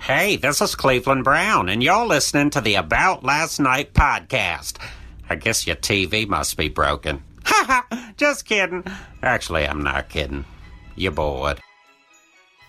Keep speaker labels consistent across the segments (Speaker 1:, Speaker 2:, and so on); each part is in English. Speaker 1: Hey, this is Cleveland Brown, and you're listening to the About Last Night podcast. I guess your TV must be broken. Ha ha! Just kidding. Actually, I'm not kidding. You're bored.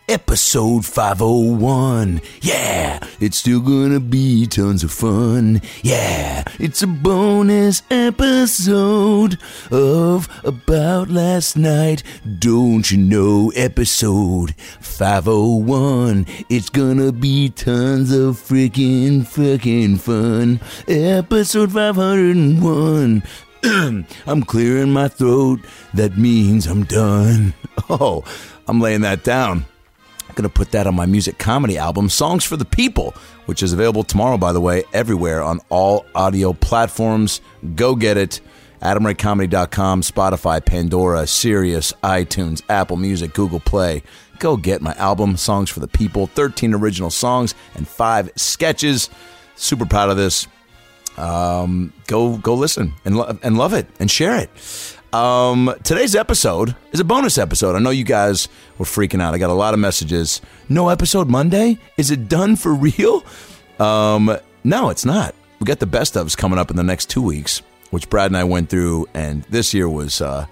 Speaker 2: Episode 501. Yeah, it's still gonna be tons of fun. Yeah, it's a bonus episode of About Last Night, Don't You Know? Episode 501. It's gonna be tons of freaking, freaking fun. Episode 501. I'm clearing my throat. That means I'm done. Oh, I'm laying that down going to put that on my music comedy album, Songs for the People, which is available tomorrow, by the way, everywhere on all audio platforms. Go get it. AdamRayComedy.com, Spotify, Pandora, Sirius, iTunes, Apple Music, Google Play. Go get my album, Songs for the People, 13 original songs and five sketches. Super proud of this. Um, go go listen and, lo- and love it and share it. Um, today's episode is a bonus episode. I know you guys were freaking out. I got a lot of messages. No episode Monday? Is it done for real? Um, no, it's not. We got the best ofs coming up in the next two weeks, which Brad and I went through, and this year was uh,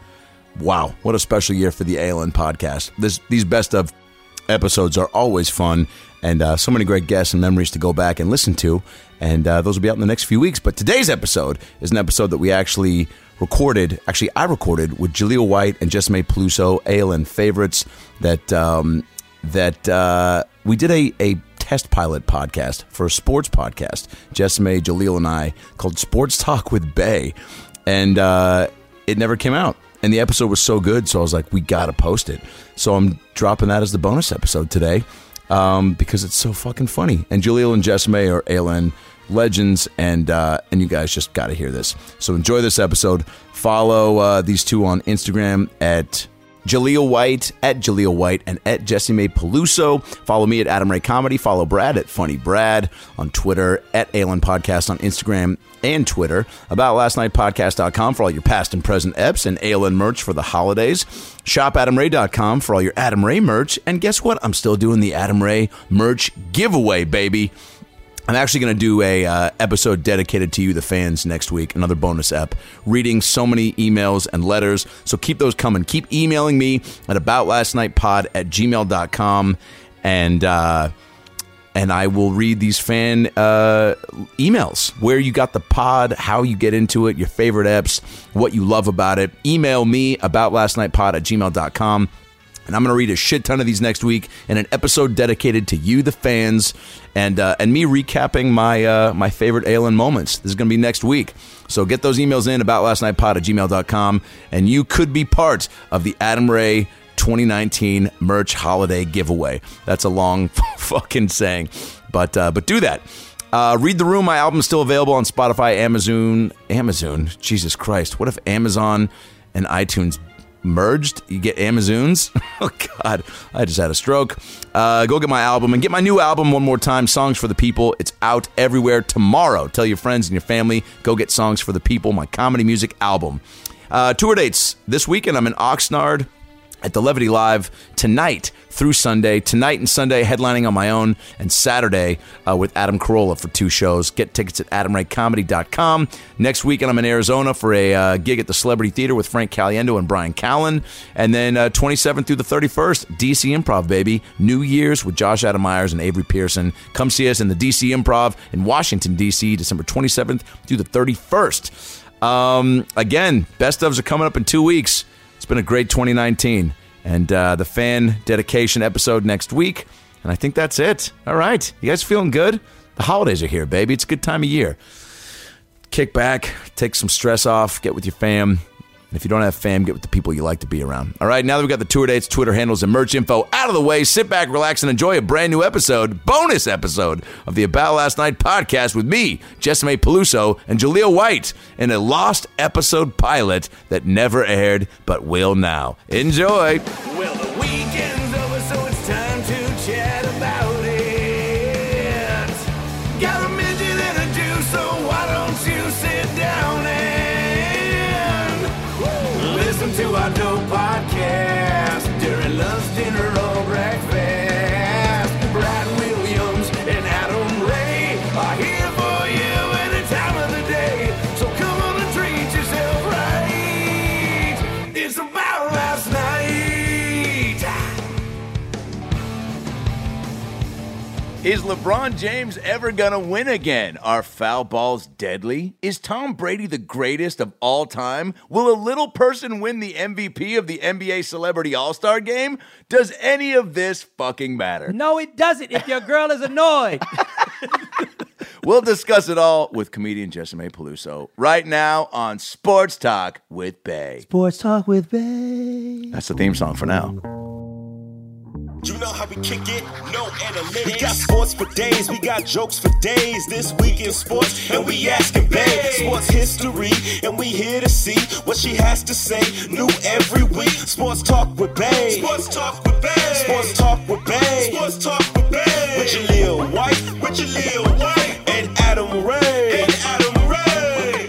Speaker 2: wow, what a special year for the ALN podcast. This these best of episodes are always fun, and uh, so many great guests and memories to go back and listen to. And uh, those will be out in the next few weeks. But today's episode is an episode that we actually recorded. Actually, I recorded with Jaleel White and Jessamay Peluso, ALN favorites. That um, that uh, we did a a test pilot podcast for a sports podcast. Jessamay, Jaleel, and I called Sports Talk with Bay, and uh, it never came out. And the episode was so good, so I was like, we gotta post it. So I'm dropping that as the bonus episode today um, because it's so fucking funny. And Jaleel and Jessame are ALN legends, and uh, and you guys just gotta hear this. So enjoy this episode. Follow uh, these two on Instagram at Jaleel White at Jaleel White and at Jesse May Peluso. Follow me at Adam Ray Comedy. Follow Brad at Funny Brad on Twitter, at Alan Podcast on Instagram and Twitter. About Last Night Podcast.com for all your past and present EPs and Alan merch for the holidays. ShopAdamRay.com for all your Adam Ray merch. And guess what? I'm still doing the Adam Ray merch giveaway, baby. I'm actually going to do a uh, episode dedicated to you, the fans, next week. Another bonus app, reading so many emails and letters. So keep those coming. Keep emailing me at aboutlastnightpod at gmail.com. And, uh, and I will read these fan uh, emails where you got the pod, how you get into it, your favorite apps, what you love about it. Email me about lastnightpod at gmail.com. And I'm going to read a shit ton of these next week in an episode dedicated to you, the fans, and uh, and me recapping my uh, my favorite Alien moments. This is going to be next week. So get those emails in about last night pod at gmail.com, and you could be part of the Adam Ray 2019 merch holiday giveaway. That's a long fucking saying, but uh, but do that. Uh, Read the Room, my album's still available on Spotify, Amazon, Amazon. Jesus Christ, what if Amazon and iTunes merged? You get Amazons. Oh God, I just had a stroke. Uh, go get my album and get my new album one more time. Songs for the People. It's out everywhere tomorrow. Tell your friends and your family. Go get Songs for the People, my comedy music album. Uh, tour dates this weekend. I'm in Oxnard at the Levity Live tonight through Sunday. Tonight and Sunday, headlining on my own, and Saturday uh, with Adam Carolla for two shows. Get tickets at adamraycomedy.com. Next weekend, I'm in Arizona for a uh, gig at the Celebrity Theater with Frank Caliendo and Brian Callen. And then uh, 27th through the 31st, DC Improv, baby. New Year's with Josh Adam Myers and Avery Pearson. Come see us in the DC Improv in Washington, D.C., December 27th through the 31st. Um, again, best ofs are coming up in two weeks. It's been a great 2019. And uh, the fan dedication episode next week. And I think that's it. All right. You guys feeling good? The holidays are here, baby. It's a good time of year. Kick back, take some stress off, get with your fam. And if you don't have fam, get with the people you like to be around. All right. Now that we've got the tour dates, Twitter handles, and merch info out of the way, sit back, relax, and enjoy a brand new episode, bonus episode of the About Last Night podcast with me, Jessime Peluso, and Jaleel White in a lost episode pilot that never aired but will now. Enjoy.
Speaker 3: Well, the weekend's over, so it's time to chat about it. Got a midget and a Jew, so why don't you sit down and listen to our dope podcast during lunch, dinner, or breakfast. Brad Williams
Speaker 2: Is LeBron James ever going to win again? Are foul balls deadly? Is Tom Brady the greatest of all time? Will a little person win the MVP of the NBA Celebrity All Star game? Does any of this fucking matter?
Speaker 4: No, it doesn't. If your girl is annoyed,
Speaker 2: We'll discuss it all with comedian Jessamay Peluso right now on Sports Talk with Bay.
Speaker 4: sports talk with Bay.
Speaker 2: That's the theme song for now.
Speaker 5: You know how we kick it, no analytics. We got sports for days, we got jokes for days. This week in sports, and we asking babe sports history, and we here to see what she has to say. New every week, sports talk with babe. Sports talk with babe. Sports talk with babe. Sports talk with babe. With your Lil White, with your Lil White, and Adam Ray, and Adam Ray.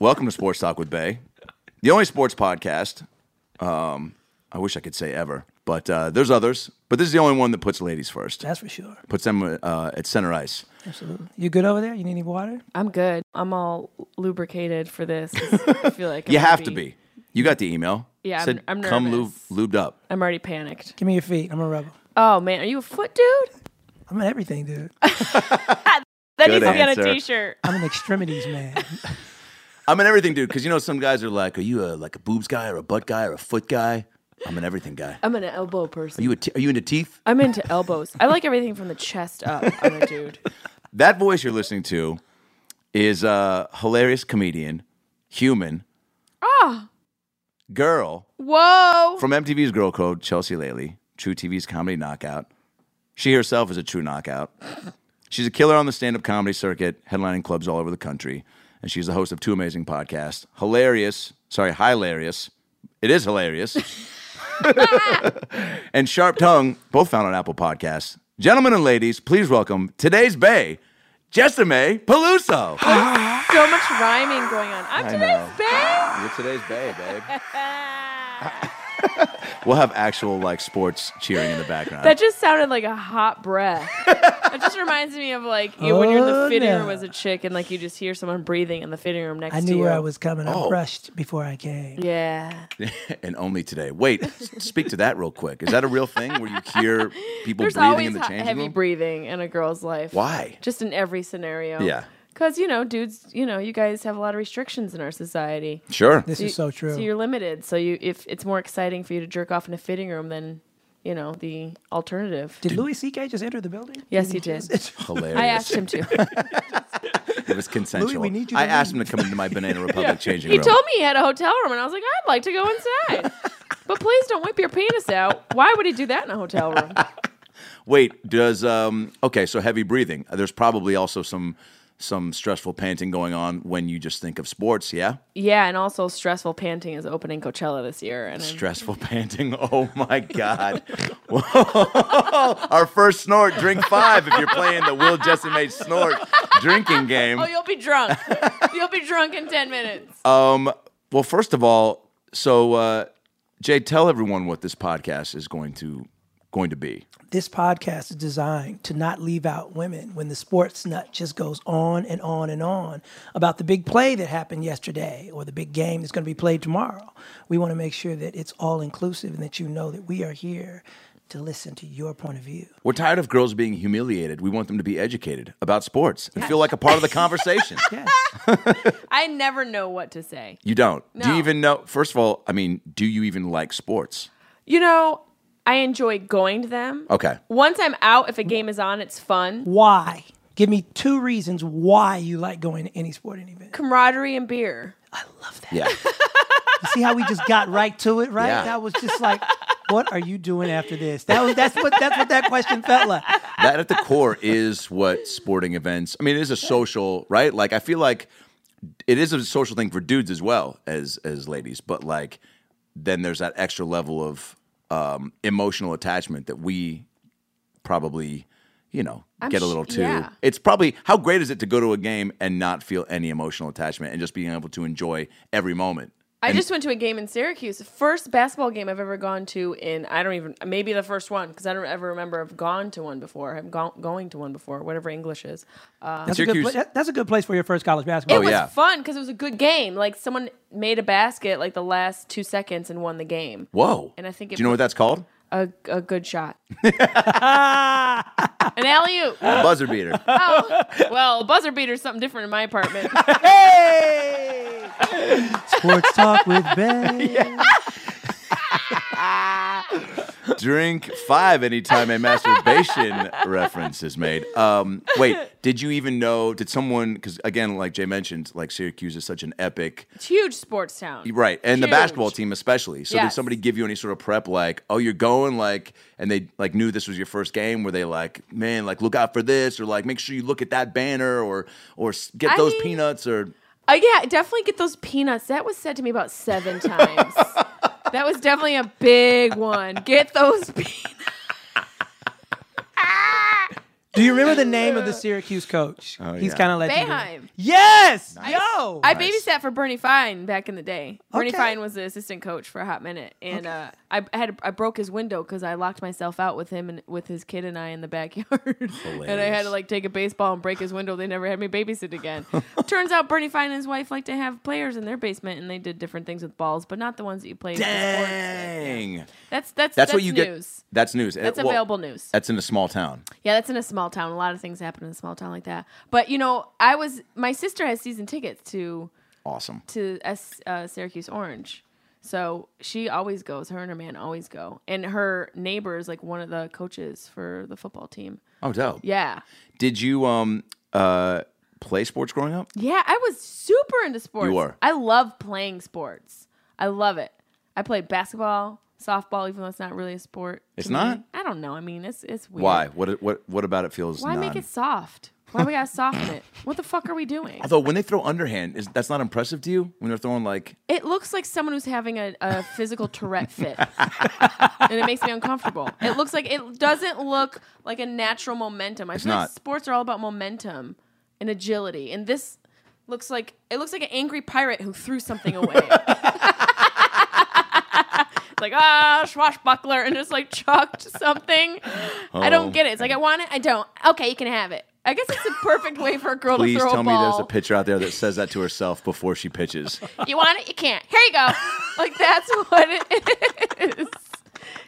Speaker 2: Welcome to Sports Talk with Bay, the only sports podcast. Um, I wish I could say ever, but uh, there's others. But this is the only one that puts ladies first,
Speaker 4: That's for sure.
Speaker 2: puts them uh, at center ice.
Speaker 4: Absolutely. You good over there? You need any water?
Speaker 6: I'm good. I'm all lubricated for this. I feel like I'm
Speaker 2: You
Speaker 6: gonna
Speaker 2: have to be. You got the email.
Speaker 6: Yeah, I'm-
Speaker 2: Said,
Speaker 6: I'm
Speaker 2: Come lube,
Speaker 6: nervous."
Speaker 2: lubed up.
Speaker 6: I'm already panicked.
Speaker 4: Give me your feet. I'm a rebel.
Speaker 6: Oh man, are you a foot dude?
Speaker 4: I'm an everything, dude.
Speaker 6: That
Speaker 2: Good
Speaker 6: needs to be on a
Speaker 2: answer.
Speaker 6: t-shirt.
Speaker 4: I'm an extremities man.
Speaker 2: I'm an everything dude, because you know some guys are like, are you a, like a boobs guy or a butt guy or a foot guy? I'm an everything guy.
Speaker 6: I'm an elbow
Speaker 2: Are
Speaker 6: person.
Speaker 2: you a t- are you into teeth?
Speaker 6: I'm into elbows. I like everything from the chest up. I'm a dude.
Speaker 2: That voice you're listening to is a hilarious comedian, human,
Speaker 6: Ah,
Speaker 2: girl
Speaker 6: whoa.
Speaker 2: from MTV's Girl Code, Chelsea Lately, True TV's comedy knockout. She herself is a true knockout. She's a killer on the stand up comedy circuit, headlining clubs all over the country. And she's the host of two amazing podcasts Hilarious, sorry, Hilarious. It is hilarious. and Sharp Tongue, both found on Apple Podcasts. Gentlemen and ladies, please welcome today's Bay, Jessime Peluso.
Speaker 6: So much rhyming going on. I'm
Speaker 2: know.
Speaker 6: today's babe.
Speaker 2: You're today's Bay, babe. We'll have actual like sports cheering in the background.
Speaker 6: That just sounded like a hot breath. it just reminds me of like you, when you're in
Speaker 4: Oh,
Speaker 6: the fitting
Speaker 4: no.
Speaker 6: room as a chick and like you just hear someone breathing in the fitting room next
Speaker 4: I
Speaker 6: to
Speaker 4: knew
Speaker 6: you.
Speaker 4: where I was coming. I
Speaker 2: Oh.
Speaker 4: brushed before I came.
Speaker 6: Yeah.
Speaker 2: and only today. Wait, s- speak to that real quick. Is that a real thing where you hear people
Speaker 6: There's
Speaker 2: breathing in
Speaker 6: always
Speaker 2: the
Speaker 6: hot-
Speaker 2: changing
Speaker 6: heavy
Speaker 2: room?
Speaker 6: breathing in a girl's life.
Speaker 2: Why?
Speaker 6: Just in every scenario.
Speaker 2: Yeah.
Speaker 6: Because, you know, dudes, you know, you guys have a lot of restrictions in our society.
Speaker 2: Sure.
Speaker 4: This
Speaker 6: You-
Speaker 4: is so true.
Speaker 6: So you're limited. So you, if it's more exciting for you to jerk off in a fitting room than, you know, the alternative.
Speaker 4: did Louis C.K. just enter the building?
Speaker 6: Yes, he did.
Speaker 2: Hilarious.
Speaker 6: I asked him to.
Speaker 2: It was consensual.
Speaker 4: Louis, we need you
Speaker 2: I
Speaker 4: to
Speaker 2: asked him to come into my Banana Republic changing
Speaker 6: he
Speaker 2: room.
Speaker 6: told me he had a hotel room, and I was like, I'd like to go inside. but please don't whip your penis out. Why would he do that in a hotel room?
Speaker 2: Wait, does um okay, so heavy breathing. There's probably also some some stressful panting going on when you just think of sports, yeah?
Speaker 6: yeah, and also stressful panting is opening Coachella this year. And I'm-
Speaker 2: Stressful panting. Oh my god. Whoa. Our first snort, drink five if you're playing the Will Jesse May snort drinking game.
Speaker 6: Oh, you'll be drunk. you'll be drunk in 10 minutes.
Speaker 2: Well, first of all, so uh, Jay, tell everyone what this podcast is going to going to be.
Speaker 4: This podcast is designed to not leave out women when the sports nut just goes on and on and on about the big play that happened yesterday or the big game that's going to be played tomorrow. We want to make sure that it's all inclusive and that you know that we are here to listen to your point of view.
Speaker 2: We're tired of girls being humiliated. We want them to be educated about sports and feel like a part of the conversation.
Speaker 4: Yes.
Speaker 6: I never know what to say.
Speaker 2: You don't. Do you
Speaker 6: No.
Speaker 2: even know? First of all, I mean, do you even like sports?
Speaker 6: You know, I enjoy going to them.
Speaker 2: Okay.
Speaker 6: Once I'm out, if a game is on, it's fun.
Speaker 4: why? Give me two reasons why you like going to any sporting event.
Speaker 6: Camaraderie and beer.
Speaker 2: Yeah.
Speaker 4: You see how we just got right to it, right?
Speaker 2: Yeah.
Speaker 4: That was just like, what are you doing after this? That was that's what that's what that question felt like.
Speaker 2: that at the core is what sporting events. I mean, it is a social, right? Like I feel like it is a social thing for dudes as well as as ladies, but like then there's that extra level of um emotional attachment that we probably, you know, get a
Speaker 6: sh-
Speaker 2: little too.
Speaker 6: yeah.
Speaker 2: It's probably how great is it to go to a game and not feel any emotional attachment and just being able to enjoy every moment.
Speaker 6: I just went to a game in Syracuse, the first basketball game I've ever gone to in I don't even maybe the first one because I don't ever remember I've gone to one before. I'm go- going to one before, whatever English is.
Speaker 4: That's a, good
Speaker 2: Syracuse- Oh,
Speaker 4: pla- that- that's a good place for your first college
Speaker 6: It
Speaker 4: basketball.
Speaker 6: was
Speaker 2: yeah.
Speaker 6: fun because it was a good game. Like someone made a basket like the last two seconds and won the game.
Speaker 2: Whoa.
Speaker 6: And I think it
Speaker 2: Do you know what
Speaker 6: put-
Speaker 2: that's called?
Speaker 6: a, a good shot. An alley oop.
Speaker 2: Buzzer beater.
Speaker 6: Oh, well, a buzzer beater's something different in my apartment.
Speaker 4: Hey! Sports talk with Ben.
Speaker 2: Drink five anytime a masturbation reference is made. Um, wait, did you even know? Did someone? Because again, like Jay mentioned, like Syracuse is such an epic,
Speaker 6: It's huge sports town.
Speaker 2: right? And the
Speaker 6: Huge.
Speaker 2: basketball team especially. So did
Speaker 6: Yes.
Speaker 2: somebody give you any sort of prep? Like, oh, you're going like, and they like knew this was your first game. Were they like, man, like look out for this, or like make sure you look at that banner, or or s- get
Speaker 6: I
Speaker 2: those
Speaker 6: mean-
Speaker 2: peanuts, or
Speaker 6: Uh, yeah, definitely get those peanuts. That was said to me about seven times. that was definitely a big one. Get those peanuts.
Speaker 4: Do you remember the name of the Syracuse coach? He's
Speaker 2: yeah.
Speaker 4: kind of legendary.
Speaker 6: Bayheim.
Speaker 4: Yes. Yo.
Speaker 6: I babysat for Bernie Fine back in the day. Bernie
Speaker 4: Okay.
Speaker 6: Fine was the assistant coach for a hot minute, and uh, I had I broke his window because I locked myself out with him and with his kid and I in the backyard, and I had to like take a baseball and break his window. They never had me babysit again. Turns out Bernie Fine and his wife like to have players in their basement, and they did different things with balls, but not the ones that you played. with sports with.
Speaker 2: dang, that's,
Speaker 6: That's that's that's,
Speaker 2: what you
Speaker 6: news.
Speaker 2: get. That's news.
Speaker 6: That's
Speaker 2: Well,
Speaker 6: available news.
Speaker 2: That's in a small town.
Speaker 6: Yeah, that's in a small town. A lot of things happen in a small town like that. But you know, I was my sister has season tickets to
Speaker 2: Awesome.
Speaker 6: to S, uh, Syracuse Orange. So she always goes. Her and her man always go. And her neighbor is like one of the coaches for the football team.
Speaker 2: Oh, dope.
Speaker 6: Yeah,
Speaker 2: Did you um uh play sports growing up?
Speaker 6: yeah. I was super into sports.
Speaker 2: You were.
Speaker 6: I love playing sports. I love it. I played basketball, softball, even though it's not really a sport. to
Speaker 2: It's
Speaker 6: me.
Speaker 2: not?
Speaker 6: I don't know. I mean, it's it's weird.
Speaker 2: Why? What what what about it feels?
Speaker 6: Why make
Speaker 2: non-
Speaker 6: it soft? Why we gotta soften it? What the fuck are we doing?
Speaker 2: Although when they throw underhand, is that's not impressive to you? When they're throwing like
Speaker 6: It looks like someone who's having a, a physical Tourette fit, and it makes me uncomfortable. It looks like it doesn't look like a natural momentum. I feel like
Speaker 2: not.
Speaker 6: sports are all about momentum and agility, and this looks like it looks like an angry pirate who threw something away. It's like ah swashbuckler and just like chucked something. I
Speaker 2: Oh.
Speaker 6: don't get it. It's like I want it, I don't. Okay, you can have it. I guess it's the perfect way for a girl
Speaker 2: please
Speaker 6: to throw
Speaker 2: tell
Speaker 6: a
Speaker 2: me
Speaker 6: ball
Speaker 2: there's a pitcher out there that says that to herself before she pitches.
Speaker 6: you want it, you can't. Here you go. Like that's what it is.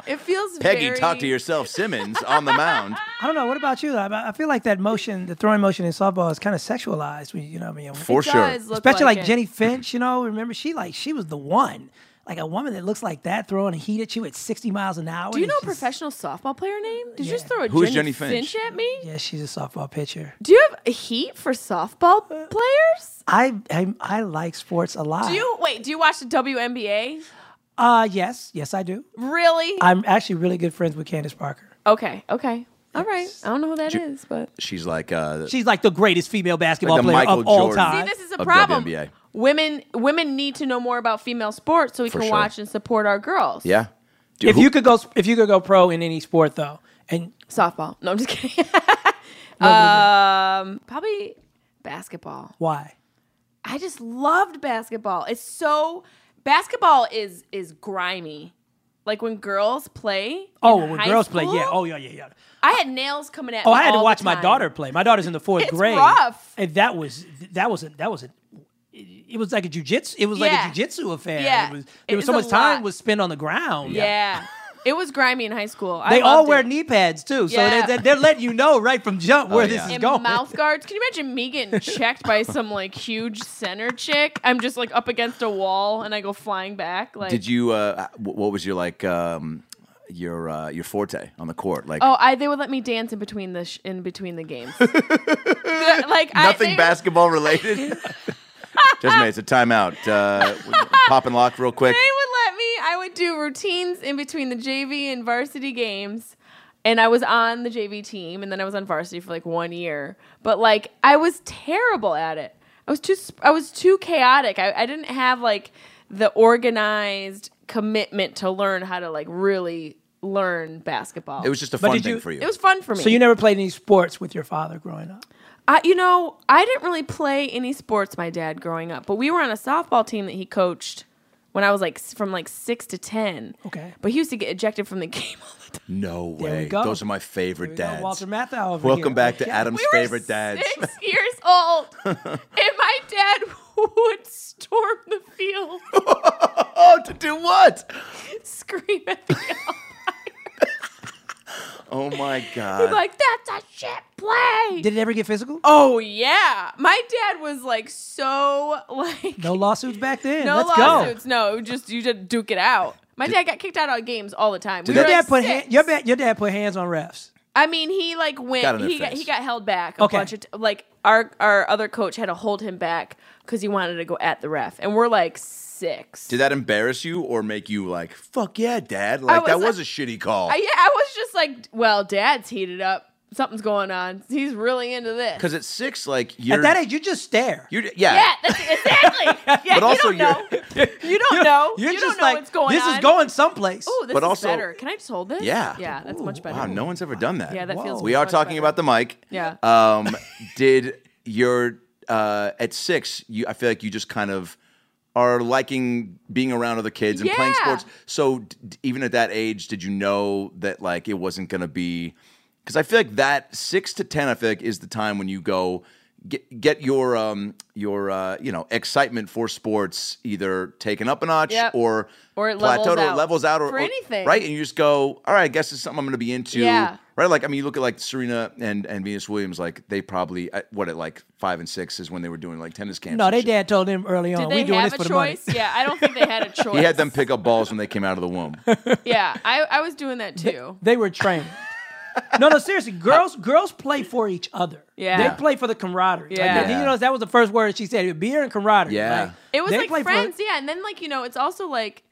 Speaker 6: It feels
Speaker 2: Peggy,
Speaker 6: very,
Speaker 2: talk to yourself, Simmons, on the mound.
Speaker 4: I don't know. What about you? Lab? I I feel like that motion, the throwing motion in softball, is kind of sexualized. when- You know what I mean?
Speaker 2: For
Speaker 6: It
Speaker 2: sure.
Speaker 6: does look
Speaker 4: Especially like,
Speaker 6: it.
Speaker 4: Jenny Finch. You know, remember she like she was the one. Like a woman that looks like that throwing heat at you at 60 miles an hour.
Speaker 6: Do you
Speaker 4: and
Speaker 6: know a
Speaker 4: she's-
Speaker 6: professional softball player name? Did you just
Speaker 4: Yeah.
Speaker 6: throw a
Speaker 2: Who's
Speaker 6: Jenny,
Speaker 2: Jenny Finch?
Speaker 6: at me?
Speaker 4: Yeah, she's a softball pitcher.
Speaker 6: Do you have a heat for softball
Speaker 2: Uh,
Speaker 6: players?
Speaker 4: I I, I like sports a lot.
Speaker 6: Do you wait? Do you watch the WNBA?
Speaker 4: Uh, yes, yes, I do.
Speaker 6: Really?
Speaker 4: I'm actually really good friends with Candace Parker.
Speaker 6: okay. Okay. All right. I don't know who that is, but
Speaker 2: She's like, uh,
Speaker 4: She's like the greatest female basketball
Speaker 2: Like the
Speaker 4: player
Speaker 2: Michael
Speaker 4: of all
Speaker 2: Jordan.
Speaker 6: see,
Speaker 4: time.
Speaker 6: this is a
Speaker 2: of
Speaker 6: problem.
Speaker 2: WNBA.
Speaker 6: Women women need to know more about female sports so we
Speaker 2: For
Speaker 6: can
Speaker 2: sure.
Speaker 6: watch and support our girls.
Speaker 2: yeah. Dude,
Speaker 4: If
Speaker 2: who-
Speaker 4: you could go, if you could go pro in any sport though, and
Speaker 6: Softball. No, I'm just kidding. um, probably basketball.
Speaker 4: why?
Speaker 6: I just loved basketball. It's so basketball is is grimy. Like when girls play.
Speaker 4: Oh,
Speaker 6: in
Speaker 4: when
Speaker 6: high
Speaker 4: girls play, yeah.
Speaker 6: school,
Speaker 4: Oh, yeah, yeah, yeah.
Speaker 6: I had nails coming at.
Speaker 4: Oh,
Speaker 6: me
Speaker 4: I had to
Speaker 6: all
Speaker 4: watch
Speaker 6: the
Speaker 4: my
Speaker 6: time.
Speaker 4: daughter play. My daughter's in the fourth
Speaker 6: It's
Speaker 4: grade.
Speaker 6: rough.
Speaker 4: And that was that was a that was a it was like a jujitsu. It was
Speaker 6: Yeah.
Speaker 4: like a jujitsu affair.
Speaker 6: Yeah.
Speaker 4: It was,
Speaker 6: It
Speaker 4: there was
Speaker 6: is
Speaker 4: so
Speaker 6: a
Speaker 4: much time
Speaker 6: lot.
Speaker 4: was spent on the ground.
Speaker 6: Yeah, it was grimy in high school. I
Speaker 4: They all
Speaker 6: loved
Speaker 4: wear
Speaker 6: it.
Speaker 4: knee pads too,
Speaker 6: Yeah.
Speaker 4: so they, they're letting you know right from jump where
Speaker 2: Oh, yeah.
Speaker 4: this is
Speaker 6: and
Speaker 4: going.
Speaker 6: mouth guards. Can you imagine me getting checked by some like huge center chick? I'm just like up against a wall and I go flying back. Like
Speaker 2: did you? Uh, wh- what was your like? Um, your uh, your forte on the court, like
Speaker 6: Oh, I they would let me dance in between the sh- in between the games. like I,
Speaker 2: nothing
Speaker 6: they-
Speaker 2: basketball related. Just made it's a timeout. Uh, pop and lock real quick.
Speaker 6: They would let me. I would do routines in between the JV and varsity games, and I was on the JV team, and then I was on varsity for like one year. But like I was terrible at it. I was too. sp- I was too chaotic. I, I didn't have like the organized commitment to learn how to like really learn basketball.
Speaker 2: It was just a
Speaker 4: But
Speaker 2: fun
Speaker 4: did
Speaker 2: thing
Speaker 4: you-
Speaker 2: for you.
Speaker 6: It was fun for me.
Speaker 4: So you never played any sports with your father growing up.
Speaker 6: I, you know, I didn't really play any sports my dad growing up, but we were on a softball team that he coached when I was like s- from like six to ten.
Speaker 4: Okay.
Speaker 6: but he used to get ejected from the game. all the time.
Speaker 2: No way.
Speaker 4: we go.
Speaker 2: Those are my favorite
Speaker 4: We got
Speaker 2: dads.
Speaker 4: Walter Matthau. Over
Speaker 2: Welcome
Speaker 4: here.
Speaker 2: back to
Speaker 4: Okay.
Speaker 2: Adam's
Speaker 6: We were
Speaker 2: favorite dads.
Speaker 6: six years old, and my dad would storm the field,
Speaker 2: oh, to do what?
Speaker 6: scream at the umpire.
Speaker 2: Oh my
Speaker 6: He'd
Speaker 2: god.
Speaker 6: be like, that's a shit play.
Speaker 4: Did it ever get physical?
Speaker 6: oh yeah, my dad was like so like
Speaker 4: No lawsuits back then.
Speaker 6: no
Speaker 4: Let's
Speaker 6: lawsuits.
Speaker 4: go.
Speaker 6: No, it was just you just duke it out. My dad got kicked out of games all the time.
Speaker 2: Did
Speaker 6: We
Speaker 4: Your
Speaker 6: were,
Speaker 4: dad
Speaker 6: like,
Speaker 4: put
Speaker 6: six.
Speaker 4: hand, your, ba- your dad put hands on refs.
Speaker 6: I mean, he like went.
Speaker 2: Got in their
Speaker 6: he got
Speaker 2: face.
Speaker 6: he got held back a
Speaker 4: Okay.
Speaker 6: bunch of t- like our our other coach had to hold him back because he wanted to go at the ref, and we're like six.
Speaker 2: Did that embarrass you or make you like, fuck yeah, dad? Like that
Speaker 6: was-
Speaker 2: was
Speaker 4: uh,
Speaker 2: a shitty call.
Speaker 6: I, yeah, I was just like, well, Dad's heated up. Something's going on. He's really into this.
Speaker 2: Because at six, like you're
Speaker 4: At that age, you just stare.
Speaker 2: you're yeah.
Speaker 6: Yeah, that's exactly. Yeah, you
Speaker 2: also
Speaker 6: don't know. You don't know. You don't know what's going
Speaker 4: this
Speaker 6: on.
Speaker 4: is going someplace.
Speaker 6: Ooh, this
Speaker 2: But
Speaker 6: is
Speaker 2: also-
Speaker 6: better. Can I just hold this?
Speaker 2: Yeah.
Speaker 6: Yeah, that's much better.
Speaker 2: Wow, no one's ever done that.
Speaker 6: Yeah, that feels.
Speaker 2: we are
Speaker 6: much
Speaker 2: talking
Speaker 6: better.
Speaker 2: about the mic.
Speaker 6: Yeah.
Speaker 2: Um, did your uh, at six? You, I feel like you just kind of are liking being around other kids and playing
Speaker 6: Yeah.
Speaker 2: sports. So d- d- even at that age, did you know that like it wasn't going to be? Because I feel like that six to ten, I feel like is the time when you go. Get, get your um your uh you know excitement for sports either taken up a notch
Speaker 6: Yep.
Speaker 2: or
Speaker 6: Or it levels
Speaker 2: plateaued or it
Speaker 6: out.
Speaker 2: levels out or,
Speaker 6: For
Speaker 2: or-
Speaker 6: anything.
Speaker 2: right and you just go all right I guess it's something I'm gonna be into
Speaker 6: Yeah.
Speaker 2: right? Like, I mean, you look at like Serena and, and Venus Williams, like they probably at, what at like five and six is when they were doing like tennis camps.
Speaker 4: no,
Speaker 2: and
Speaker 4: they
Speaker 2: shit.
Speaker 4: dad told him early
Speaker 6: Did
Speaker 4: on.
Speaker 6: they
Speaker 4: We doing
Speaker 6: have
Speaker 4: this for
Speaker 6: a
Speaker 4: the money.
Speaker 6: choice? Yeah, I don't think they had a choice.
Speaker 2: He had them pick up balls when they came out of the womb.
Speaker 6: Yeah, I, I was doing that too.
Speaker 4: They were trained. no, no, seriously, girls girls play for each other.
Speaker 6: Yeah.
Speaker 4: they play for the camaraderie. Like,
Speaker 6: Yeah.
Speaker 4: you know that was the first word she said. Beer and camaraderie.
Speaker 2: Yeah.
Speaker 4: Like,
Speaker 6: It was
Speaker 4: they play
Speaker 6: like
Speaker 4: for-
Speaker 6: friends, yeah. And then like you know, it's also like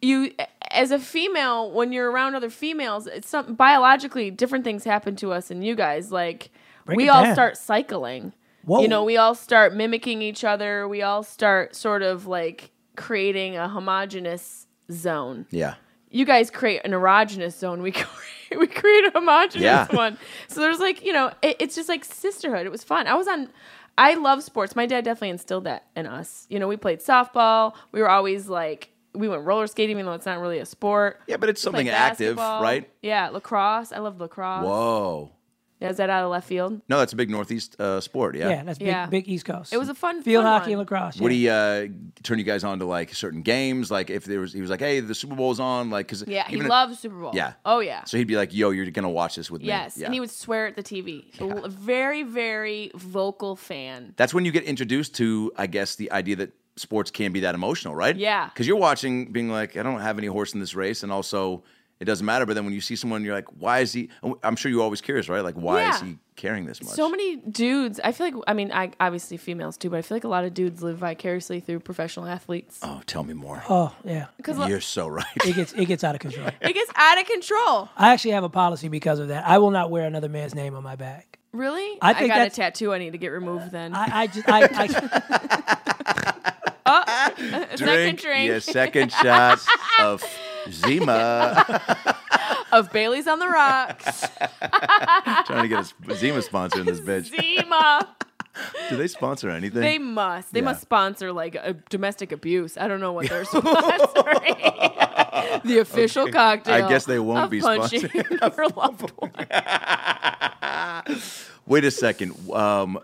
Speaker 6: you as a female when you're around other females, it's some biologically different things happen to us and you guys like
Speaker 4: Break
Speaker 6: we
Speaker 4: it
Speaker 6: all
Speaker 4: down.
Speaker 6: start cycling.
Speaker 4: Whoa.
Speaker 6: You know, we all start mimicking each other. We all start sort of like creating a homogenous zone.
Speaker 2: Yeah.
Speaker 6: You guys create an erogenous zone. We create, we create a homogenous
Speaker 2: Yeah.
Speaker 6: one. So there's like you know, it, it's just like sisterhood. It was fun. I was on. I love sports. My dad definitely instilled that in us. You know, we played softball. We were always like we went roller skating, even though it's not really a sport.
Speaker 2: Yeah, but it's
Speaker 6: We played
Speaker 2: something active,
Speaker 6: basketball.
Speaker 2: right?
Speaker 6: Yeah, lacrosse. I love lacrosse.
Speaker 2: Whoa.
Speaker 6: Yeah, is that out of left field?
Speaker 2: No, that's a big Northeast uh, sport. Yeah.
Speaker 4: Yeah, that's big,
Speaker 6: Yeah.
Speaker 4: big East Coast.
Speaker 6: It was a fun-
Speaker 4: field
Speaker 6: fun
Speaker 4: hockey and
Speaker 6: one.
Speaker 4: lacrosse.
Speaker 2: Would
Speaker 4: yeah.
Speaker 2: he uh, turn you guys on to like certain games? Like if there was, he was like, "Hey, the Super Bowl's on!" Like, cause
Speaker 6: Yeah, he
Speaker 2: even if-
Speaker 6: loves Super Bowl.
Speaker 2: Yeah.
Speaker 6: Oh yeah.
Speaker 2: So he'd be like, "Yo, you're gonna watch this with me."
Speaker 6: yes,
Speaker 2: Yeah.
Speaker 6: and he would swear at the TV. A very, very vocal fan.
Speaker 2: that's when you get introduced to, I guess, the idea that sports can be that emotional, right?
Speaker 6: Yeah.
Speaker 2: Because you're watching, being like, I don't have any horse in this race, and also it doesn't matter. But then when you see someone, you're like, why is he? I'm sure you're always curious, right? Like, why is
Speaker 6: Yeah.
Speaker 2: he caring this much?
Speaker 6: So many dudes. I feel like. I mean, I obviously females too, but I feel like a lot of dudes live vicariously through professional athletes.
Speaker 2: Oh, tell me more.
Speaker 4: Oh yeah,
Speaker 6: Because
Speaker 2: you're so right.
Speaker 4: it gets it gets out of control.
Speaker 6: it gets out of control.
Speaker 4: I actually have a policy because of that. I will not wear another man's name on my back.
Speaker 6: Really?
Speaker 4: I think
Speaker 6: got
Speaker 4: that's-
Speaker 6: a tattoo. I need to get removed then.
Speaker 4: I, I just I, I
Speaker 6: Second drink
Speaker 2: Your second shot of Zima.
Speaker 6: of Bailey's on the rocks.
Speaker 2: Trying to get a sp- Zima sponsor in this bitch.
Speaker 6: Zima.
Speaker 2: Do they sponsor anything?
Speaker 6: They must. They
Speaker 2: Yeah.
Speaker 6: must sponsor like a domestic abuse. I don't know what they're sponsoring. the official cocktail.
Speaker 2: I guess they won't
Speaker 6: of
Speaker 2: be
Speaker 6: punching your loved one.
Speaker 2: Wait a second. Um,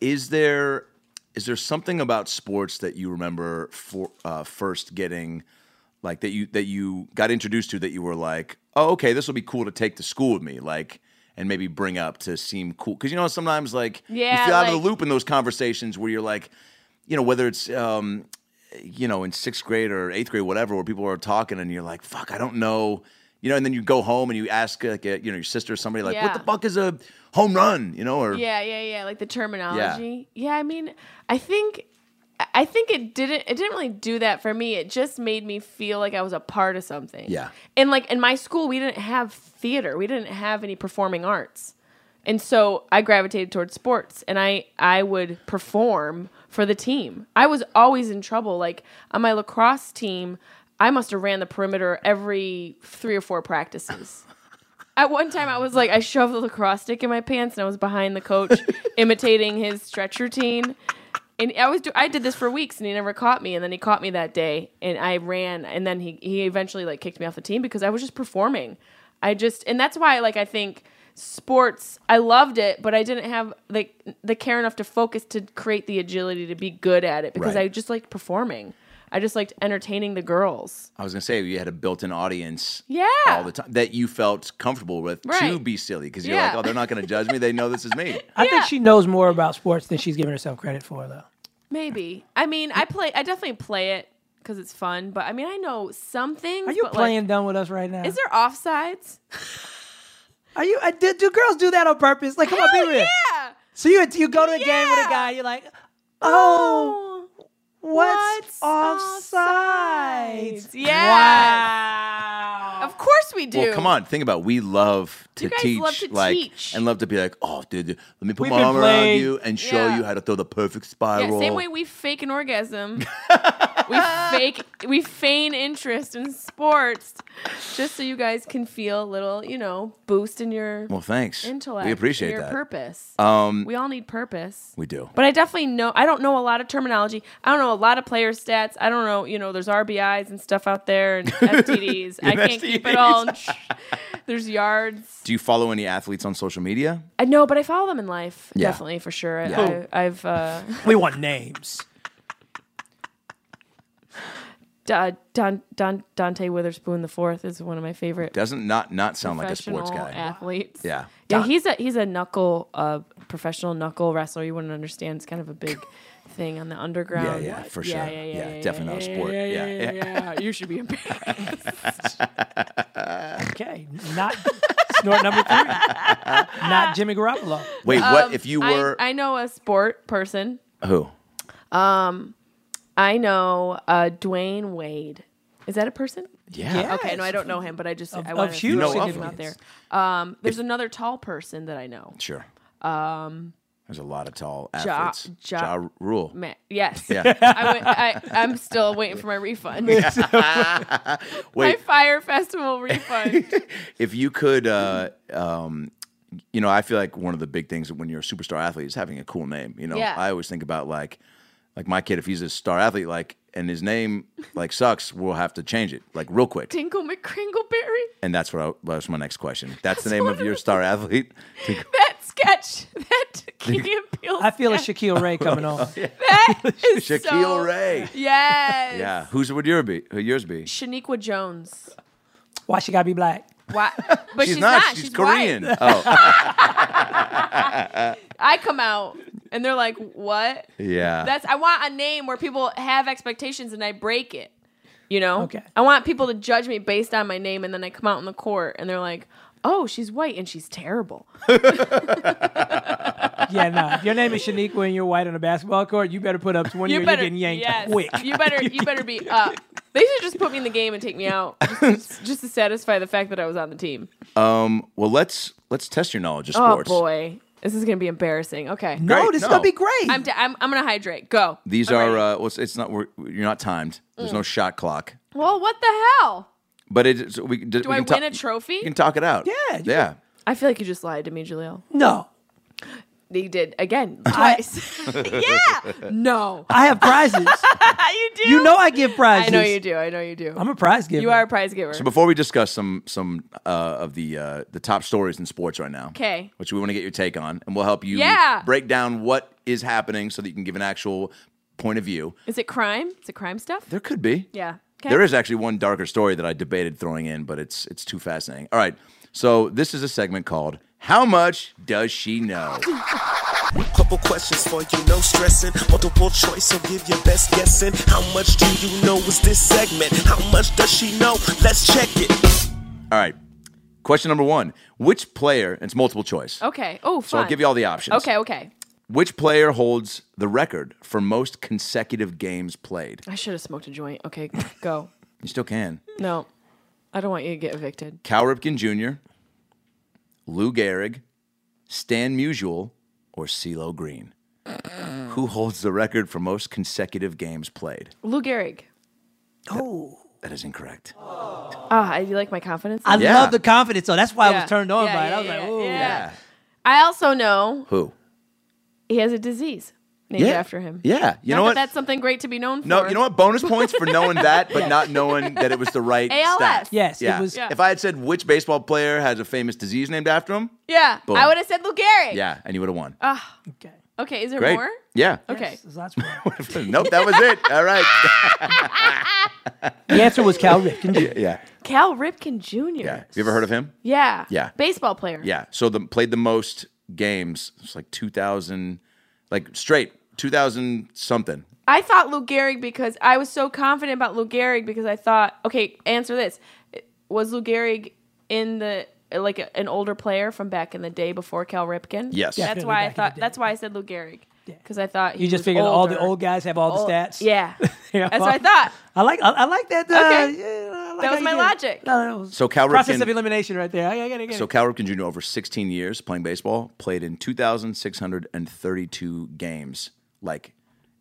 Speaker 2: is there is there something about sports that you remember for uh, first getting, like that you that you got introduced to that you were like, oh, okay, this will be cool to take to school with me, like, and maybe bring up to seem cool because you know sometimes like you
Speaker 6: Yeah,
Speaker 2: feel out of
Speaker 6: like-
Speaker 2: the loop in those conversations where you're like, you know, whether it's um, you know in sixth grade or eighth grade, whatever, where people are talking and you're like, fuck, I don't know. You know, and then you go home and you ask like a, you know your sister or somebody like,
Speaker 6: Yeah.
Speaker 2: "What the fuck is a home run?" You know, or
Speaker 6: Yeah, yeah, yeah. Like the terminology. Yeah. I mean, I think I- I think it didn't it didn't really do that for me. It just made me feel like I was a part of something.
Speaker 2: Yeah.
Speaker 6: And like in my school we didn't have theater. We didn't have any performing arts. And so I gravitated towards sports and I I would perform for the team. I was always in trouble like on my lacrosse team I must have ran the perimeter every 3 or 4 practices. At one time, I was like, I shoved the lacrosse stick in my pants, and I was behind the coach, imitating his stretch routine. And I was do- I did this for weeks, and he never caught me. And then he caught me that day, and I ran. And then he he eventually like kicked me off the team because I was just performing. I just and that's why like I think sports I loved it, but I didn't have like the care enough to focus to create the agility to be good at it because
Speaker 2: Right.
Speaker 6: I just liked performing. I I just liked entertaining the girls.
Speaker 2: I was gonna say you had a built-in audience,
Speaker 6: Yeah.
Speaker 2: all the time that you felt comfortable with to
Speaker 6: Right.
Speaker 2: be silly because you're
Speaker 6: Yeah.
Speaker 2: like, oh, they're not gonna judge me. They know this is me.
Speaker 4: I think she knows more about sports than she's giving herself credit for, though.
Speaker 6: Maybe. I mean, I play. I definitely play it because it's fun. But I mean, I know some things.
Speaker 4: Are you
Speaker 6: but, like,
Speaker 4: playing dumb with us right now?
Speaker 6: is there offsides?
Speaker 4: Are you? I did, do girls do that on purpose? Like, come on, be
Speaker 6: Hell
Speaker 4: real.
Speaker 6: yeah.
Speaker 4: So you you go to a game with a
Speaker 6: Yeah.
Speaker 4: guy, you're like, oh,
Speaker 6: Oh,
Speaker 4: what's,
Speaker 6: what's
Speaker 4: offsides?
Speaker 6: offsides? Yes.
Speaker 4: Wow.
Speaker 6: of course we do.
Speaker 2: Well, come on, think about. It. We love to
Speaker 6: You guys
Speaker 2: teach,
Speaker 6: love to
Speaker 2: like,
Speaker 6: teach.
Speaker 2: and love to be like, oh, dude, let me put
Speaker 4: We've
Speaker 2: my
Speaker 4: been
Speaker 2: arm around
Speaker 4: playing-
Speaker 2: you and show
Speaker 6: Yeah.
Speaker 2: you how to throw the perfect
Speaker 6: Yeah,
Speaker 2: spiral.
Speaker 6: same way we fake an orgasm. we fake, we feign interest in sports, just so you guys can feel a little, you know, boost in your
Speaker 2: well, thanks.
Speaker 6: intellect,
Speaker 2: We
Speaker 6: in
Speaker 2: appreciate
Speaker 6: your
Speaker 2: that.
Speaker 6: purpose.
Speaker 2: Um,
Speaker 6: we all need purpose.
Speaker 2: we do.
Speaker 6: But I definitely know. I don't know a lot of terminology. I don't know a lot of player stats. I don't know. You know, there's RBIs and stuff out there and STDs. I can't keep it all. there's yards.
Speaker 2: do you follow any athletes on social media?
Speaker 6: I know, but I follow them in life.
Speaker 2: Yeah.
Speaker 6: Definitely for sure. I-
Speaker 4: Yeah.
Speaker 6: I, I've uh,
Speaker 4: we want names.
Speaker 6: Da- uh, Don, Don, Dante Witherspoon the fourth is one of my favorite
Speaker 2: Doesn't not not sound like a
Speaker 6: professional
Speaker 2: sports guy.
Speaker 6: athletes.
Speaker 2: Yeah.
Speaker 6: yeah. He's a he's a knuckle uh, professional knuckle wrestler. You wouldn't understand. It's kind of a big thing on the
Speaker 2: Yeah,
Speaker 6: underground.
Speaker 2: yeah, for sure.
Speaker 6: Yeah, yeah, yeah, yeah,
Speaker 2: definitely not a sport. Yeah, yeah,
Speaker 6: yeah. You should be embarrassed.
Speaker 4: Okay, not snort number three. not Jimmy Garoppolo.
Speaker 2: Wait, what if you
Speaker 6: um, I-
Speaker 2: were
Speaker 6: I, know a sport person.
Speaker 2: who?
Speaker 6: I know uh, Dwayne Wade. Is that a person?
Speaker 2: Yeah.
Speaker 6: Okay, no, I don't know him, but I just I
Speaker 4: of
Speaker 6: want to
Speaker 4: huge
Speaker 6: throw
Speaker 2: No, of
Speaker 6: him out there.
Speaker 2: significance.
Speaker 6: Um, there's another tall person that I know.
Speaker 2: Sure. Um, There's a lot of tall
Speaker 6: Ja-
Speaker 2: athletes.
Speaker 6: Ja-
Speaker 2: Ja Rule.
Speaker 6: Ma- yes.
Speaker 2: Yeah.
Speaker 6: I went, I, I'm still waiting for my refund. my
Speaker 2: Wait,
Speaker 6: Fire Festival refund.
Speaker 2: if you could, uh, um, you know, I feel like one of the big things when you're a superstar athlete is having a cool name. You know,
Speaker 6: Yeah.
Speaker 2: I always think about like, like my kid, if he's a star athlete, like, and his name like sucks, we'll have to change it like real quick.
Speaker 6: Tinkle McCringleberry.
Speaker 2: And that's what I, that's my next question. That's the name of your star athlete.
Speaker 6: That sketch. That Key and Peele
Speaker 4: I feel a
Speaker 6: sketch.
Speaker 4: Shaquille Ray coming on.
Speaker 6: That is
Speaker 2: Shaquille
Speaker 6: so-
Speaker 2: Ray.
Speaker 6: Yes.
Speaker 2: Yeah, who's would yours be? Who yours be?
Speaker 6: Shaniqua Jones.
Speaker 4: Why she gotta be black?
Speaker 6: Why? But she's,
Speaker 2: She's,
Speaker 6: white.
Speaker 2: Korean. Oh,
Speaker 6: I come out and they're like, "What?"
Speaker 2: yeah.
Speaker 6: That's I want a name where people have expectations and I break it. You know?
Speaker 4: Okay.
Speaker 6: I want people to judge me based on my name and then I come out in the court and they're like, "Oh, she's white and she's terrible."
Speaker 4: Yeah, no. If your name is Shaniqua and you're white on a basketball court, you better put up twenty
Speaker 6: You
Speaker 4: or
Speaker 6: better
Speaker 4: you're getting yanked
Speaker 6: yes.
Speaker 4: quick.
Speaker 6: You better you better be up. They should just put me in the game and take me out just, just to satisfy the fact that I was on the team.
Speaker 2: Well, let's let's test your knowledge of
Speaker 6: Oh
Speaker 2: sports.
Speaker 6: boy. This is going to be embarrassing. Okay.
Speaker 4: No,
Speaker 2: Great,
Speaker 4: this
Speaker 2: no.
Speaker 4: is gonna be great.
Speaker 6: I'm, d am I'm going to hydrate. Go.
Speaker 2: These
Speaker 6: I'm
Speaker 2: are
Speaker 6: ready.
Speaker 2: uh, well, it's, it's not we're, you're not timed.
Speaker 6: Mm.
Speaker 2: There's no shot clock,
Speaker 6: Well, what the hell?
Speaker 2: but it so we
Speaker 6: Do I win a trophy?
Speaker 2: You can talk it out.
Speaker 4: Yeah, you
Speaker 2: yeah.
Speaker 6: I feel like you just lied to me, Jaleel.
Speaker 4: no.
Speaker 6: They did again twice. yeah. No.
Speaker 4: I have prizes.
Speaker 6: you do.
Speaker 4: you know I give prizes.
Speaker 6: I know you do. I know you do.
Speaker 4: I'm a prize giver.
Speaker 6: you are a prize giver.
Speaker 2: So before we discuss some some uh, of the uh, the top stories in sports right now,
Speaker 6: 'Kay.
Speaker 2: which we want to get your take on, and we'll help you
Speaker 6: Yeah.
Speaker 2: break down what is happening so that you can give an actual point of view.
Speaker 6: is it crime? Is it crime stuff?
Speaker 2: There could be.
Speaker 6: yeah. 'Kay.
Speaker 2: There is actually one darker story that I debated throwing in, but it's it's too fascinating. All right. So this is a segment called How Much Does She Know?
Speaker 5: Couple questions for you, no stressing. Multiple choice, so give your best guessing. How much do you know is this segment? How much does she know? Let's check it.
Speaker 2: All right. Question number one. Which player, and it's multiple choice.
Speaker 6: Okay. Oh, fun.
Speaker 2: So I'll give you all the options.
Speaker 6: Okay. Okay.
Speaker 2: Which player holds the record for most consecutive games played?
Speaker 6: I should have smoked a joint. Okay. Go.
Speaker 2: You still can.
Speaker 6: no. I don't want you to get evicted.
Speaker 2: Cal Ripken Jr., Lou Gehrig, Stan Musial, or CeeLo Green? Who holds the record for most consecutive games played?
Speaker 6: Lou Gehrig.
Speaker 2: That is incorrect.
Speaker 6: Ah, you like my confidence.
Speaker 4: I
Speaker 2: Yeah.
Speaker 4: love the confidence, though. That's why I
Speaker 6: Yeah.
Speaker 4: was turned on
Speaker 6: Yeah,
Speaker 4: by it.
Speaker 6: yeah,
Speaker 4: I was like,
Speaker 6: yeah,
Speaker 4: "Ooh,
Speaker 6: yeah. I also know
Speaker 2: Who?
Speaker 6: he has a disease named
Speaker 2: Yeah.
Speaker 6: after him.
Speaker 2: Yeah. You know
Speaker 6: Not that
Speaker 2: what?
Speaker 6: That's something great to be known for.
Speaker 2: no, you know what? Bonus points for knowing that, but not knowing that it was the right
Speaker 6: ALS.
Speaker 2: stat.
Speaker 4: yes,
Speaker 2: Yeah.
Speaker 4: it was."
Speaker 2: If I had said which baseball player has a famous disease named after him,
Speaker 6: Yeah.
Speaker 2: Boom.
Speaker 6: I would have said Lou Gehrig.
Speaker 2: yeah, and you would have won.
Speaker 4: Okay.
Speaker 6: Okay, is there
Speaker 2: Great.
Speaker 6: more?
Speaker 2: Yeah.
Speaker 6: Okay.
Speaker 4: Yes, there's lots more.
Speaker 2: nope, that was it. All right.
Speaker 4: the answer was Cal Ripken. Jr.
Speaker 2: Yeah.
Speaker 6: Cal Ripken Jr.
Speaker 2: Yeah. Have you ever heard of him?
Speaker 6: Yeah.
Speaker 2: Yeah.
Speaker 6: Baseball player.
Speaker 2: Yeah. So the played the most games. It's like 2000 like straight 2000 something.
Speaker 6: I thought Lou Gehrig because I was so confident about Lou Gehrig because I thought, okay, answer this: Was Lou Gehrig in the like a, an older player from back in the day before Cal Ripken?
Speaker 2: Yes.
Speaker 6: that's why I
Speaker 4: Definitely back in the
Speaker 6: thought.
Speaker 4: day.
Speaker 6: That's why I said Lou Gehrig because I thought he
Speaker 4: You just
Speaker 6: was
Speaker 4: figured all the
Speaker 6: older.
Speaker 4: old guys have all
Speaker 6: Old-
Speaker 4: the stats.
Speaker 6: Yeah,
Speaker 4: Yeah.
Speaker 6: that's what I thought.
Speaker 4: I like I, I like that. Uh,
Speaker 6: Okay.
Speaker 4: yeah, I like
Speaker 6: That
Speaker 4: how
Speaker 6: was
Speaker 4: you
Speaker 6: my
Speaker 4: did.
Speaker 6: logic.
Speaker 4: No, that was
Speaker 2: So Cal
Speaker 4: process
Speaker 2: Ripken-
Speaker 4: of elimination right there. I, I gotta get
Speaker 2: So
Speaker 4: it.
Speaker 2: Cal Ripken Jr. over 16 years playing baseball played in 2,632 games. Like,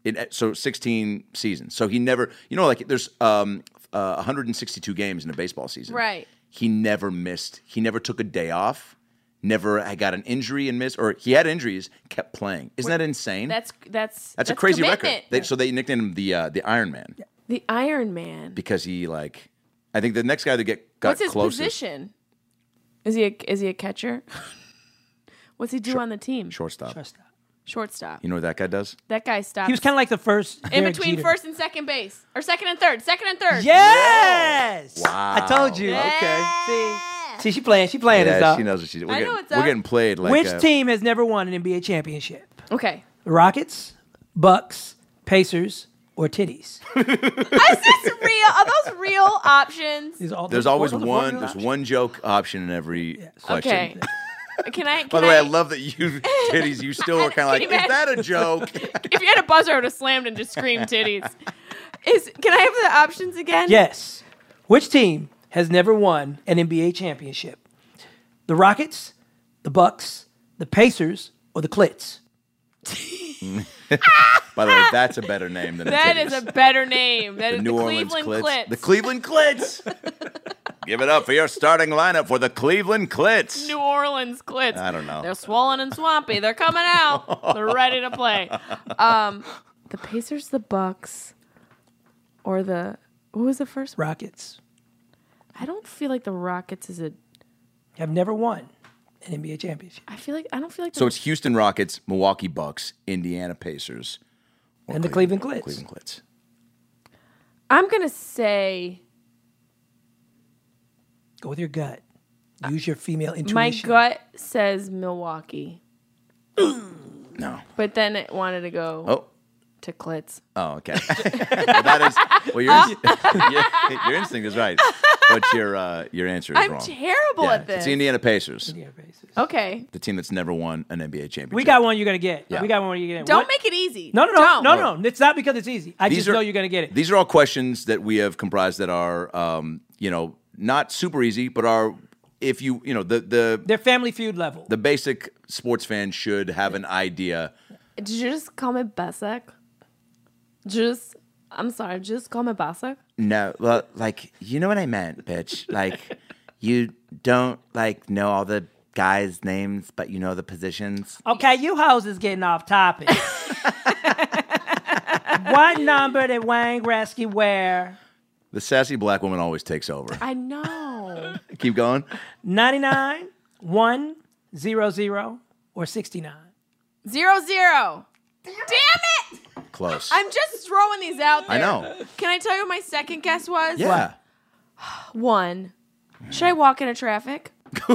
Speaker 2: it, so 16 seasons. So he never, you know, like there's um, uh, 162 games in a baseball season.
Speaker 6: Right.
Speaker 2: He never missed. He never took a day off. Never I got an injury and missed, or he had injuries, kept playing. Isn't that insane?
Speaker 6: That's that's
Speaker 2: that's, a crazy record.
Speaker 6: commitment.
Speaker 2: They, So they nicknamed him the uh, the Iron Man
Speaker 6: the Iron Man.
Speaker 2: because he like, I think the next guy to get got
Speaker 6: What's his
Speaker 2: closest,
Speaker 6: position? Is he a, is he a catcher? What's he do on the team?
Speaker 2: shortstop.
Speaker 6: Shortstop.
Speaker 2: You know what that guy does?
Speaker 6: that guy stops.
Speaker 4: He was kind of like the first
Speaker 6: in
Speaker 4: Derek
Speaker 6: between
Speaker 4: Jeter.
Speaker 6: first and second base, or second and third, second and third.
Speaker 4: Yes.
Speaker 2: Wow.
Speaker 4: I told you.
Speaker 2: Okay.
Speaker 4: See, see, she playing. She playing this
Speaker 2: Yeah,
Speaker 4: out.
Speaker 2: she knows what she's doing. We're,
Speaker 6: I know
Speaker 2: getting,
Speaker 6: it's
Speaker 2: we're
Speaker 6: up.
Speaker 2: getting played like
Speaker 4: uh, Which
Speaker 2: uh,
Speaker 4: team has never won an NBA championship?
Speaker 6: Okay.
Speaker 4: Rockets, Bucks, Pacers, or Titties?
Speaker 6: Is this real? Are those real options?
Speaker 4: These are all-
Speaker 2: There's
Speaker 4: those are
Speaker 2: always
Speaker 4: the
Speaker 2: one.
Speaker 4: formula
Speaker 2: There's
Speaker 4: options.
Speaker 2: one joke option in every question.
Speaker 6: Okay. Can I? Can
Speaker 2: By the way, I
Speaker 6: I
Speaker 2: love that you titties. You still are kind of like,
Speaker 6: Can
Speaker 2: is
Speaker 6: you imagine?"
Speaker 2: that a joke?
Speaker 6: If you had a buzzer, I would have slammed and just screamed titties. Is can I have the options again?
Speaker 4: Yes. Which team has never won an NBA championship? The Rockets, the Bucks, the Pacers, or the Clits?
Speaker 2: By the way, that's a better name than
Speaker 6: That
Speaker 2: the titties.
Speaker 6: is a better name. That
Speaker 2: the
Speaker 6: is the
Speaker 2: New Orleans
Speaker 6: Cleveland
Speaker 2: Clits.
Speaker 6: Clits.
Speaker 2: The Cleveland Clits. Give it up for your starting lineup for the Cleveland Clits.
Speaker 6: New Orleans Clits.
Speaker 2: I don't know.
Speaker 6: They're swollen and swampy. They're coming out. They're ready to play. Um, the Pacers, the Bucks, or the what was the first?
Speaker 4: Rockets
Speaker 6: I don't feel like the Rockets is a.
Speaker 4: have never won an NBA championship.
Speaker 6: I feel like I don't feel like.
Speaker 2: So
Speaker 6: the-
Speaker 2: it's Houston Rockets, Milwaukee Bucks, Indiana Pacers, or
Speaker 4: And the Cleveland Clits.
Speaker 2: Cleveland Clits.
Speaker 6: I'm gonna say
Speaker 4: Go with your gut. Use your female intuition.
Speaker 6: my gut says Milwaukee,
Speaker 2: No.
Speaker 6: but then it wanted to go
Speaker 2: Oh.
Speaker 6: to Clits.
Speaker 2: Oh, okay. well, that is well. Your, your, your instinct is right, but your uh, your answer is
Speaker 6: I'm
Speaker 2: wrong.
Speaker 6: terrible
Speaker 2: Yeah,
Speaker 6: at this.
Speaker 2: It's the Indiana Pacers,
Speaker 4: Yeah, basis.
Speaker 6: okay,
Speaker 2: the team that's never won an NBA championship.
Speaker 4: We got one you're gonna get.
Speaker 2: Yeah.
Speaker 4: We got one you're gonna get.
Speaker 6: don't
Speaker 4: What-
Speaker 6: make it easy.
Speaker 4: No, no, no,
Speaker 6: Don't.
Speaker 4: no, no. It's not because it's easy. I
Speaker 2: These
Speaker 4: just
Speaker 2: are-
Speaker 4: know you're gonna get it.
Speaker 2: These are all questions that we have comprised that are, um, you know, not super easy, but are if you, you know, the the
Speaker 4: They're family feud level.
Speaker 2: the basic sports fan should have an idea.
Speaker 6: Did you just call me Basak? Just, I'm sorry, just call me Basak?
Speaker 2: No, well, like you know what I meant, bitch. Like you don't like know all the guys' names, but you know the positions.
Speaker 4: Okay, you hoes is getting off topic. what number did Wayne Gretzky wear?
Speaker 2: The sassy black woman always takes over.
Speaker 6: I know.
Speaker 2: Keep going.
Speaker 4: 99, 1, 0, 0, or 69?
Speaker 6: zero, zero. Damn it!
Speaker 2: Close.
Speaker 6: I'm just throwing these out there.
Speaker 2: I know.
Speaker 6: Can I tell you what my second guess was?
Speaker 2: Yeah.
Speaker 6: One. Should I walk into traffic?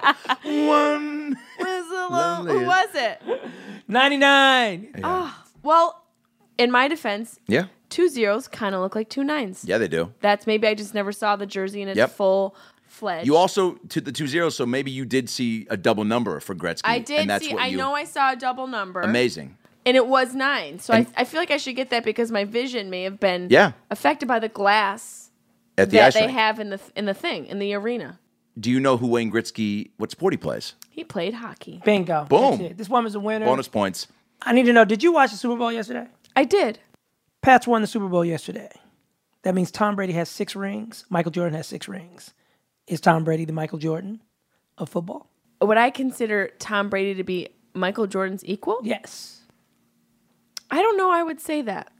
Speaker 2: One.
Speaker 6: Was it lo-
Speaker 2: Lovely.
Speaker 6: Who was it?
Speaker 4: 99.
Speaker 6: Well, in my defense,
Speaker 2: Yeah.
Speaker 6: two zeros kind of look like two nines.
Speaker 2: Yeah, they do.
Speaker 6: That's maybe I just never saw the jersey in its
Speaker 2: Yep.
Speaker 6: full fledged.
Speaker 2: You also to the two zeros, so maybe you did see a double number for Gretzky.
Speaker 6: I did
Speaker 2: and that's
Speaker 6: see.
Speaker 2: What
Speaker 6: I
Speaker 2: you,
Speaker 6: know I saw a double number.
Speaker 2: Amazing.
Speaker 6: and it was nine. So
Speaker 2: And-
Speaker 6: I, I feel like I should get that because my vision may have been
Speaker 2: Yeah.
Speaker 6: affected by the glass
Speaker 2: At the
Speaker 6: that
Speaker 2: ice
Speaker 6: they
Speaker 2: rink.
Speaker 6: have in the in the thing in the arena.
Speaker 2: Do you know who Wayne Gretzky? What sport he plays?
Speaker 6: He played hockey.
Speaker 4: Bingo.
Speaker 2: Boom.
Speaker 4: That's it. This woman's a winner.
Speaker 2: Bonus points.
Speaker 4: I need to know did you watch the Super Bowl yesterday?
Speaker 6: I did.
Speaker 4: Pats won the Super Bowl yesterday. That means Tom Brady has six rings, Michael Jordan has six rings. Is Tom Brady the Michael Jordan of football?
Speaker 6: Would I consider Tom Brady to be Michael Jordan's equal?
Speaker 4: Yes.
Speaker 6: I don't know. I would say that.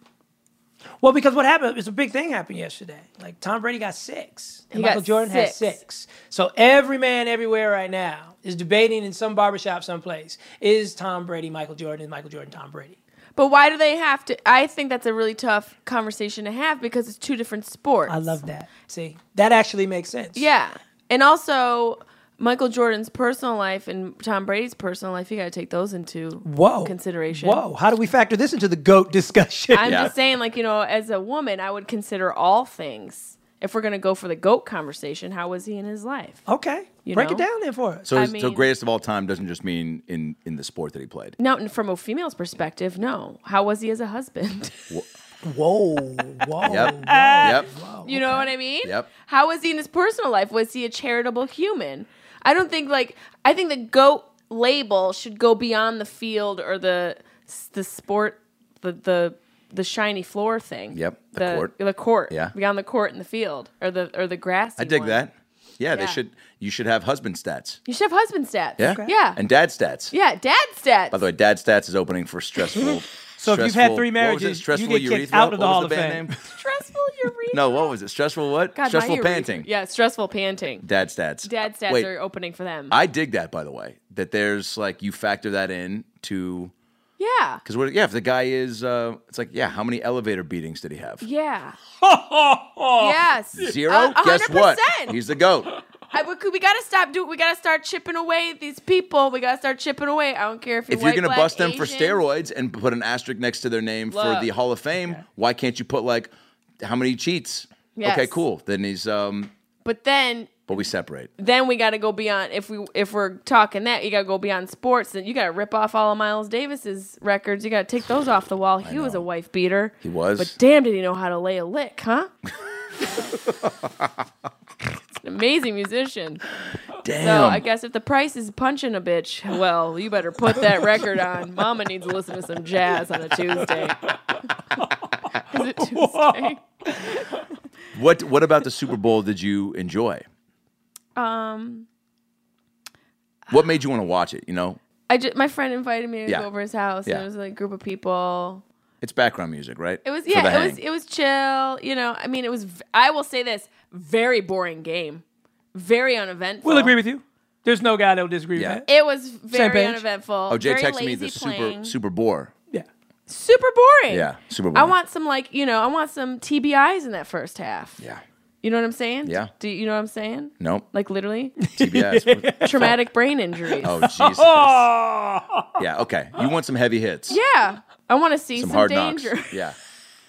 Speaker 4: Well, because what happened is a big thing happened yesterday. Like Tom Brady got six, and
Speaker 6: He got
Speaker 4: Michael Jordan has
Speaker 6: six.
Speaker 4: six. So every man everywhere right now is debating in some barbershop someplace is Tom Brady Michael Jordan? Is Michael Jordan Tom Brady?
Speaker 6: But why do they have to? I think that's a really tough conversation to have because it's two different sports.
Speaker 4: I love that. See, that actually makes sense.
Speaker 6: Yeah, and also Michael Jordan's personal life and Tom Brady's personal life. You got to take those into
Speaker 4: Whoa.
Speaker 6: consideration.
Speaker 4: Whoa. How do we factor this into the GOAT discussion?
Speaker 6: I'm
Speaker 2: Yeah.
Speaker 6: just saying, like you know, as a woman, I would consider all things. If we're gonna go for the goat conversation, how was he in his life?
Speaker 4: okay.
Speaker 6: You
Speaker 4: Break
Speaker 6: know?
Speaker 4: it down then for us.
Speaker 2: So,
Speaker 6: I
Speaker 2: his- so
Speaker 6: mean-
Speaker 2: greatest of all time doesn't just mean in in the sport that he played.
Speaker 6: No, and from a female's perspective, no. How was he as a husband?
Speaker 4: Whoa. Whoa.
Speaker 2: Yep. yep.
Speaker 6: You know what I mean?
Speaker 2: Yep.
Speaker 6: How was he in his personal life? Was he a charitable human? I don't think like I think the goat label should go beyond the field or the the sport the the the shiny floor thing.
Speaker 2: Yep, the court.
Speaker 6: The court.
Speaker 2: Yeah.
Speaker 6: Beyond the court and the field or the or the grass.
Speaker 2: I dig that. Yeah, they
Speaker 6: Yeah.
Speaker 2: should. You should have husband stats.
Speaker 6: You should have husband stats.
Speaker 2: Yeah.
Speaker 6: Yeah.
Speaker 2: And dad stats.
Speaker 6: yeah. Dad stats.
Speaker 2: By the way, dad stats is opening for stressful.
Speaker 4: So if you've had
Speaker 2: Stressful- what was
Speaker 4: three
Speaker 2: it?
Speaker 4: marriages, you
Speaker 2: stressful
Speaker 4: get kicked
Speaker 2: urethra?
Speaker 4: out of the
Speaker 2: What was
Speaker 4: Hall of
Speaker 2: band
Speaker 4: Fame.
Speaker 2: name?
Speaker 6: stressful urethra.
Speaker 2: No, what was it? Stressful what?
Speaker 6: God, my
Speaker 2: stressful
Speaker 6: urethra-
Speaker 2: panting.
Speaker 6: Yeah, stressful panting.
Speaker 2: Dad stats.
Speaker 6: Dad stats
Speaker 2: Wait,
Speaker 6: are opening for them.
Speaker 2: I dig that by the way. That there's like you factor that in to
Speaker 6: yeah.
Speaker 2: because what? Yeah, if the guy is, uh, it's like yeah, how many elevator beatings did he have?
Speaker 6: Yeah. yes.
Speaker 2: Zero.
Speaker 6: A- a
Speaker 2: Guess
Speaker 6: hundred
Speaker 2: what?
Speaker 6: percent.
Speaker 2: He's the goat.
Speaker 6: I, we, could- we gotta stop doing. We gotta start chipping away at these people. We gotta start chipping away. I don't care if you're
Speaker 2: if you're
Speaker 6: white,
Speaker 2: gonna
Speaker 6: black,
Speaker 2: bust them for
Speaker 6: Asian.
Speaker 2: steroids and put an asterisk next to their name
Speaker 6: Look.
Speaker 2: for the Hall of Fame, why can't you put like how many cheats?
Speaker 6: Yes.
Speaker 2: Okay, cool. Then he's um,
Speaker 6: But then,
Speaker 2: but we separate.
Speaker 6: then we gotta go beyond. If we if we're talking that, you gotta go beyond sports. Then you gotta rip off all of Miles Davis's records. You gotta take those off the wall. He was a wife beater. He
Speaker 2: was.
Speaker 6: But damn, did he know how to lay a lick, huh? It's an Amazing musician.
Speaker 2: Damn.
Speaker 6: So I guess if the price is punching a bitch, well, you better put that record on. Mama needs to listen to some jazz on a Tuesday. is it Tuesday?
Speaker 2: What What about the Super Bowl? Did you enjoy?
Speaker 6: Um,
Speaker 2: What made you want to watch it? You know,
Speaker 6: I just, my friend invited me to
Speaker 2: Yeah.
Speaker 6: go over his house,
Speaker 2: Yeah.
Speaker 6: and it was like a group of people.
Speaker 2: it's background music, right?
Speaker 6: It was
Speaker 2: For the
Speaker 6: yeah, it
Speaker 2: hang.
Speaker 6: was it was chill. You know, I mean, it was. v- I will say this: very boring game, very uneventful.
Speaker 4: We'll agree with you. There's no guy that'll disagree
Speaker 2: Yeah.
Speaker 4: with that.
Speaker 6: It was very
Speaker 4: page.
Speaker 6: uneventful.
Speaker 2: oh, Jay
Speaker 6: very
Speaker 2: texted me
Speaker 6: lazy
Speaker 2: the
Speaker 6: playing.
Speaker 2: super Super bore.
Speaker 4: Yeah.
Speaker 6: super boring.
Speaker 2: Yeah, super
Speaker 6: I
Speaker 2: boring.
Speaker 6: want some like you know I want some TBIs in that first half.
Speaker 2: Yeah.
Speaker 6: You know what I'm saying?
Speaker 2: Yeah.
Speaker 6: Do you know what I'm saying?
Speaker 2: Nope.
Speaker 6: Like literally
Speaker 2: TBS.
Speaker 6: traumatic brain injuries.
Speaker 2: oh Jesus.
Speaker 4: Ah.
Speaker 2: yeah. Okay. You want some heavy hits?
Speaker 6: Yeah. I want to see some,
Speaker 2: Some hard
Speaker 6: danger.
Speaker 2: knocks. Yeah.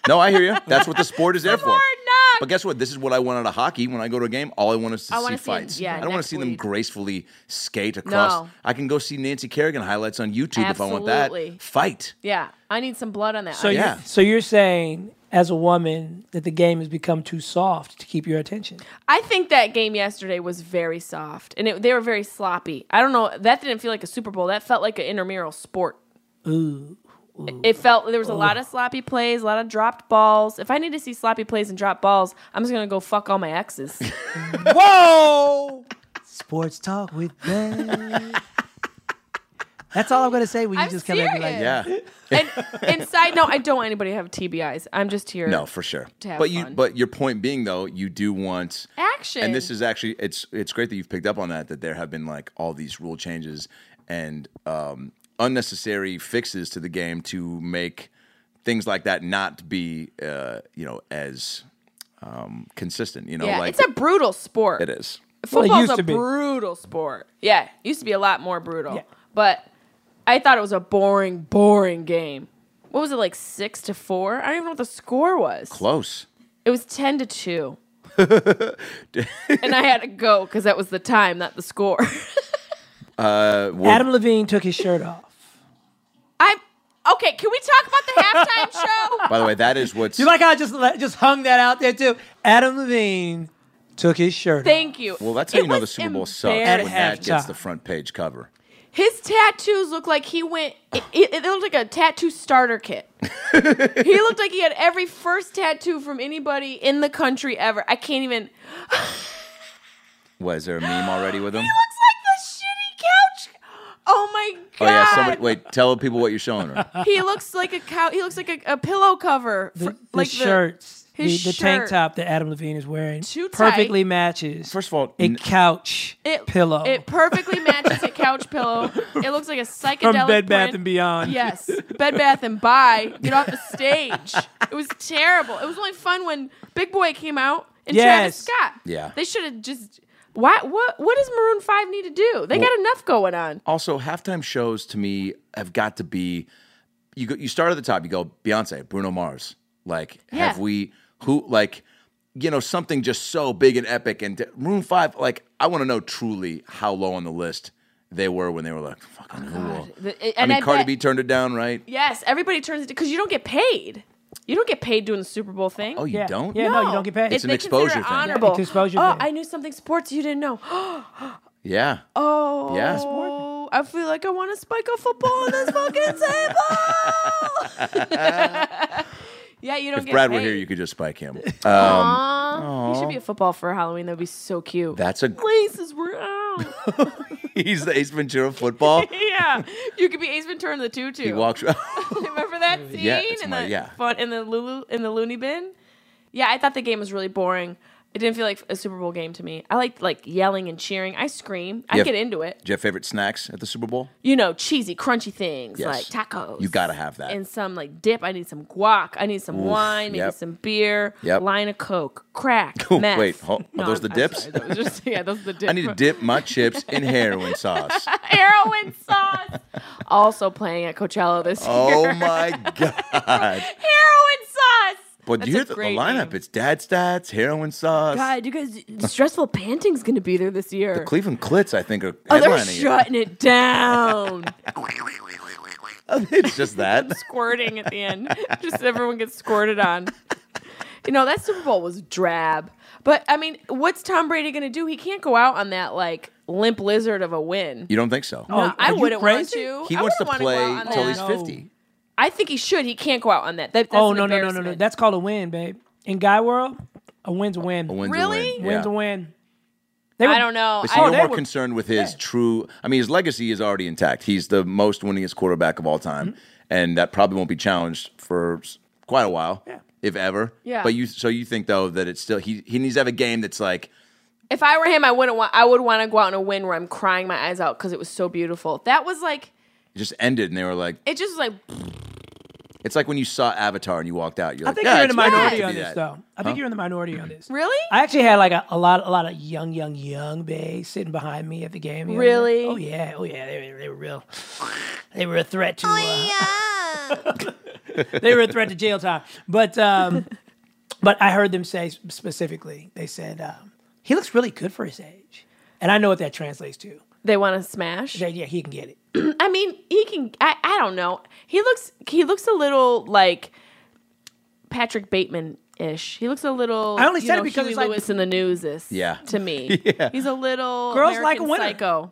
Speaker 2: No, I hear you. That's what the sport is there for.
Speaker 6: Hard
Speaker 2: But
Speaker 6: knocks.
Speaker 2: guess what? This is what I want out of hockey. When I go to a game, all I want is to
Speaker 6: I
Speaker 2: see
Speaker 6: wanna see 'em,
Speaker 2: fights.
Speaker 6: yeah,
Speaker 2: I don't want
Speaker 6: neck
Speaker 2: to see them
Speaker 6: bleed.
Speaker 2: gracefully skate across.
Speaker 6: No.
Speaker 2: I can go see Nancy Kerrigan highlights on YouTube if I want
Speaker 6: Absolutely.
Speaker 2: that. Fight.
Speaker 6: Yeah. I need some blood on that.
Speaker 4: So
Speaker 6: ice.
Speaker 2: Yeah.
Speaker 4: you so you're saying as a woman that the game has become too soft to keep your attention.
Speaker 6: I think that game yesterday was very soft and it, they were very sloppy. I don't know. That didn't feel like a Super Bowl. That felt like an intramural sport. Ooh. It felt there was a lot of sloppy plays, a lot of dropped balls. If I need to see sloppy plays and dropped balls, I'm just gonna go fuck all my exes.
Speaker 2: Oh!
Speaker 4: Whoa! Sports talk with Ben. That's all I'm gonna say when you
Speaker 6: I'm
Speaker 4: just come at me like
Speaker 6: serious.
Speaker 4: that.
Speaker 2: Yeah.
Speaker 6: and, and side note, I don't want anybody to have TBIs. I'm just here.
Speaker 2: No, for sure.
Speaker 6: To have
Speaker 2: but you
Speaker 6: fun.
Speaker 2: but your point being though, you do want
Speaker 6: action.
Speaker 2: and this is actually it's it's great that you've picked up on that that there have been like all these rule changes and um unnecessary fixes to the game to make things like that not be uh you know as um consistent, you know,
Speaker 6: yeah,
Speaker 2: like
Speaker 6: it's a brutal sport.
Speaker 2: it is.
Speaker 4: Well, it
Speaker 6: Football's
Speaker 4: used
Speaker 6: a
Speaker 4: to be.
Speaker 6: brutal sport. Yeah, it used to be a lot more brutal.
Speaker 4: Yeah.
Speaker 6: But I thought it was a boring, boring game. What was it like six to four? I don't even know what the score was.
Speaker 2: Close.
Speaker 6: It was ten to two. and I had to go because that was the time, not the score.
Speaker 4: Adam Levine took his shirt off.
Speaker 6: I okay. Can we talk about the halftime show?
Speaker 2: By the way, that is what's
Speaker 4: You like how I just let- just hung that out there too? Adam Levine took his shirt off.
Speaker 6: Thank you.
Speaker 2: well. That's how
Speaker 6: It
Speaker 2: you know the
Speaker 6: was
Speaker 2: Super Bowl sucks when
Speaker 4: At
Speaker 2: that gets
Speaker 4: halftime.
Speaker 2: the front page cover.
Speaker 6: His tattoos look like he went. It, it, it looked like a tattoo starter kit. he looked like he had every first tattoo from anybody in the country ever. I can't even.
Speaker 2: Was there a meme already with him?
Speaker 6: He looks like the shitty couch. Oh my
Speaker 2: Oh yeah, somebody wait, tell people what you're showing her.
Speaker 6: He looks like a cow. He looks like a, a pillow cover.
Speaker 4: The,
Speaker 6: for-
Speaker 4: the
Speaker 6: like
Speaker 4: shirts, the,
Speaker 6: his
Speaker 4: the tank
Speaker 6: shirt.
Speaker 4: top that Adam Levine is wearing,
Speaker 6: Too tight.
Speaker 4: perfectly matches.
Speaker 2: First of all,
Speaker 4: a
Speaker 2: n-
Speaker 4: couch
Speaker 6: it,
Speaker 4: pillow
Speaker 6: It perfectly matches a couch pillow. It looks like a psychedelic
Speaker 4: from Bed Bath
Speaker 6: print.
Speaker 4: and Beyond.
Speaker 6: Yes, Bed Bath and Buy. Get off the stage. It was terrible. It was only fun when Big Boy came out and Travis
Speaker 4: Yes.
Speaker 6: Scott.
Speaker 2: Yeah.
Speaker 6: they should have just. Why? What? What does Maroon Five need to do? They got enough going on.
Speaker 2: Also, halftime shows to me have got to be you go, you start at the top, you go Beyonce, Bruno Mars. Like have
Speaker 6: Yeah.
Speaker 2: we who like you know something just so big and epic and Room 5 like I want to know truly how low on the list they were when they were like fucking who will-
Speaker 6: Oh The-
Speaker 2: I
Speaker 6: and
Speaker 2: mean Cardi
Speaker 6: bet-
Speaker 2: B turned it down, right?
Speaker 6: Yes, everybody turns it because you don't get paid. You don't get paid doing the Super Bowl thing.
Speaker 2: Oh, you
Speaker 4: Yeah.
Speaker 2: don't?
Speaker 4: Yeah, no, you don't get paid.
Speaker 2: It's
Speaker 6: If
Speaker 2: an
Speaker 6: they
Speaker 2: exposure
Speaker 6: consider it
Speaker 2: thing. Yeah,
Speaker 6: Honorable.
Speaker 4: it's exposure
Speaker 6: oh,
Speaker 4: thing.
Speaker 6: I knew something sports you didn't know.
Speaker 2: Yeah.
Speaker 6: oh,
Speaker 2: Yeah.
Speaker 6: I feel like I want to spike a football on this fucking table. yeah, you don't
Speaker 2: if
Speaker 6: get
Speaker 2: Brad
Speaker 6: paid.
Speaker 2: were here, you could just spike him.
Speaker 6: Aw, He should be a football for Halloween. That'd be so cute.
Speaker 2: That's a
Speaker 6: Places were out.
Speaker 2: he's the Ace Ventura football.
Speaker 6: yeah, you could be Ace Ventura in the tutu.
Speaker 2: He walks. around-
Speaker 6: Remember that scene
Speaker 2: Yeah, it's
Speaker 6: in
Speaker 2: my-
Speaker 6: the
Speaker 2: yeah.
Speaker 6: fun in the Lulu in the loony bin? Yeah, I thought the game was really boring. It didn't feel like a Super Bowl game to me. I liked like yelling and cheering. I scream. I
Speaker 2: Yep.
Speaker 6: get into it.
Speaker 2: Do you have favorite snacks at the Super Bowl?
Speaker 6: You know, cheesy, crunchy things
Speaker 2: Yes.
Speaker 6: like tacos.
Speaker 2: You gotta have that.
Speaker 6: And some like dip. I need some guac. I need some wine. Maybe
Speaker 2: yep.
Speaker 6: some beer.
Speaker 2: Yep.
Speaker 6: Line of coke. Crack.
Speaker 2: Oh,
Speaker 6: meth.
Speaker 2: wait, hold- are those the
Speaker 6: I'm
Speaker 2: dips?
Speaker 6: sorry. That was just- yeah, those are the dips.
Speaker 2: I need to dip my chips in heroin sauce.
Speaker 6: Heroin sauce. also playing at Coachella this year.
Speaker 2: Oh my god!
Speaker 6: Heroin sauce.
Speaker 2: But
Speaker 6: That's
Speaker 2: do you
Speaker 6: a
Speaker 2: hear the, the
Speaker 6: great
Speaker 2: lineup?
Speaker 6: name.
Speaker 2: It's Dad Stats, heroin sauce.
Speaker 6: God, you guys, stressful panting's gonna be there this year.
Speaker 2: Cleveland Clits, I think, are
Speaker 6: oh, they're
Speaker 2: headlining it.
Speaker 6: shutting it down,
Speaker 2: it's just that.
Speaker 6: squirting at the end. Just everyone gets squirted on. You know that Super Bowl was drab, but I mean, what's Tom Brady gonna do? He can't go out on that like limp lizard of a win.
Speaker 2: You don't think so?
Speaker 6: No,
Speaker 4: Oh,
Speaker 6: I
Speaker 4: are you
Speaker 6: wouldn't
Speaker 4: crazy?
Speaker 6: want to.
Speaker 2: he
Speaker 6: I
Speaker 2: wants to
Speaker 6: wouldn't wanna go
Speaker 2: play
Speaker 6: out on
Speaker 2: till
Speaker 6: that.
Speaker 2: he's fifty.
Speaker 6: I think he should. He can't go out on that. that that's
Speaker 4: Oh
Speaker 6: an
Speaker 4: no no no no no!
Speaker 6: embarrassment.
Speaker 4: That's called a win, babe. In guy world, a win's a win.
Speaker 2: A win's A
Speaker 6: Really?
Speaker 2: win.
Speaker 4: Win's
Speaker 2: yeah.
Speaker 4: a win. They
Speaker 6: I don't know.
Speaker 2: But
Speaker 6: I
Speaker 2: see,
Speaker 6: don't
Speaker 2: no
Speaker 4: they
Speaker 2: more
Speaker 4: were-
Speaker 2: concerned with his true. I mean, his legacy is already intact. He's the most winningest quarterback of all time,
Speaker 4: Mm-hmm.
Speaker 2: and that probably won't be challenged for s- quite a while, if ever.
Speaker 6: Yeah.
Speaker 2: But you, so you think though that it's still he he needs to have a game that's like
Speaker 6: if I were him, I wouldn't want. I would want to go out on a win where I'm crying my eyes out because it was so beautiful. That was like
Speaker 2: it just ended, and they were like,
Speaker 6: it just was like
Speaker 2: it's like when you saw Avatar and you walked out. You're
Speaker 4: I
Speaker 2: like,
Speaker 4: think
Speaker 2: yeah,
Speaker 4: you're in the
Speaker 2: it's good
Speaker 4: minority
Speaker 2: to
Speaker 4: on
Speaker 2: be
Speaker 4: this,
Speaker 2: that.
Speaker 4: though. I think you're in the minority on this.
Speaker 6: really.
Speaker 4: I actually had like a, a lot, a lot of young, young, young bays sitting behind me at the game. the other night.
Speaker 6: Really?
Speaker 4: Oh yeah, oh yeah. They, were- they were real. They were a threat to. Uh, they were a threat to jail time. But um, but I heard them say specifically. They said um, he looks really good for his age, and I know what that translates to.
Speaker 6: They want to smash.
Speaker 4: They- yeah, he can get it.
Speaker 6: I mean, he can. I, I don't know. He looks. He looks a little like Patrick Bateman ish. He looks a little.
Speaker 4: I only
Speaker 6: you
Speaker 4: said it
Speaker 6: know,
Speaker 4: because
Speaker 6: Huey
Speaker 4: it's like-
Speaker 6: Lewis in the news is.
Speaker 2: Yeah.
Speaker 6: To me, he's a little
Speaker 4: Girls like
Speaker 6: American
Speaker 4: a winner.
Speaker 6: Psycho.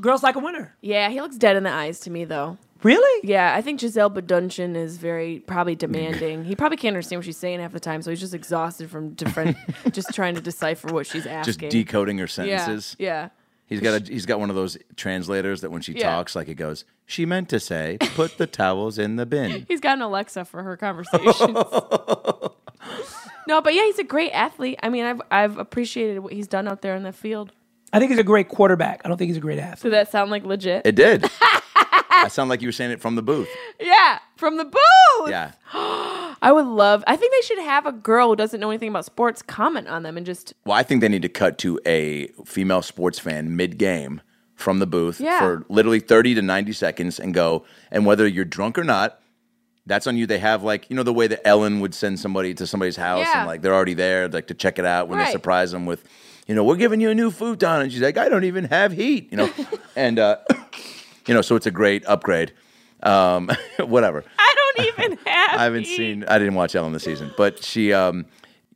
Speaker 4: Girls like a winner.
Speaker 6: Yeah, he looks dead in the eyes to me though.
Speaker 4: Really?
Speaker 6: Yeah, I think Giselle Bundchen is very probably demanding. he probably can't understand what she's saying half the time, so he's just exhausted from different, just trying to decipher what she's
Speaker 2: Just
Speaker 6: asking.
Speaker 2: decoding her
Speaker 6: yeah,
Speaker 2: sentences.
Speaker 6: yeah.
Speaker 2: He's got a he's got one of those translators that when she
Speaker 6: Yeah.
Speaker 2: talks, like it goes, she meant to say, put the towels in the bin.
Speaker 6: He's got an Alexa for her conversations. no, but yeah, he's a great athlete. I mean, I've I've appreciated what he's done out there in the field.
Speaker 4: I think he's a great quarterback. I don't think he's a great athlete.
Speaker 6: Did that sound like legit?
Speaker 2: It did. I sound like you were saying it from the booth.
Speaker 6: yeah, from the booth.
Speaker 2: Yeah.
Speaker 6: I would love. I think they should have a girl who doesn't know anything about sports comment on them and just
Speaker 2: Well, I think they need to cut to a female sports fan mid game from the booth
Speaker 6: Yeah.
Speaker 2: for literally 30 to 90 seconds and go, and whether you're drunk or not, that's on you. They have like, you know, the way that Ellen would send somebody to somebody's house
Speaker 6: Yeah.
Speaker 2: and like they're already there, like to check it out when
Speaker 6: Right.
Speaker 2: they surprise them with, you know, we're giving you a new futon. And she's like, I don't even have heat, you know, and, uh, you know, so it's a great upgrade. Um, whatever.
Speaker 6: I don't even have.
Speaker 2: I haven't
Speaker 6: heat."
Speaker 2: seen. I didn't watch Ellen this season, but she, um,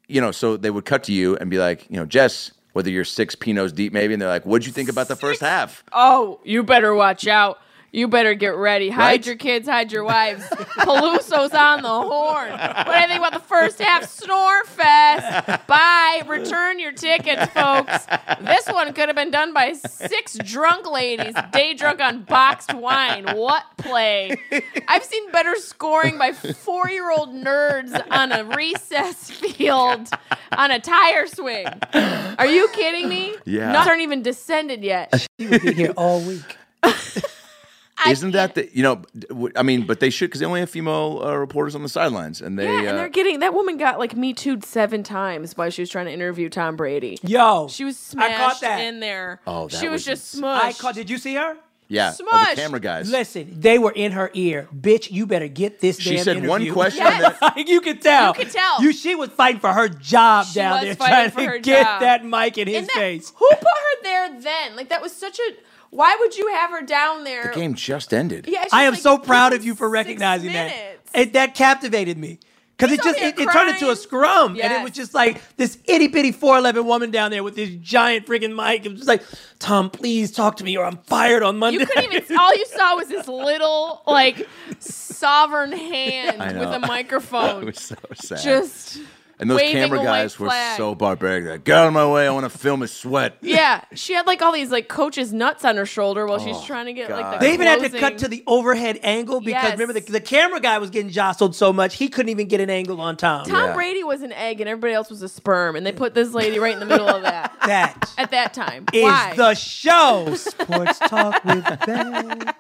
Speaker 2: you know, so they would cut to you and be like, you know, Jess, whether you're six pinos deep, maybe, and they're like, "What'd you think about the first half?"
Speaker 6: Oh, you Oh, better watch out. You better get ready. Hide
Speaker 2: Right?
Speaker 6: your kids, hide your wives. Peluso's on the horn. What do you think about the first half? Snore fest. Bye. Return your tickets, folks. This one could have been done by six drunk ladies, day drunk on boxed wine. What play? I've seen better scoring by four year old nerds on a recess field on a tire swing. Are you kidding me?
Speaker 2: Yeah.
Speaker 6: Nuts aren't even descended yet.
Speaker 4: Be here all week.
Speaker 2: Isn't that the you know? d- w- I mean, but they should because they only have female uh, reporters on the sidelines, and they
Speaker 6: Yeah, and
Speaker 2: uh,
Speaker 6: they're getting that woman got like me too'd seven times while she was trying to interview Tom Brady.
Speaker 4: Yo,
Speaker 6: She was
Speaker 4: I caught
Speaker 6: smashed
Speaker 4: that.
Speaker 6: in there.
Speaker 2: Oh, that
Speaker 6: she
Speaker 2: was
Speaker 6: was, just
Speaker 2: ins-
Speaker 6: smushed.
Speaker 4: I caught. Did you see her?
Speaker 2: yeah, all
Speaker 6: Smushed.
Speaker 2: the camera guys.
Speaker 4: Listen, they were in her ear. Bitch, you better get this
Speaker 2: she
Speaker 4: damn
Speaker 2: said one
Speaker 4: interview.
Speaker 2: question.
Speaker 6: Yes.
Speaker 2: That,
Speaker 4: like you could tell.
Speaker 6: You could tell.
Speaker 4: You she was fighting for her job
Speaker 6: She
Speaker 4: down
Speaker 6: was
Speaker 4: there,
Speaker 6: fighting
Speaker 4: trying
Speaker 6: for her
Speaker 4: to get
Speaker 6: job.
Speaker 4: that mic in his
Speaker 6: And that-
Speaker 4: face.
Speaker 6: Who put her there then? Like that was such a. Why would you have her down there?
Speaker 2: the game just ended.
Speaker 6: Yeah, it's
Speaker 4: I
Speaker 6: just,
Speaker 4: am
Speaker 6: like,
Speaker 4: so proud of you for
Speaker 6: six
Speaker 4: recognizing that.
Speaker 6: minutes.
Speaker 4: It that captivated me. Because it
Speaker 6: He's
Speaker 4: just
Speaker 6: over
Speaker 4: it,
Speaker 6: here
Speaker 4: it turned into a
Speaker 6: crying.
Speaker 4: scrum. And it
Speaker 6: Yes.
Speaker 4: was just like this itty bitty four eleven woman down there with this giant freaking mic. It was just like, Tom, please talk to me or I'm fired on Monday.
Speaker 6: You couldn't even. All you saw was this little like sovereign hand with
Speaker 2: know.
Speaker 6: a
Speaker 2: It
Speaker 6: microphone.
Speaker 2: was so sad.
Speaker 6: Just
Speaker 2: and those
Speaker 6: waving
Speaker 2: camera
Speaker 6: a
Speaker 2: guys
Speaker 6: white
Speaker 2: were
Speaker 6: flag.
Speaker 2: so barbaric. They're Like, get out of my way! I want to film his sweat.
Speaker 6: yeah, she had like all these like coaches nuts on her shoulder while
Speaker 2: Oh,
Speaker 6: she's trying to get like. The
Speaker 4: They even had to
Speaker 6: closing.
Speaker 4: cut to the overhead angle because
Speaker 6: Yes.
Speaker 4: remember the, the camera guy was getting jostled so much he couldn't even get an angle on Tom.
Speaker 6: Tom
Speaker 2: Yeah.
Speaker 6: Brady was an egg and everybody else was a sperm, and they put this lady right in the middle of that.
Speaker 4: That
Speaker 6: at that time.
Speaker 4: is
Speaker 6: Why?
Speaker 4: the show. Sports talk with Ben.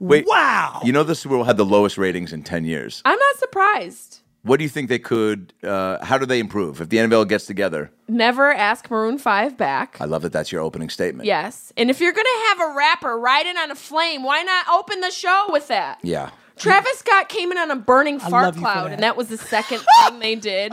Speaker 2: Wait,
Speaker 4: Wow.
Speaker 2: You know the Super Bowl had the lowest ratings in ten years.
Speaker 6: I'm not surprised.
Speaker 2: What do you think they could? Uh, how do they improve if the NFL gets together?
Speaker 6: Never ask Maroon 5 back.
Speaker 2: I love that. That's your opening statement.
Speaker 6: Yes. And if you're going to have a rapper riding on a flame, why not open the show with that?
Speaker 2: Yeah.
Speaker 6: Travis Scott came in on a burning
Speaker 4: love
Speaker 6: fart
Speaker 4: you for
Speaker 6: cloud,
Speaker 4: that. Ah!
Speaker 6: and that was the second thing they did.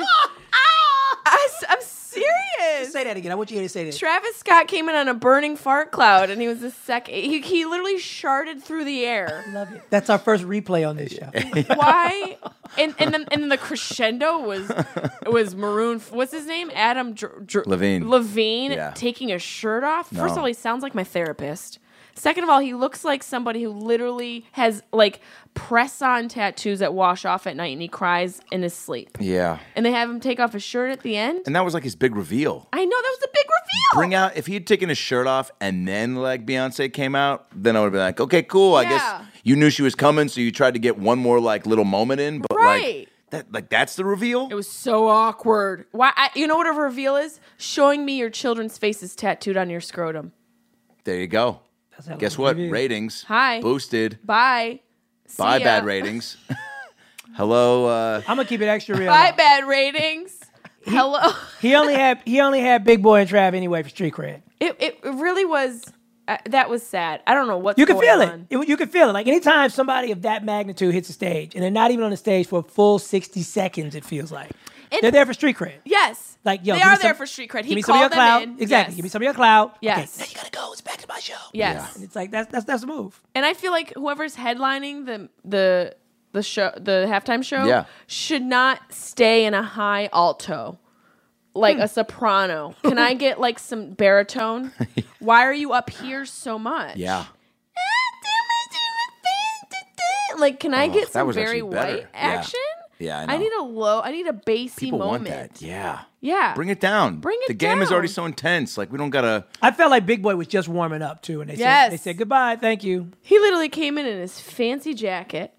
Speaker 6: I, am serious.
Speaker 4: say that again. I want you to say that.
Speaker 6: Travis Scott came in on a burning fart cloud, and he was the second. He, he literally sharded through the air.
Speaker 4: Love it. That's our first replay on this show.
Speaker 6: why and and then and then the crescendo was was maroon what's his name adam Dr- Dr-
Speaker 2: Levine.
Speaker 6: levine
Speaker 2: Yeah.
Speaker 6: taking his shirt off first of
Speaker 2: No.
Speaker 6: all he sounds like my therapist second of all he looks like somebody who literally has like press on tattoos that wash off at night and he cries in his sleep
Speaker 2: Yeah.
Speaker 6: and they have him take off his shirt at the end
Speaker 2: And that was like his big reveal.
Speaker 6: i know that was a big reveal
Speaker 2: Bring out if he had taken his shirt off and then like Beyonce came out, then I would have been like, okay, cool. I
Speaker 6: Yeah.
Speaker 2: guess you knew she was coming, so you tried to get one more like little moment in, but
Speaker 6: Right.
Speaker 2: like that, like that's the reveal.
Speaker 6: it was so awkward why I, you know what a reveal is showing me your children's faces tattooed on your scrotum
Speaker 2: there you go.
Speaker 4: how
Speaker 2: Guess
Speaker 4: we
Speaker 2: what?
Speaker 4: review.
Speaker 2: Ratings.
Speaker 6: Hi.
Speaker 2: Boosted
Speaker 6: bye
Speaker 2: by
Speaker 6: See ya.
Speaker 2: bad ratings. Hello. Uh,
Speaker 4: I'm gonna keep it extra real.
Speaker 6: Bye, bad ratings. Hello.
Speaker 4: He only had he only had Big Boy and Trav anyway for street cred.
Speaker 6: It, it really was. Uh, that was sad. I don't know what's
Speaker 4: You can
Speaker 6: going
Speaker 4: feel it.
Speaker 6: on.
Speaker 4: It- You can feel it. Like anytime somebody of that magnitude hits the stage, and they're not even on the stage for a full 60 seconds, it feels like they're there for street cred.
Speaker 6: Yes.
Speaker 4: Like yo,
Speaker 6: they
Speaker 4: give me
Speaker 6: are there
Speaker 4: some-
Speaker 6: for street cred.
Speaker 4: give
Speaker 6: He
Speaker 4: me some of your
Speaker 6: called
Speaker 4: clout.
Speaker 6: them in.
Speaker 4: Exactly.
Speaker 6: Yes.
Speaker 4: Give me some of your clout.
Speaker 6: Yes.
Speaker 4: Okay, now you gotta go. It's back to my show.
Speaker 6: Yes.
Speaker 4: And it's like that's that's that's the move.
Speaker 6: And I feel like whoever's headlining the the the show the halftime show
Speaker 2: Yeah.
Speaker 6: should not stay in a high alto. Like
Speaker 4: Hmm.
Speaker 6: a soprano. Can I get like some baritone? Why are you up here so much?
Speaker 2: yeah.
Speaker 6: Like, can I
Speaker 2: Oh,
Speaker 6: get
Speaker 2: that
Speaker 6: some
Speaker 2: was
Speaker 6: very
Speaker 2: actually better.
Speaker 6: white
Speaker 2: Yeah.
Speaker 6: action?
Speaker 2: Yeah, I know.
Speaker 6: need a low. I need a bassy
Speaker 2: People want
Speaker 6: moment.
Speaker 2: that. Yeah.
Speaker 6: Yeah.
Speaker 2: Bring it down.
Speaker 6: Bring it
Speaker 2: The game is already
Speaker 6: down.
Speaker 2: so intense. Like we don't gotta.
Speaker 4: I felt like Big Boy was just warming up too, and they
Speaker 6: Yes.
Speaker 4: said they said goodbye, thank you.
Speaker 6: He literally came in in his fancy jacket.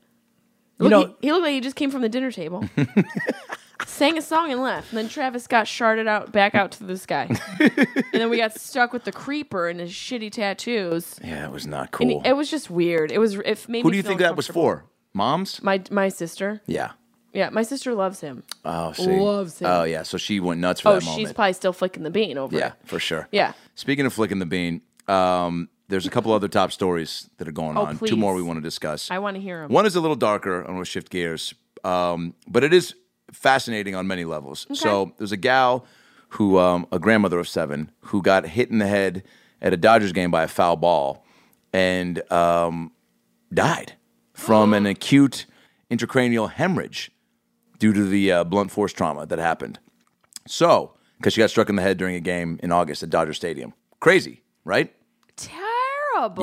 Speaker 4: You
Speaker 6: Look,
Speaker 4: know,
Speaker 6: he, he looked like he just came from the dinner table. Sang a song and left. And then Travis Scott sharded out back out to the sky. and then we got stuck with the creeper and his shitty tattoos.
Speaker 2: Yeah, it was not
Speaker 6: And
Speaker 2: cool.
Speaker 6: it was just weird. It was it made
Speaker 2: Who
Speaker 6: me
Speaker 2: do you
Speaker 6: feel
Speaker 2: think that was
Speaker 6: uncomfortable.
Speaker 2: for? Moms.
Speaker 6: My my sister.
Speaker 2: Yeah.
Speaker 6: Yeah, my sister loves him.
Speaker 2: Oh, see.
Speaker 6: Loves him.
Speaker 2: Oh yeah. So she went nuts for
Speaker 6: oh,
Speaker 2: that
Speaker 6: she's
Speaker 2: moment.
Speaker 6: probably still flicking the bean over.
Speaker 2: Yeah,
Speaker 6: it.
Speaker 2: for sure.
Speaker 6: Yeah.
Speaker 2: Speaking of flicking the bean, um, there's a couple other top stories that are going
Speaker 6: Oh,
Speaker 2: on.
Speaker 6: please.
Speaker 2: Two more we want to discuss.
Speaker 6: I want to hear him.
Speaker 2: One is a little darker. I'm going to shift gears, um, but it is fascinating on many levels. So there's a gal who, um, a grandmother of seven, who got hit in the head at a Dodgers game by a foul ball and um, died from an acute intracranial hemorrhage due to the uh, blunt force trauma that happened. So, because she got struck in the head during a game in August at Dodger Stadium. Crazy, right?
Speaker 6: terrible. Oh.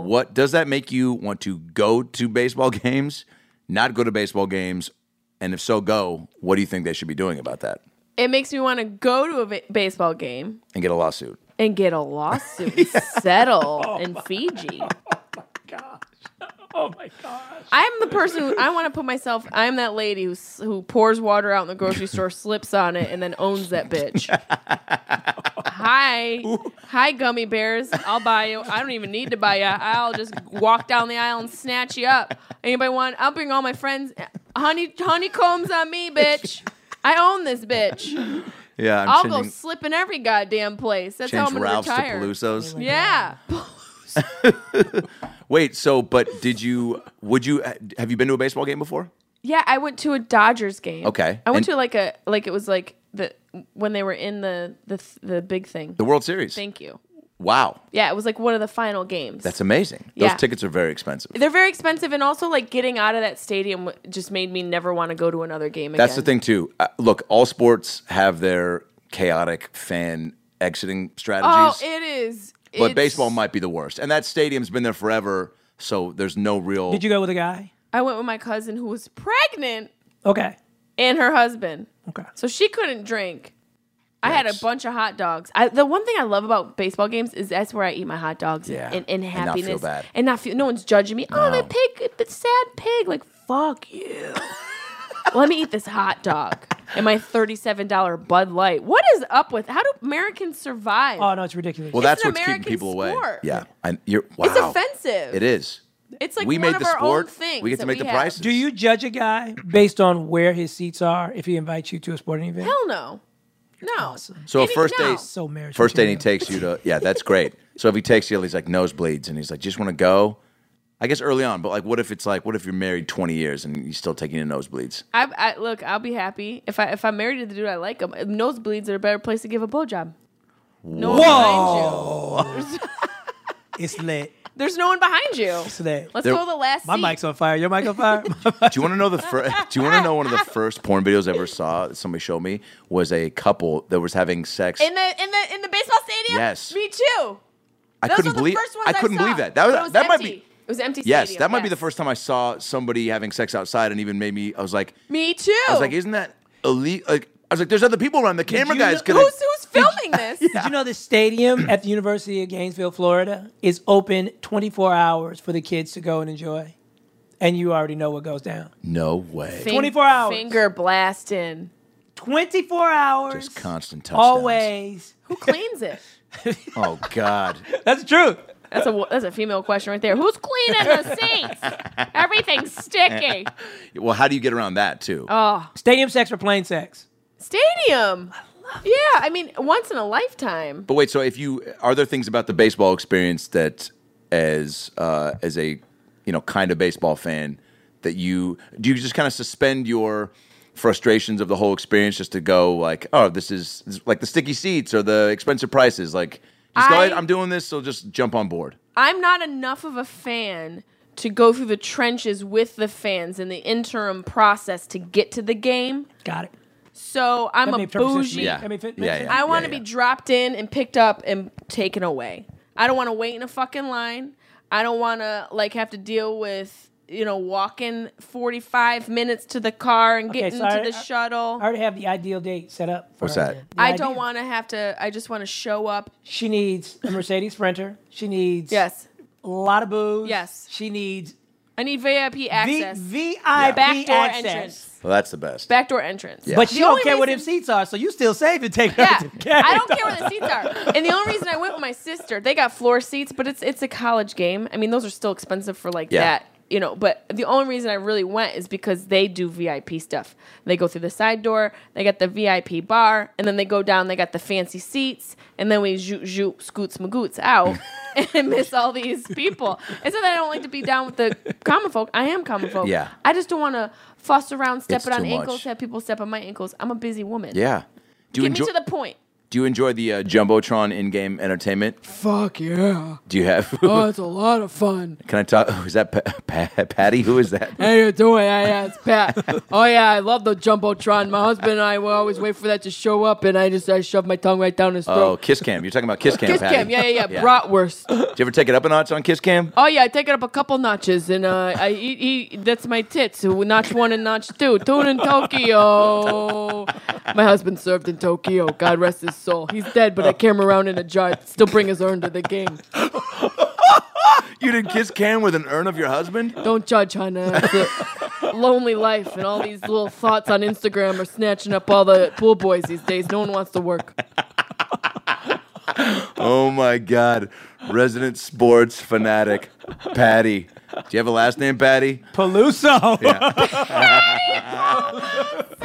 Speaker 2: Yeah. What does that make you want to go to baseball games, not go to baseball games? And if so, go, what do you think they should be doing about that?
Speaker 6: It makes me want to go to a ba- baseball game
Speaker 2: And get a lawsuit.
Speaker 6: and get a lawsuit and settle in Fiji.
Speaker 4: Oh my gosh.
Speaker 6: I'm the person who I want to put myself. I'm that lady who s- who pours water out in the grocery store, slips on it, and then owns that bitch. hi, hi, gummy bears. I'll buy you. I don't even need to buy you. I'll just walk down the aisle and snatch you up. Anybody want? I'll bring all my friends. Honey, honeycombs on me, bitch. I own this bitch.
Speaker 2: Yeah, I'm
Speaker 6: I'll go
Speaker 2: changing,
Speaker 6: slip in every goddamn place. That's how
Speaker 2: change
Speaker 6: I'm gonna
Speaker 2: Ralph's
Speaker 6: retire.
Speaker 2: to Pelusos.
Speaker 6: Yeah.
Speaker 2: Wait, so but did you? Would you? Have you been to a baseball game before?
Speaker 6: Yeah, I went to a Dodgers game.
Speaker 2: Okay.
Speaker 6: I went
Speaker 2: And-
Speaker 6: to like a like it was like the when they were in the the th- the big thing.
Speaker 2: The World Series.
Speaker 6: Thank you.
Speaker 2: wow,
Speaker 6: Yeah, it was like one of the final games.
Speaker 2: that's amazing.
Speaker 6: Yeah.
Speaker 2: Those tickets are very expensive.
Speaker 6: They're very expensive, and also like getting out of that stadium w- just made me never want to go to another game again.
Speaker 2: That's the thing too. Uh, look, all sports have their chaotic fan exiting
Speaker 6: Oh,
Speaker 2: strategies,
Speaker 6: it is.
Speaker 2: but
Speaker 6: it's-
Speaker 2: baseball might be the worst. And that stadium's been there forever, so there's no real.
Speaker 4: Did you go with a guy?
Speaker 6: I went with my cousin who was pregnant
Speaker 4: Okay.
Speaker 6: and her husband,
Speaker 4: Okay.
Speaker 6: so she couldn't drink. I had a bunch of hot dogs. I, the one thing I love about baseball games is that's where I eat my hot dogs
Speaker 2: Yeah,
Speaker 6: and,
Speaker 2: and
Speaker 6: and
Speaker 2: not feel
Speaker 6: happiness.
Speaker 2: bad.
Speaker 6: And not feel- no one's judging me. Oh, that pig, that sad pig. Like, fuck you. Let me eat this hot dog and my $37 Bud Light. What is up with How do Americans survive?
Speaker 4: Oh no, it's ridiculous.
Speaker 2: well, that's
Speaker 6: an
Speaker 2: what's keeping
Speaker 6: American
Speaker 2: people away.
Speaker 6: sport.
Speaker 2: Yeah, and you're wow.
Speaker 6: it's offensive.
Speaker 2: It is.
Speaker 6: It's like
Speaker 2: we
Speaker 6: one
Speaker 2: made
Speaker 6: of
Speaker 2: the
Speaker 6: our
Speaker 2: sport.
Speaker 6: own things.
Speaker 2: we get
Speaker 6: that
Speaker 2: to make the
Speaker 6: have.
Speaker 2: prices.
Speaker 4: Do you judge a guy based on where his seats are if he invites you to a sporting event?
Speaker 6: Hell no. No.
Speaker 2: So a
Speaker 6: Any-
Speaker 2: first
Speaker 6: no.
Speaker 2: date,
Speaker 4: So marriage
Speaker 2: first date, he
Speaker 4: material.
Speaker 2: takes you to yeah, that's great. So if he takes you, he's like nosebleeds, and he's like, just want to go. I guess early on, but like, what if it's like, what if you're married 20 years and you're still taking the nosebleeds?
Speaker 6: I, I look. I'll be happy if I if I'm married to the dude I like. Him. Nosebleeds are a better place to give a blowjob. No one behind
Speaker 4: It's lit.
Speaker 6: you. There's no one behind you.
Speaker 4: It's lit.
Speaker 6: Let's
Speaker 2: There-
Speaker 6: go to the last.
Speaker 4: My
Speaker 6: seat.
Speaker 4: mic's on fire. Your mic on fire?
Speaker 2: Do you want to know the fir- Do you want to know one of the first porn videos I ever saw that somebody showed me was a couple that was having sex?
Speaker 6: in the in the in the baseball stadium.
Speaker 2: Yes.
Speaker 6: me too.
Speaker 2: I
Speaker 6: Those
Speaker 2: couldn't
Speaker 6: were the
Speaker 2: believe
Speaker 6: first ones
Speaker 2: I couldn't
Speaker 6: saw.
Speaker 2: believe that. That
Speaker 6: But it
Speaker 2: was, that might
Speaker 6: empty.
Speaker 2: be
Speaker 6: It was empty.
Speaker 2: yes,
Speaker 6: stadium,
Speaker 2: that might be the
Speaker 6: yes.
Speaker 2: first time I saw somebody having sex outside, and even made me. I was like,
Speaker 6: Me too.
Speaker 2: I was like, isn't that elite? Like, I was like, there's other people around. The camera
Speaker 4: you
Speaker 2: guys
Speaker 4: know-
Speaker 2: could.
Speaker 6: who's who's filming this?
Speaker 4: Did you know the stadium at the University of Gainesville, Florida, is open 24 hours for the kids to go and enjoy? And you already know what goes down.
Speaker 2: No way.
Speaker 6: Fing-
Speaker 4: 24 hours.
Speaker 6: Finger blasting.
Speaker 4: 24 hours.
Speaker 2: Just constant touchdowns.
Speaker 4: always.
Speaker 6: Who cleans it?
Speaker 2: Oh God.
Speaker 4: That's true.
Speaker 6: That's a that's a female question right there. Who's cleaning the seats? Everything's sticky.
Speaker 2: Well, how do you get around that too?
Speaker 4: Stadium sex or plain sex?
Speaker 6: Stadium. Yeah, I mean, once in a lifetime.
Speaker 2: but wait, so if you are there things about the baseball experience that, as uh, as a you know kind of baseball fan, that you do you just kind of suspend your frustrations of the whole experience just to go like, oh, this is, this is like the sticky seats or the expensive prices, like just go
Speaker 6: I-
Speaker 2: ahead, I'm doing this, so just jump on board.
Speaker 6: I'm not enough of a fan to go through the trenches with the fans in the interim process to get to the game.
Speaker 4: Got it.
Speaker 6: So I'm
Speaker 4: That
Speaker 6: a
Speaker 4: made perfect sense to
Speaker 6: bougie.
Speaker 4: me.
Speaker 2: Yeah,
Speaker 4: I mean, if it-
Speaker 2: yeah, yeah.
Speaker 6: I want
Speaker 2: yeah,
Speaker 6: to
Speaker 2: yeah.
Speaker 6: be dropped in and picked up and taken away. I don't want to wait in a fucking line. I don't want to like have to deal with you know walking 45 minutes to the car and getting
Speaker 4: so I-
Speaker 6: to the
Speaker 4: I-
Speaker 6: shuttle.
Speaker 4: I already have the ideal date set up. For
Speaker 2: What's
Speaker 4: her.
Speaker 2: that?
Speaker 4: The
Speaker 6: I don't
Speaker 4: ideal.
Speaker 6: want to have to. I just want to show up.
Speaker 4: She needs a Mercedes Sprinter. She needs
Speaker 6: Yes,
Speaker 4: a lot of booze.
Speaker 6: Yes.
Speaker 4: She needs
Speaker 6: I need VIP
Speaker 4: v-
Speaker 6: access.
Speaker 4: VIP
Speaker 6: Backdoor
Speaker 4: access.
Speaker 6: entrance.
Speaker 2: Well, that's the best.
Speaker 6: Backdoor entrance.
Speaker 4: But you
Speaker 6: The
Speaker 4: don't
Speaker 6: only
Speaker 4: care what them
Speaker 6: reason-
Speaker 4: seats are, so you still safe and take her
Speaker 6: Yeah,
Speaker 4: to the game.
Speaker 6: I don't care where the seats are. And the only reason I went with my sister, they got floor seats, but it's it's a college game. I mean, those are still expensive for like
Speaker 2: Yeah.
Speaker 6: that, you know. But the only reason I really went is because they do VIP stuff. They go through the side door, they got the VIP bar, and then they go down. They got the fancy seats, and then we zoot zoot scoots magoots out. and miss all these people. It's not that I don't like to be down with the common folk. I am common folk.
Speaker 2: Yeah.
Speaker 6: I just don't want to fuss around,
Speaker 2: It's
Speaker 6: stepping on
Speaker 2: too much.
Speaker 6: ankles, have people step on my ankles. I'm a busy woman.
Speaker 2: Yeah. Do
Speaker 6: Get me to the point.
Speaker 2: Do Do you enjoy the uh, jumbotron in-game entertainment?
Speaker 7: Fuck yeah.
Speaker 2: Do you have?
Speaker 7: Oh, it's a lot of fun.
Speaker 2: Can I talk? Oh, is that pa- Pa- Patty? Who is that?
Speaker 7: How you doing? Yeah, yeah, it's Pat. Oh yeah, I love the jumbotron. My husband and I will always wait for that to show up, and I just I shove my tongue right down his
Speaker 2: Oh,
Speaker 7: throat.
Speaker 2: Kiss Cam. You're talking about Kiss Cam.
Speaker 7: Kiss
Speaker 2: Patty.
Speaker 7: cam, yeah, yeah, yeah, bratwurst.
Speaker 2: Did you ever take it up a notch on Kiss Cam?
Speaker 7: Oh yeah, I take it up a couple notches, and uh, I eat, eat. That's my tits. Notch one and notch two. Tune in Tokyo. My husband served in Tokyo. God rest his soul. He's dead, but I came around in a jar. I'd Still bring his urn to the game.
Speaker 2: You did Kiss Cam with an urn of your husband?
Speaker 7: Don't judge, Hannah. It's a lonely life, and all these little thoughts on Instagram are snatching up all the pool boys these days. No one wants to work.
Speaker 2: Oh my God. Resident sports fanatic, Patty. Do you have a last name, Patty?
Speaker 8: Paluso.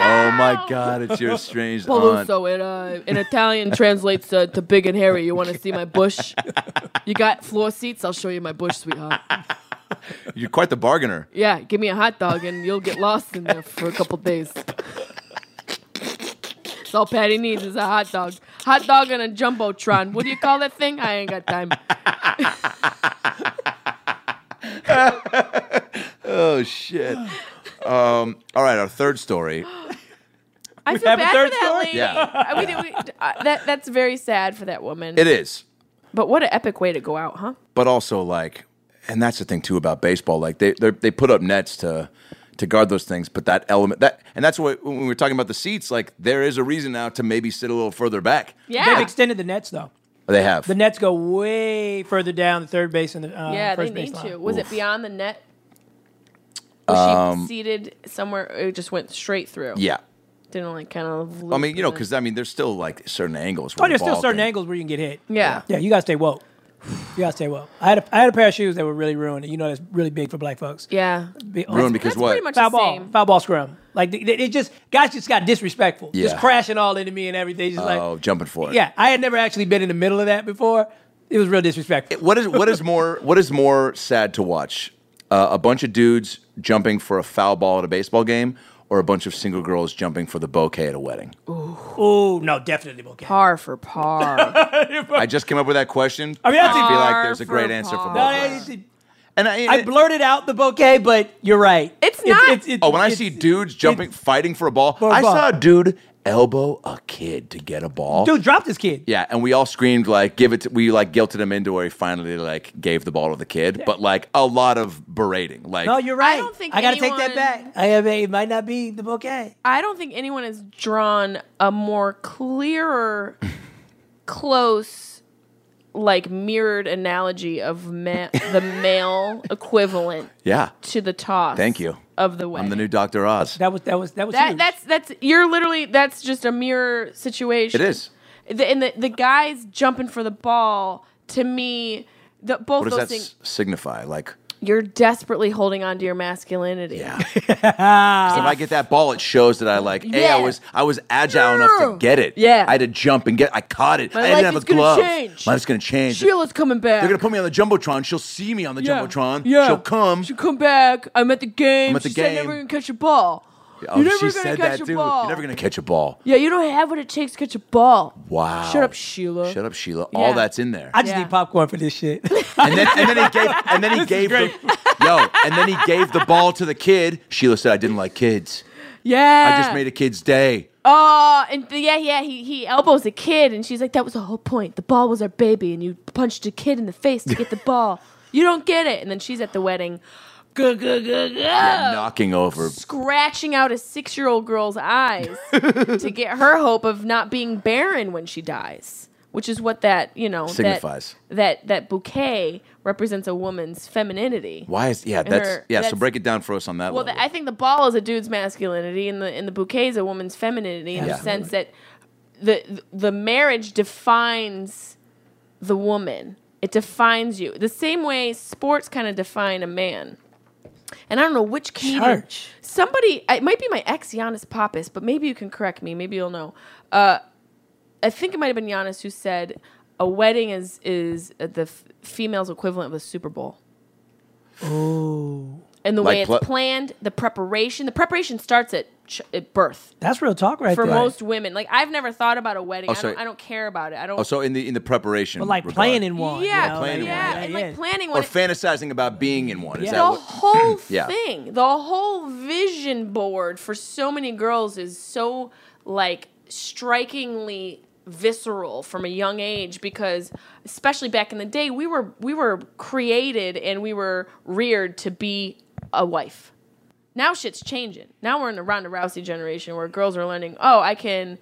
Speaker 2: Oh my God, it's your strange aunt.
Speaker 7: Paluso, it, uh, in Italian translates to, to big and hairy. You want to see my bush? You got floor seats? I'll show you my bush, sweetheart.
Speaker 2: You're quite the bargainer.
Speaker 7: Yeah, give me a hot dog, and you'll get lost in there for a couple days. That's all Patty needs is a hot dog. Hot dog and a jumbotron. What do you call that thing? I ain't got time.
Speaker 2: Oh shit. Um, all right, our third story.
Speaker 6: I feel
Speaker 8: have a
Speaker 6: bad
Speaker 8: third
Speaker 6: for that
Speaker 8: story?
Speaker 6: lady.
Speaker 2: Yeah.
Speaker 6: I- we, did- we, uh, that, that's very sad for that woman.
Speaker 2: It is,
Speaker 6: But what an epic way to go out, huh?
Speaker 2: but also like, and that's the thing too about baseball. Like they they're- they put up nets to to guard those things, but that element that and that's what when we were talking about the seats. Like there is a reason now to maybe sit a little further back.
Speaker 6: Yeah.
Speaker 4: They've extended the nets though.
Speaker 2: They have.
Speaker 4: The nets go way further down the third base and the uh,
Speaker 6: yeah, they
Speaker 4: first
Speaker 6: need
Speaker 4: baseline.
Speaker 6: to. Was it beyond the net? Was she seated somewhere? It just went straight through.
Speaker 2: Um, yeah.
Speaker 6: Didn't like kind of.
Speaker 2: I
Speaker 6: loop
Speaker 2: mean, you know,
Speaker 6: and then-
Speaker 2: because I mean, there's still like certain angles.
Speaker 4: Oh,
Speaker 2: where the
Speaker 4: there's still
Speaker 2: ball
Speaker 4: certain
Speaker 2: can-
Speaker 4: angles where you can get hit.
Speaker 6: Yeah.
Speaker 4: Yeah, you gotta stay woke. You gotta stay woke. I had a, I had a pair of shoes that were really ruined. You know, that's really big for black folks.
Speaker 6: Yeah.
Speaker 4: Be-
Speaker 2: Ruined because
Speaker 6: That's
Speaker 2: what?
Speaker 6: pretty much
Speaker 4: foul
Speaker 6: the
Speaker 4: ball,
Speaker 6: same.
Speaker 4: foul ball scrum. Like they, they it just guys just got disrespectful, just
Speaker 2: Yeah.
Speaker 4: crashing all into me and everything. Just
Speaker 2: oh,
Speaker 4: like
Speaker 2: jumping for it.
Speaker 4: yeah, I had never actually been in the middle of that before. It was real disrespectful.
Speaker 2: What is what is more what is more sad to watch? Uh, a bunch of dudes jumping for a foul ball at a baseball game, or a bunch of single girls jumping for the bouquet at a wedding?
Speaker 4: oh no, definitely okay.
Speaker 6: Par for par.
Speaker 2: I just came up with that question.
Speaker 4: I mean, that's
Speaker 2: I feel
Speaker 4: it.
Speaker 2: like there's a
Speaker 6: Par
Speaker 2: great
Speaker 6: for
Speaker 2: answer for
Speaker 6: par.
Speaker 2: both.
Speaker 4: No,
Speaker 2: of
Speaker 4: I,
Speaker 2: us. And I,
Speaker 4: I blurted out the bouquet, but you're right.
Speaker 6: It's not-
Speaker 2: oh, when I see
Speaker 4: dude,
Speaker 2: dudes jumping, fighting for a ball,
Speaker 4: a
Speaker 2: I
Speaker 4: ball.
Speaker 2: saw a dude elbow a kid to get a ball.
Speaker 4: dude dropped this kid.
Speaker 2: Yeah, and we all screamed like, "Give it!" To, we like guilted him into where he finally like gave the ball to the kid, but like a lot of berating. Like,
Speaker 4: No, you're right.
Speaker 6: don't think
Speaker 4: I gotta take that
Speaker 6: anyone-
Speaker 4: back. I have a, it might not be the bouquet.
Speaker 6: I don't think anyone has drawn a more clearer, close, like mirrored analogy of ma- the male equivalent
Speaker 2: yeah,
Speaker 6: to the toss.
Speaker 2: Thank you.
Speaker 6: Of the wedding.
Speaker 2: I'm the new Doctor Oz.
Speaker 4: That was that was that was
Speaker 6: That
Speaker 4: huge.
Speaker 6: that's that's you're literally that's just a mirror situation.
Speaker 2: It is.
Speaker 6: The, and the the guys jumping for the ball to me, the, both
Speaker 2: What does
Speaker 6: those
Speaker 2: that
Speaker 6: things.
Speaker 2: s- signify? Like,
Speaker 6: You're desperately holding on to your masculinity.
Speaker 2: yeah. 'Cause if I get that ball, it shows that I like. Hey, I
Speaker 6: Yeah.
Speaker 2: was I was agile enough to get it.
Speaker 6: Yeah.
Speaker 2: I had to jump and get. I caught it.
Speaker 6: My
Speaker 2: I didn't
Speaker 6: life
Speaker 2: have
Speaker 6: is
Speaker 2: a
Speaker 6: gonna
Speaker 2: glove.
Speaker 6: change.
Speaker 2: My life's gonna change.
Speaker 6: Sheila's coming back.
Speaker 2: They're gonna put me on the jumbotron. She'll see me on the jumbotron.
Speaker 6: Yeah.
Speaker 2: She'll come.
Speaker 6: She'll come back. I'm at the game.
Speaker 2: I'm at the
Speaker 6: she said
Speaker 2: game.
Speaker 6: never gonna catch a ball.
Speaker 2: Oh,
Speaker 6: You're never
Speaker 2: she
Speaker 6: gonna
Speaker 2: said
Speaker 6: catch
Speaker 2: that
Speaker 6: a
Speaker 2: too.
Speaker 6: ball.
Speaker 2: You're never gonna catch a ball.
Speaker 6: Yeah, you don't have what it takes to catch a ball.
Speaker 2: Wow.
Speaker 6: Shut up, Sheila.
Speaker 2: Shut up, Sheila. All
Speaker 6: Yeah.
Speaker 2: that's in there.
Speaker 4: I just
Speaker 6: Yeah.
Speaker 4: need popcorn for this shit.
Speaker 2: And then, and then he gave, and then he gave the, yo, and then he gave the ball to the kid. Sheila said, "I didn't like kids.
Speaker 6: Yeah.
Speaker 2: I just made a kid's day."
Speaker 6: Oh, and th- yeah, yeah, he he elbows a kid, and she's like, "That was the whole point. The ball was our baby, and you punched a kid in the face to get the ball. You don't get it." And then she's at the wedding, go go go go,
Speaker 2: Knocking over.
Speaker 6: scratching out a six-year-old girl's eyes to get her hope of not being barren when she dies, which is what that you know that-
Speaker 2: Signifies.
Speaker 6: that that, bouquet represents a woman's femininity.
Speaker 2: Why is yeah?
Speaker 6: And
Speaker 2: That's
Speaker 6: her-
Speaker 2: yeah. so
Speaker 6: that's-
Speaker 2: break it down for us on that.
Speaker 6: Well,
Speaker 2: level.
Speaker 6: the, I think the ball is a dude's masculinity, and the and the bouquet is a woman's femininity in
Speaker 2: Yeah.
Speaker 6: the sense that the the marriage defines the woman. It defines you the same way sports kind of define a man. And I don't know which comedian.
Speaker 4: Church.
Speaker 6: Somebody, it might be my ex Giannis Pappas, but maybe you can correct me. Maybe you'll know. Uh, I think it might have been Giannis who said a wedding
Speaker 4: Oh.
Speaker 6: is is the f- female's equivalent of a Super Bowl. and the
Speaker 2: Like
Speaker 6: way it's
Speaker 2: pl-
Speaker 6: planned, the preparation. The preparation starts at, ch- at birth
Speaker 4: That's real talk right
Speaker 6: for
Speaker 4: there.
Speaker 6: most women. Like I've never thought about a wedding.
Speaker 2: Oh,
Speaker 6: I,
Speaker 2: sorry.
Speaker 6: don't, I don't care about it. I don't.
Speaker 2: Oh, so in the in the preparation,
Speaker 4: but like
Speaker 2: regard.
Speaker 4: playing in one.
Speaker 6: yeah,
Speaker 4: you know,
Speaker 2: planning
Speaker 6: yeah,
Speaker 4: like,
Speaker 2: one.
Speaker 6: and like planning
Speaker 2: or
Speaker 6: one.
Speaker 2: fantasizing about being in one. Is
Speaker 4: Yeah.
Speaker 2: that
Speaker 6: the
Speaker 2: what?
Speaker 6: whole
Speaker 2: Yeah.
Speaker 6: thing, the whole vision board for so many girls is so like strikingly visceral from a young age because especially back in the day we were we were created and we were reared to be a wife. Now shit's changing. Now we're in the Ronda Rousey generation where girls are learning, "Oh, I can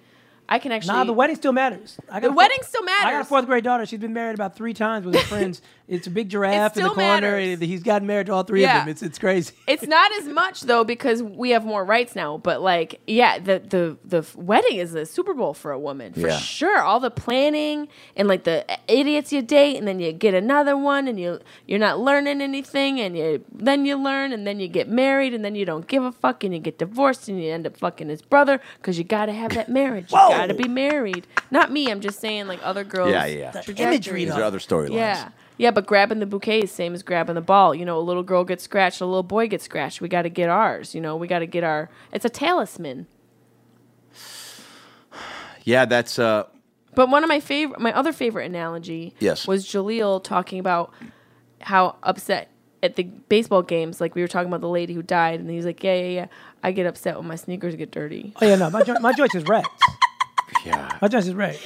Speaker 6: I can actually
Speaker 4: Nah, the wedding still matters. I got
Speaker 6: The
Speaker 4: a fo-
Speaker 6: wedding still
Speaker 4: I got a
Speaker 6: matters.
Speaker 4: fourth grade daughter. She's been married about three times with her friends. It's a big giraffe in the
Speaker 6: still
Speaker 4: corner.
Speaker 6: matters.
Speaker 4: and He's gotten married to all three
Speaker 6: Yeah.
Speaker 4: of them. It's it's crazy.
Speaker 6: it's not as much though because we have more rights now. But like, yeah, the the the wedding is the Super Bowl for a woman for
Speaker 2: Yeah.
Speaker 6: sure. All the planning and like the idiots you date, and then you get another one, and you you're not learning anything, and you then you learn, and then you get married, and then you don't give a fuck, and you get divorced, and you end up fucking his brother because you got to have that marriage. you got to be married. Not me. I'm just saying like other girls.
Speaker 2: Yeah, yeah, yeah.
Speaker 6: trajectories.
Speaker 4: Imagery
Speaker 2: These are other storylines.
Speaker 6: Yeah. Yeah, but grabbing the bouquet is same as grabbing the ball. You know, a little girl gets scratched, a little boy gets scratched. We got to get ours. You know, we got to get our. It's a talisman.
Speaker 2: Yeah, that's uh,
Speaker 6: But one of my favorite, my other favorite analogy,
Speaker 2: Yes.
Speaker 6: was Jaleel talking about how upset at the baseball games. Like we were talking about the lady who died, and he's like, "Yeah, yeah, yeah. I get upset when my sneakers get dirty."
Speaker 4: Oh yeah, no, my joint, my joint is wrecked.
Speaker 2: yeah.
Speaker 4: My joint is wrecked.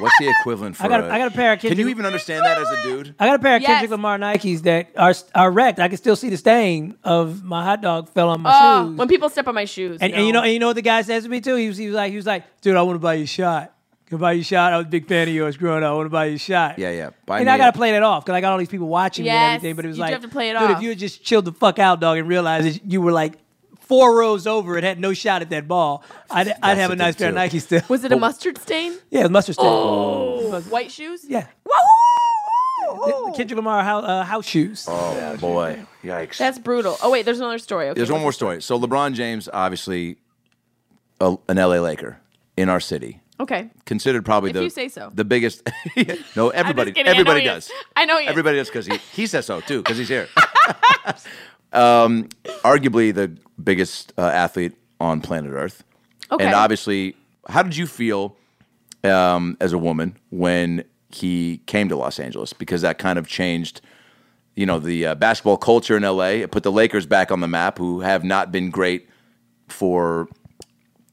Speaker 2: What's the equivalent for?
Speaker 4: I got a-
Speaker 2: a-
Speaker 4: I got a pair of
Speaker 2: Can you
Speaker 4: Kendrick-
Speaker 2: even understand that as a dude?
Speaker 6: Oh,
Speaker 4: I got a pair of
Speaker 6: Yes.
Speaker 4: Kendrick Lamar Nikes that are are wrecked. I can still see the stain of my hot dog fell on my
Speaker 2: Ah.
Speaker 6: Oh,
Speaker 4: shoes.
Speaker 6: when people step on my shoes,
Speaker 4: and,
Speaker 6: no.
Speaker 4: and you know, and you know what the guy says to me too. He was, he was like, he was like, dude, I want to buy you a shot. Can I buy you a shot? I was a big fan of yours growing up. I want to buy you a shot.
Speaker 2: Yeah, yeah. Buy
Speaker 4: and
Speaker 2: me
Speaker 4: I
Speaker 2: a-
Speaker 4: gotta play that off because I got all these people watching me and
Speaker 6: Yes,
Speaker 4: everything. But it was
Speaker 6: you do
Speaker 4: like,
Speaker 6: have to play it
Speaker 4: dude,
Speaker 6: off.
Speaker 4: if you had just chilled the fuck out, dog, and realized that you were like four rows over and had no shot at that ball, I'd, I'd have
Speaker 2: the
Speaker 4: a nice
Speaker 2: thing,
Speaker 4: pair of
Speaker 2: too.
Speaker 4: Nike still.
Speaker 6: was it a
Speaker 2: Oh.
Speaker 6: mustard stain?
Speaker 4: yeah, it was mustard stain.
Speaker 6: Oh, white shoes.
Speaker 4: Yeah.
Speaker 6: Whoa!
Speaker 4: The Kendrick Lamar house, uh, house shoes.
Speaker 2: Oh boy, yikes.
Speaker 6: That's brutal. Oh wait, there's another story. Okay,
Speaker 2: There's one more story. So LeBron James, obviously, a, an LA Laker in our city,
Speaker 6: Okay.
Speaker 2: considered probably the
Speaker 6: you say so.
Speaker 2: the biggest. no,
Speaker 6: I'm
Speaker 2: everybody,
Speaker 6: just kidding. I know
Speaker 2: everybody
Speaker 6: he is.
Speaker 2: does.
Speaker 6: I know he is.
Speaker 2: Everybody does because he, he says so too because he's here. um, arguably the biggest uh, athlete on planet Earth,
Speaker 6: Okay.
Speaker 2: and obviously, how did you feel um, as a woman when he came to Los Angeles? Because that kind of changed, you know, the uh, basketball culture in LA. It put the Lakers back on the map, who have not been great for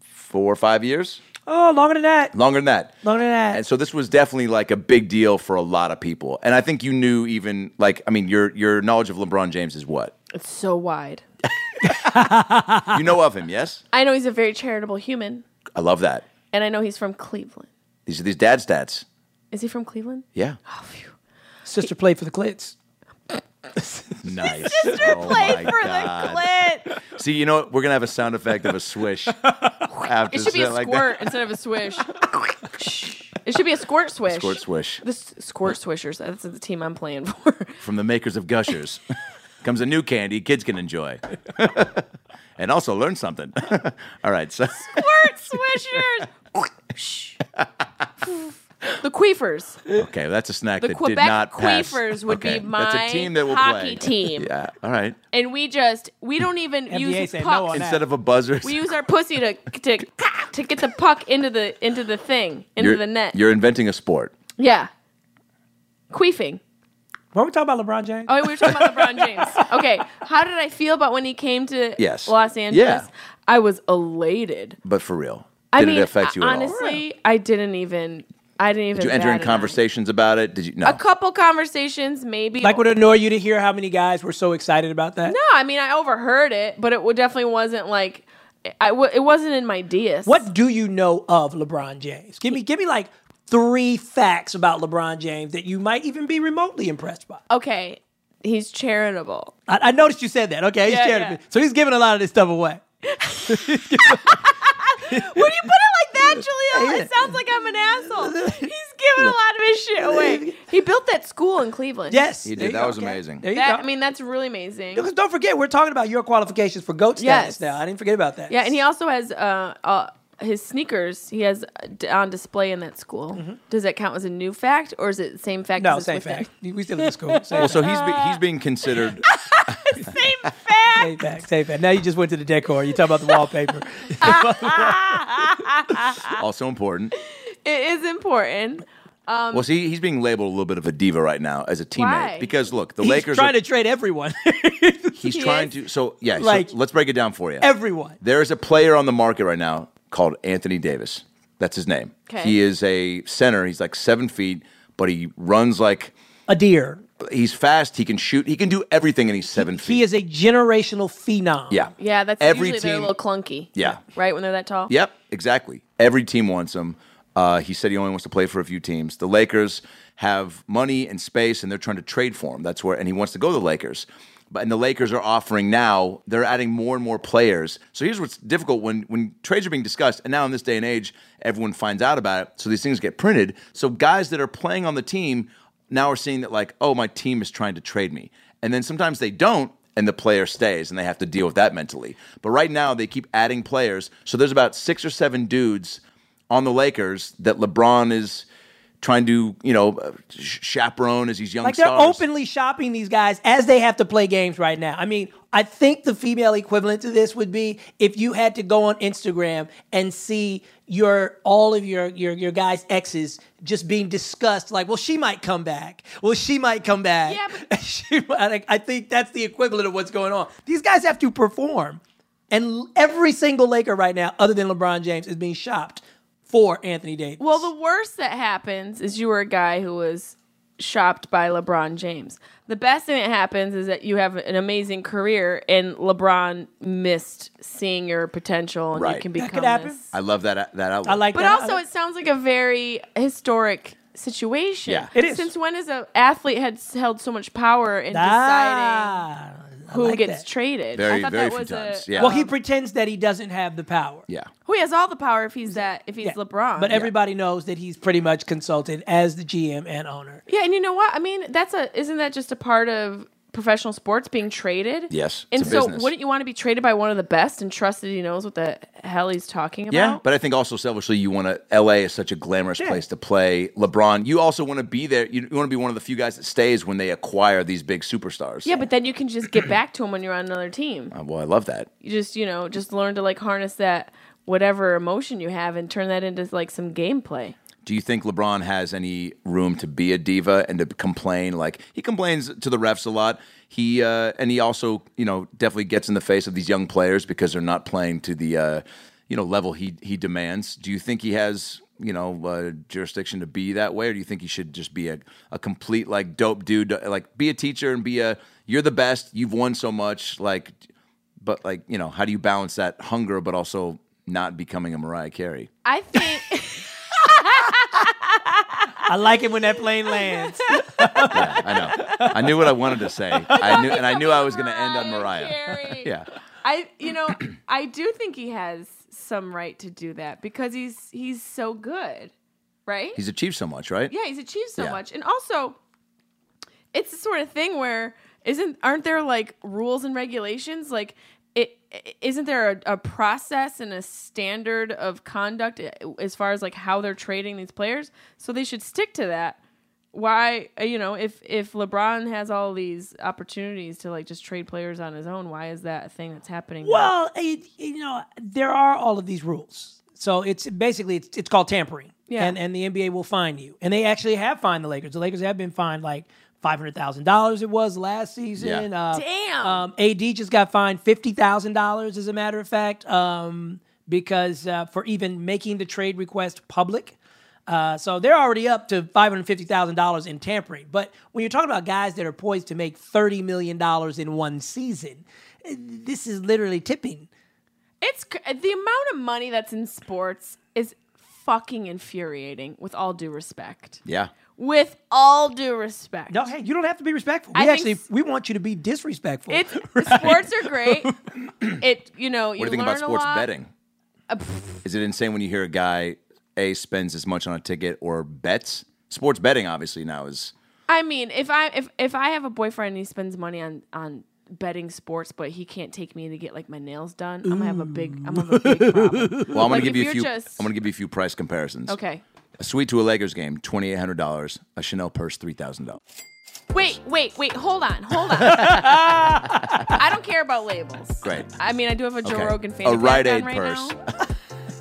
Speaker 2: four or five years,
Speaker 4: Oh, longer than that.
Speaker 2: longer than that.
Speaker 4: Longer than that.
Speaker 2: And so this was definitely like a big deal for a lot of people. And I think you knew even like I mean your your knowledge of LeBron James is what?
Speaker 6: It's so wide.
Speaker 2: You know of him, yes?
Speaker 6: I know he's a very charitable human,
Speaker 2: I love that.
Speaker 6: and I know he's from Cleveland.
Speaker 2: These are these dad stats.
Speaker 6: Is he from Cleveland?
Speaker 2: Yeah.
Speaker 4: Sister played for the Clits.
Speaker 2: Nice. Oh
Speaker 6: Play
Speaker 2: my
Speaker 6: for
Speaker 2: God.
Speaker 6: the clit.
Speaker 2: See, you know what? We're gonna have a sound effect of a swish. after
Speaker 6: It should be
Speaker 2: something
Speaker 6: a
Speaker 2: like
Speaker 6: squirt instead of a swish. it should be a squirt swish.
Speaker 2: that. Squirt swish.
Speaker 6: This squirt swishers. That's the team I'm playing for.
Speaker 2: From the makers of Gushers. Comes a new candy kids can enjoy. and also learn something. All right, so
Speaker 6: Squirt swishers. Shh. the Queefers.
Speaker 2: okay, that's a snack
Speaker 6: The
Speaker 2: that did
Speaker 6: Quebec
Speaker 2: not pass.
Speaker 6: Queefers would
Speaker 2: Okay,
Speaker 6: be my
Speaker 2: that's a team that will play.
Speaker 6: hockey team.
Speaker 2: Yeah. All right.
Speaker 6: And we just, we don't even
Speaker 4: NBA
Speaker 6: use
Speaker 4: said
Speaker 6: pucks.
Speaker 4: no on that.
Speaker 2: Instead of a buzzer,
Speaker 6: We use our pussy to to to get the puck into the into the thing into
Speaker 2: you're,
Speaker 6: the net.
Speaker 2: You're inventing a sport.
Speaker 6: Yeah, queefing.
Speaker 4: Weren't we talking about LeBron James?
Speaker 6: Oh, we were talking about LeBron James. Okay, how did I feel about when he came to
Speaker 2: Yes.
Speaker 6: Los Angeles?
Speaker 2: Yeah.
Speaker 6: I was elated.
Speaker 2: But for real,
Speaker 6: I
Speaker 2: did
Speaker 6: mean,
Speaker 2: it affect you at all?
Speaker 6: honestly, I didn't even. I didn't even.
Speaker 2: Did you enter in
Speaker 6: bat an eye.
Speaker 2: conversations about it? Did you? No.
Speaker 6: A couple conversations, maybe.
Speaker 4: Like, would it annoy you to hear how many guys were so excited about that?
Speaker 6: no, I mean, I overheard it, but it wa- definitely wasn't like. I w- it wasn't in my DS.
Speaker 4: What do you know of LeBron James? Give me, give me like three facts about LeBron James that you might even be remotely impressed
Speaker 6: Oh.
Speaker 4: by.
Speaker 6: Okay, he's charitable.
Speaker 4: I, I noticed you said that. Okay, he's
Speaker 6: Yeah,
Speaker 4: sharing
Speaker 6: yeah.
Speaker 4: it. So he's giving a lot of this stuff away.
Speaker 6: When you put it like that, Julio,
Speaker 4: Yeah.
Speaker 6: it sounds like I'm an asshole. He's giving a lot of his shit away. He built that school in Cleveland.
Speaker 4: Yes,
Speaker 2: He did.
Speaker 4: there you
Speaker 2: That
Speaker 4: go.
Speaker 2: was amazing.
Speaker 4: There you
Speaker 6: That,
Speaker 4: go.
Speaker 6: I mean, that's really amazing.
Speaker 4: Because don't forget, we're talking about your qualifications for goat status
Speaker 6: Yes.
Speaker 4: now. I didn't forget about that.
Speaker 6: Yeah, and he also has uh, uh, his sneakers. He has uh, d- on display in that school. Does that count as a new fact, or is it the same fact?
Speaker 4: Mm-hmm. no
Speaker 6: as it's
Speaker 4: same
Speaker 6: within? uh,
Speaker 4: fact. We still in school. Same
Speaker 2: Well, so
Speaker 4: fact.
Speaker 2: he's be, he's being considered.
Speaker 6: Same
Speaker 4: Take back, take back. Now you just went to the decor. You talk about the wallpaper.
Speaker 2: also important.
Speaker 6: It is important.
Speaker 2: well, see, he's being labeled a little bit of a diva right now as a teammate
Speaker 6: Um, Why?
Speaker 2: because look, the
Speaker 4: He's
Speaker 2: Lakers
Speaker 4: trying
Speaker 2: are,
Speaker 4: to trade everyone,
Speaker 2: he's
Speaker 6: He
Speaker 2: trying
Speaker 6: is?
Speaker 2: to. So yeah,
Speaker 4: Like-
Speaker 2: so let's break it down for you.
Speaker 4: everyone.
Speaker 2: There is a player on the market right now called Anthony Davis. That's his name.
Speaker 6: 'Kay.
Speaker 2: He is a center. He's like seven feet, but he runs like
Speaker 4: A deer.
Speaker 2: he's fast. He can shoot. He can do everything, and he's seven feet.
Speaker 4: He is a generational phenom.
Speaker 2: yeah.
Speaker 6: Yeah, that's
Speaker 2: every
Speaker 6: usually they're a
Speaker 2: team.
Speaker 6: little clunky.
Speaker 2: Yeah.
Speaker 6: Right when they're that tall.
Speaker 2: Yep, exactly. Every team wants him. Uh, he said he only wants to play for a few teams. The Lakers have money and space, and they're trying to trade for him. That's where, and he wants to go to the Lakers. But and the Lakers are offering now. They're adding more and more players. So here's what's difficult when when trades are being discussed, and now in this day and age, everyone finds out about it. So these things get printed. So guys that are playing on the team now are seeing that like, oh, my team is trying to trade me, and then sometimes they don't, and the player stays and they have to deal with that mentally. But right now they keep adding players. So there's about six or seven dudes on the Lakers that LeBron is trying to, you know, uh, sh- chaperone as these young
Speaker 4: Like they're
Speaker 2: stars.
Speaker 4: openly shopping these guys as they have to play games right now. I mean, I think the female equivalent to this would be if you had to go on Instagram and see your all of your your your guys' exes just being discussed. Like, well, she might come back. Well, she might come back.
Speaker 6: Yeah, but-
Speaker 4: she, might- like, I think that's the equivalent of what's going on. These guys have to perform, and l- every single Laker right now, other than LeBron James, is being shopped for Anthony Davis.
Speaker 6: Well, the worst that happens is you were a guy who was shopped by LeBron James. The best thing that happens is that you have an amazing career and LeBron missed seeing your potential and
Speaker 2: Right.
Speaker 6: you can
Speaker 2: That
Speaker 6: become
Speaker 4: could happen.
Speaker 6: this.
Speaker 2: I love that that outlook.
Speaker 4: I like,
Speaker 6: But
Speaker 4: that.
Speaker 6: also, it sounds like a very historic situation.
Speaker 2: Yeah.
Speaker 4: It is.
Speaker 6: Since when has an athlete had held so much power in deciding
Speaker 4: Ah, I
Speaker 6: who
Speaker 4: like
Speaker 6: gets
Speaker 4: that.
Speaker 6: traded?
Speaker 2: Very,
Speaker 6: I thought
Speaker 2: very
Speaker 6: that
Speaker 2: few
Speaker 6: was a. Oh.
Speaker 2: times. Yeah.
Speaker 4: Well, he pretends that he doesn't have the power.
Speaker 2: Um, yeah.
Speaker 6: Who he has all the power if he's that if he's
Speaker 4: Yeah.
Speaker 6: LeBron.
Speaker 4: But everybody knows that he's pretty much consulted as the GM and owner.
Speaker 6: Yeah, and you know what? I mean, that's a isn't that just a part of professional sports being traded?
Speaker 2: Yes,
Speaker 6: And
Speaker 2: it's a
Speaker 6: so
Speaker 2: business.
Speaker 6: wouldn't you want to be traded by one of the best and trusted he knows what the hell he's talking about?
Speaker 2: Yeah, but I think also selfishly, you want to. LA is such a glamorous place to play. LeBron, you also want to be there. You, you want to be one of the few guys that stays when they acquire these big superstars.
Speaker 6: yeah, but then you can just get back to him when you're on another team.
Speaker 2: Uh, well, I love that.
Speaker 6: You just, you know, just learn to like harness that whatever emotion you have and turn that into like some gameplay.
Speaker 2: Do you think LeBron has any room to be a diva and to complain? Like he complains to the refs a lot. He uh, and he also, you know, definitely gets in the face of these young players because they're not playing to the, uh, you know, level he he demands. Do you think he has, you know, uh, jurisdiction to be that way, or do you think he should just be a, a complete like dope dude, like be a teacher and be a you're the best, you've won so much, like, but like you know, how do you balance that hunger but also not becoming a Mariah Carey?
Speaker 6: I think
Speaker 4: I like it when that plane lands.
Speaker 2: Yeah, I know. I knew what I wanted to say. I knew, and I knew I was going to end on
Speaker 6: Mariah
Speaker 2: Mariah.
Speaker 6: Carey.
Speaker 2: Yeah,
Speaker 6: I you know, I do think he has some right to do that because he's he's so good. Right?
Speaker 2: he's achieved so much, right?
Speaker 6: Yeah, he's achieved so
Speaker 2: Yeah.
Speaker 6: much. And also, it's the sort of thing where isn't aren't there like rules and regulations? Like it i- isn't there a, a process and a standard of conduct eh, as far as like how they're trading these players? So they should stick to that. Why uh, you know if if LeBron has all these opportunities to like just trade players on his own, why is that a thing that's happening? now?
Speaker 4: well, it, you know, there are all of these rules. So it's basically it's, it's called tampering.
Speaker 6: Yeah.
Speaker 4: And and the NBA will fine you. And they actually have fined the Lakers. The Lakers have been fined like five hundred thousand dollars. It was last season.
Speaker 2: Yeah.
Speaker 4: Uh,
Speaker 6: Damn.
Speaker 4: Um, AD just got fined fifty thousand dollars, as a matter of fact, um, because uh, for even making the trade request public. Uh, so they're already up to five hundred fifty thousand dollars in tampering. But when you're talking about guys that are poised to make thirty million dollars in one season, eh, this is literally tipping.
Speaker 6: It's cr- the amount of money that's in sports is fucking infuriating. With all due respect.
Speaker 2: Yeah.
Speaker 6: With all due respect.
Speaker 4: No, hey, you don't have to be respectful.
Speaker 6: I
Speaker 4: We
Speaker 6: think
Speaker 4: actually
Speaker 6: s-
Speaker 4: we want you to be disrespectful.
Speaker 6: It's sports are great. It you know you
Speaker 2: What do you think about
Speaker 6: learn a
Speaker 2: sports
Speaker 6: lot. Uh,
Speaker 2: betting? Is it insane when you hear a guy a spends as much on a ticket or bets? Sports betting obviously now is
Speaker 6: I mean, if I if if I have a boyfriend and he spends money on on betting sports, but he can't take me to get like my nails done, I'm gonna have a big I'm gonna have a big problem.
Speaker 2: well. I'm
Speaker 6: Like,
Speaker 2: going to give
Speaker 6: if
Speaker 2: you a few.
Speaker 6: you're just-
Speaker 2: I'm going to give you a few price comparisons.
Speaker 6: Okay.
Speaker 2: A suite to a Lakers game, twenty eight hundred dollars. A Chanel purse, three thousand dollars.
Speaker 6: Wait, wait, wait. Hold on, hold on. I don't care about labels.
Speaker 2: Great.
Speaker 6: I mean, I do have a Joe
Speaker 2: Okay.
Speaker 6: Rogan fanny
Speaker 2: A
Speaker 6: pack
Speaker 2: Rite
Speaker 6: on
Speaker 2: Aid
Speaker 6: right
Speaker 2: purse.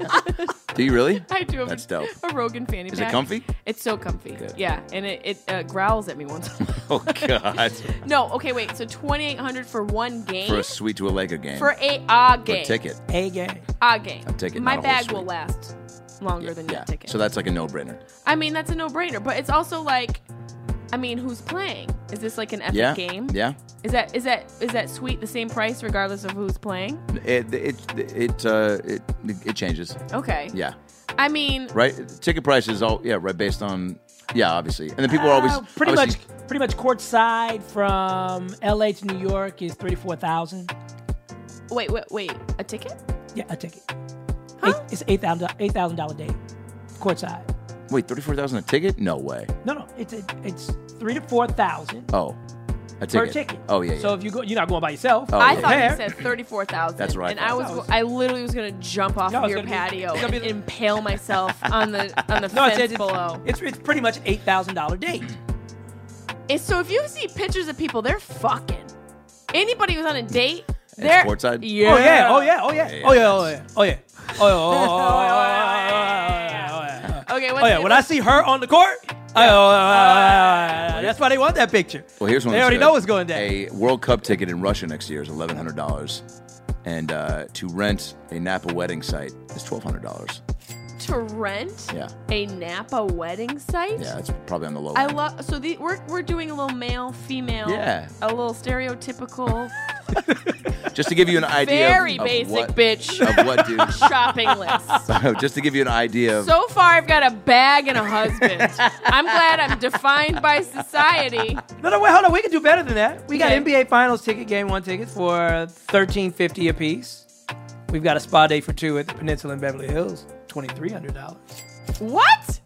Speaker 6: now.
Speaker 2: Do you really?
Speaker 6: I do have
Speaker 2: That's
Speaker 6: a,
Speaker 2: dope.
Speaker 6: a Rogan fanny
Speaker 2: Is it
Speaker 6: pack.
Speaker 2: comfy?
Speaker 6: It's so comfy. Yeah, and it, it uh, growls at me once.
Speaker 2: Oh God!
Speaker 6: no, okay, wait. So twenty eight hundred for one game
Speaker 2: For a sweet to a Lego game.
Speaker 6: for a a
Speaker 2: For
Speaker 6: game.
Speaker 2: a ticket.
Speaker 4: A game.
Speaker 6: A game.
Speaker 2: A ticket,
Speaker 6: My
Speaker 2: not a whole
Speaker 6: bag will
Speaker 2: suite.
Speaker 6: last longer than your
Speaker 2: Yeah.
Speaker 6: ticket.
Speaker 2: So that's like a no-brainer.
Speaker 6: I mean, that's a no brainer. But it's also like, I mean, who's playing? Is this like an epic
Speaker 2: Yeah.
Speaker 6: game?
Speaker 2: Yeah.
Speaker 6: Is that is that is that suite the same price regardless of who's playing?
Speaker 2: It it it uh, it, it changes.
Speaker 6: Okay.
Speaker 2: Yeah.
Speaker 6: I mean,
Speaker 2: Right. Ticket price is all yeah right based on yeah obviously, and then people are always
Speaker 4: Uh, pretty
Speaker 2: obviously-
Speaker 4: much pretty much courtside from L.A. to New York is thirty four thousand.
Speaker 6: wait, wait, wait. A ticket?
Speaker 4: Yeah, a ticket. Eight, it's eight thousand eight thousand dollar day, courtside.
Speaker 2: Wait, thirty-four thousand a ticket? No way.
Speaker 4: No, no, it's it, it's three to four thousand
Speaker 2: Oh, a
Speaker 4: per
Speaker 2: ticket.
Speaker 4: ticket.
Speaker 2: Oh yeah. yeah.
Speaker 4: So if you go, you're not going by yourself.
Speaker 2: Oh,
Speaker 6: I
Speaker 2: yeah.
Speaker 6: thought
Speaker 4: There.
Speaker 6: he said thirty-four thousand.
Speaker 2: That's what I
Speaker 6: And I
Speaker 2: thought.
Speaker 6: was, I literally was gonna jump off
Speaker 4: No,
Speaker 6: of
Speaker 4: it's
Speaker 6: your
Speaker 4: gonna be-
Speaker 6: patio
Speaker 4: it's gonna be
Speaker 6: and
Speaker 4: the-
Speaker 6: impale myself on the on the
Speaker 4: no, it's,
Speaker 6: fence
Speaker 4: it's,
Speaker 6: below.
Speaker 4: it's it's pretty much eight thousand dollar date.
Speaker 6: And so if you see pictures of people, they're fucking. Anybody who's on a date, they're
Speaker 2: courtside?
Speaker 6: Yeah.
Speaker 4: Oh yeah, oh yeah, oh yeah, oh yeah, oh yeah, oh yeah, oh yeah, oh yeah, oh yeah, oh yeah, oh yeah.
Speaker 6: Okay. What's
Speaker 4: Oh yeah, when I see her on the court, I- oh, oh, oh, oh, oh, that's why they want that picture.
Speaker 2: well, here's one.
Speaker 4: They
Speaker 2: that's
Speaker 4: already
Speaker 2: good.
Speaker 4: know what's going down.
Speaker 2: A World Cup ticket in Russia next year is eleven hundred dollars, and uh, to rent a Napa wedding site is twelve hundred dollars.
Speaker 6: to rent
Speaker 2: Yeah.
Speaker 6: a Napa wedding site.
Speaker 2: Yeah, it's probably on the low.
Speaker 6: I
Speaker 2: end.
Speaker 6: love so the, we're we're doing a little male female,
Speaker 2: Yeah.
Speaker 6: a little stereotypical,
Speaker 2: Just to give you an idea. of-
Speaker 6: very
Speaker 2: of
Speaker 6: basic
Speaker 2: what-
Speaker 6: bitch
Speaker 2: Of what, dude?
Speaker 6: shopping list.
Speaker 2: Just to give you an idea of
Speaker 6: So far, I've got a bag and a husband. I'm glad I'm defined by society.
Speaker 4: No, no, wait, hold on. We can do better than that. We got
Speaker 6: Okay.
Speaker 4: NBA Finals ticket, game one tickets for thirteen fifty a piece. We've got a spa day for two at the Peninsula in Beverly Hills, twenty three hundred dollars.
Speaker 6: What?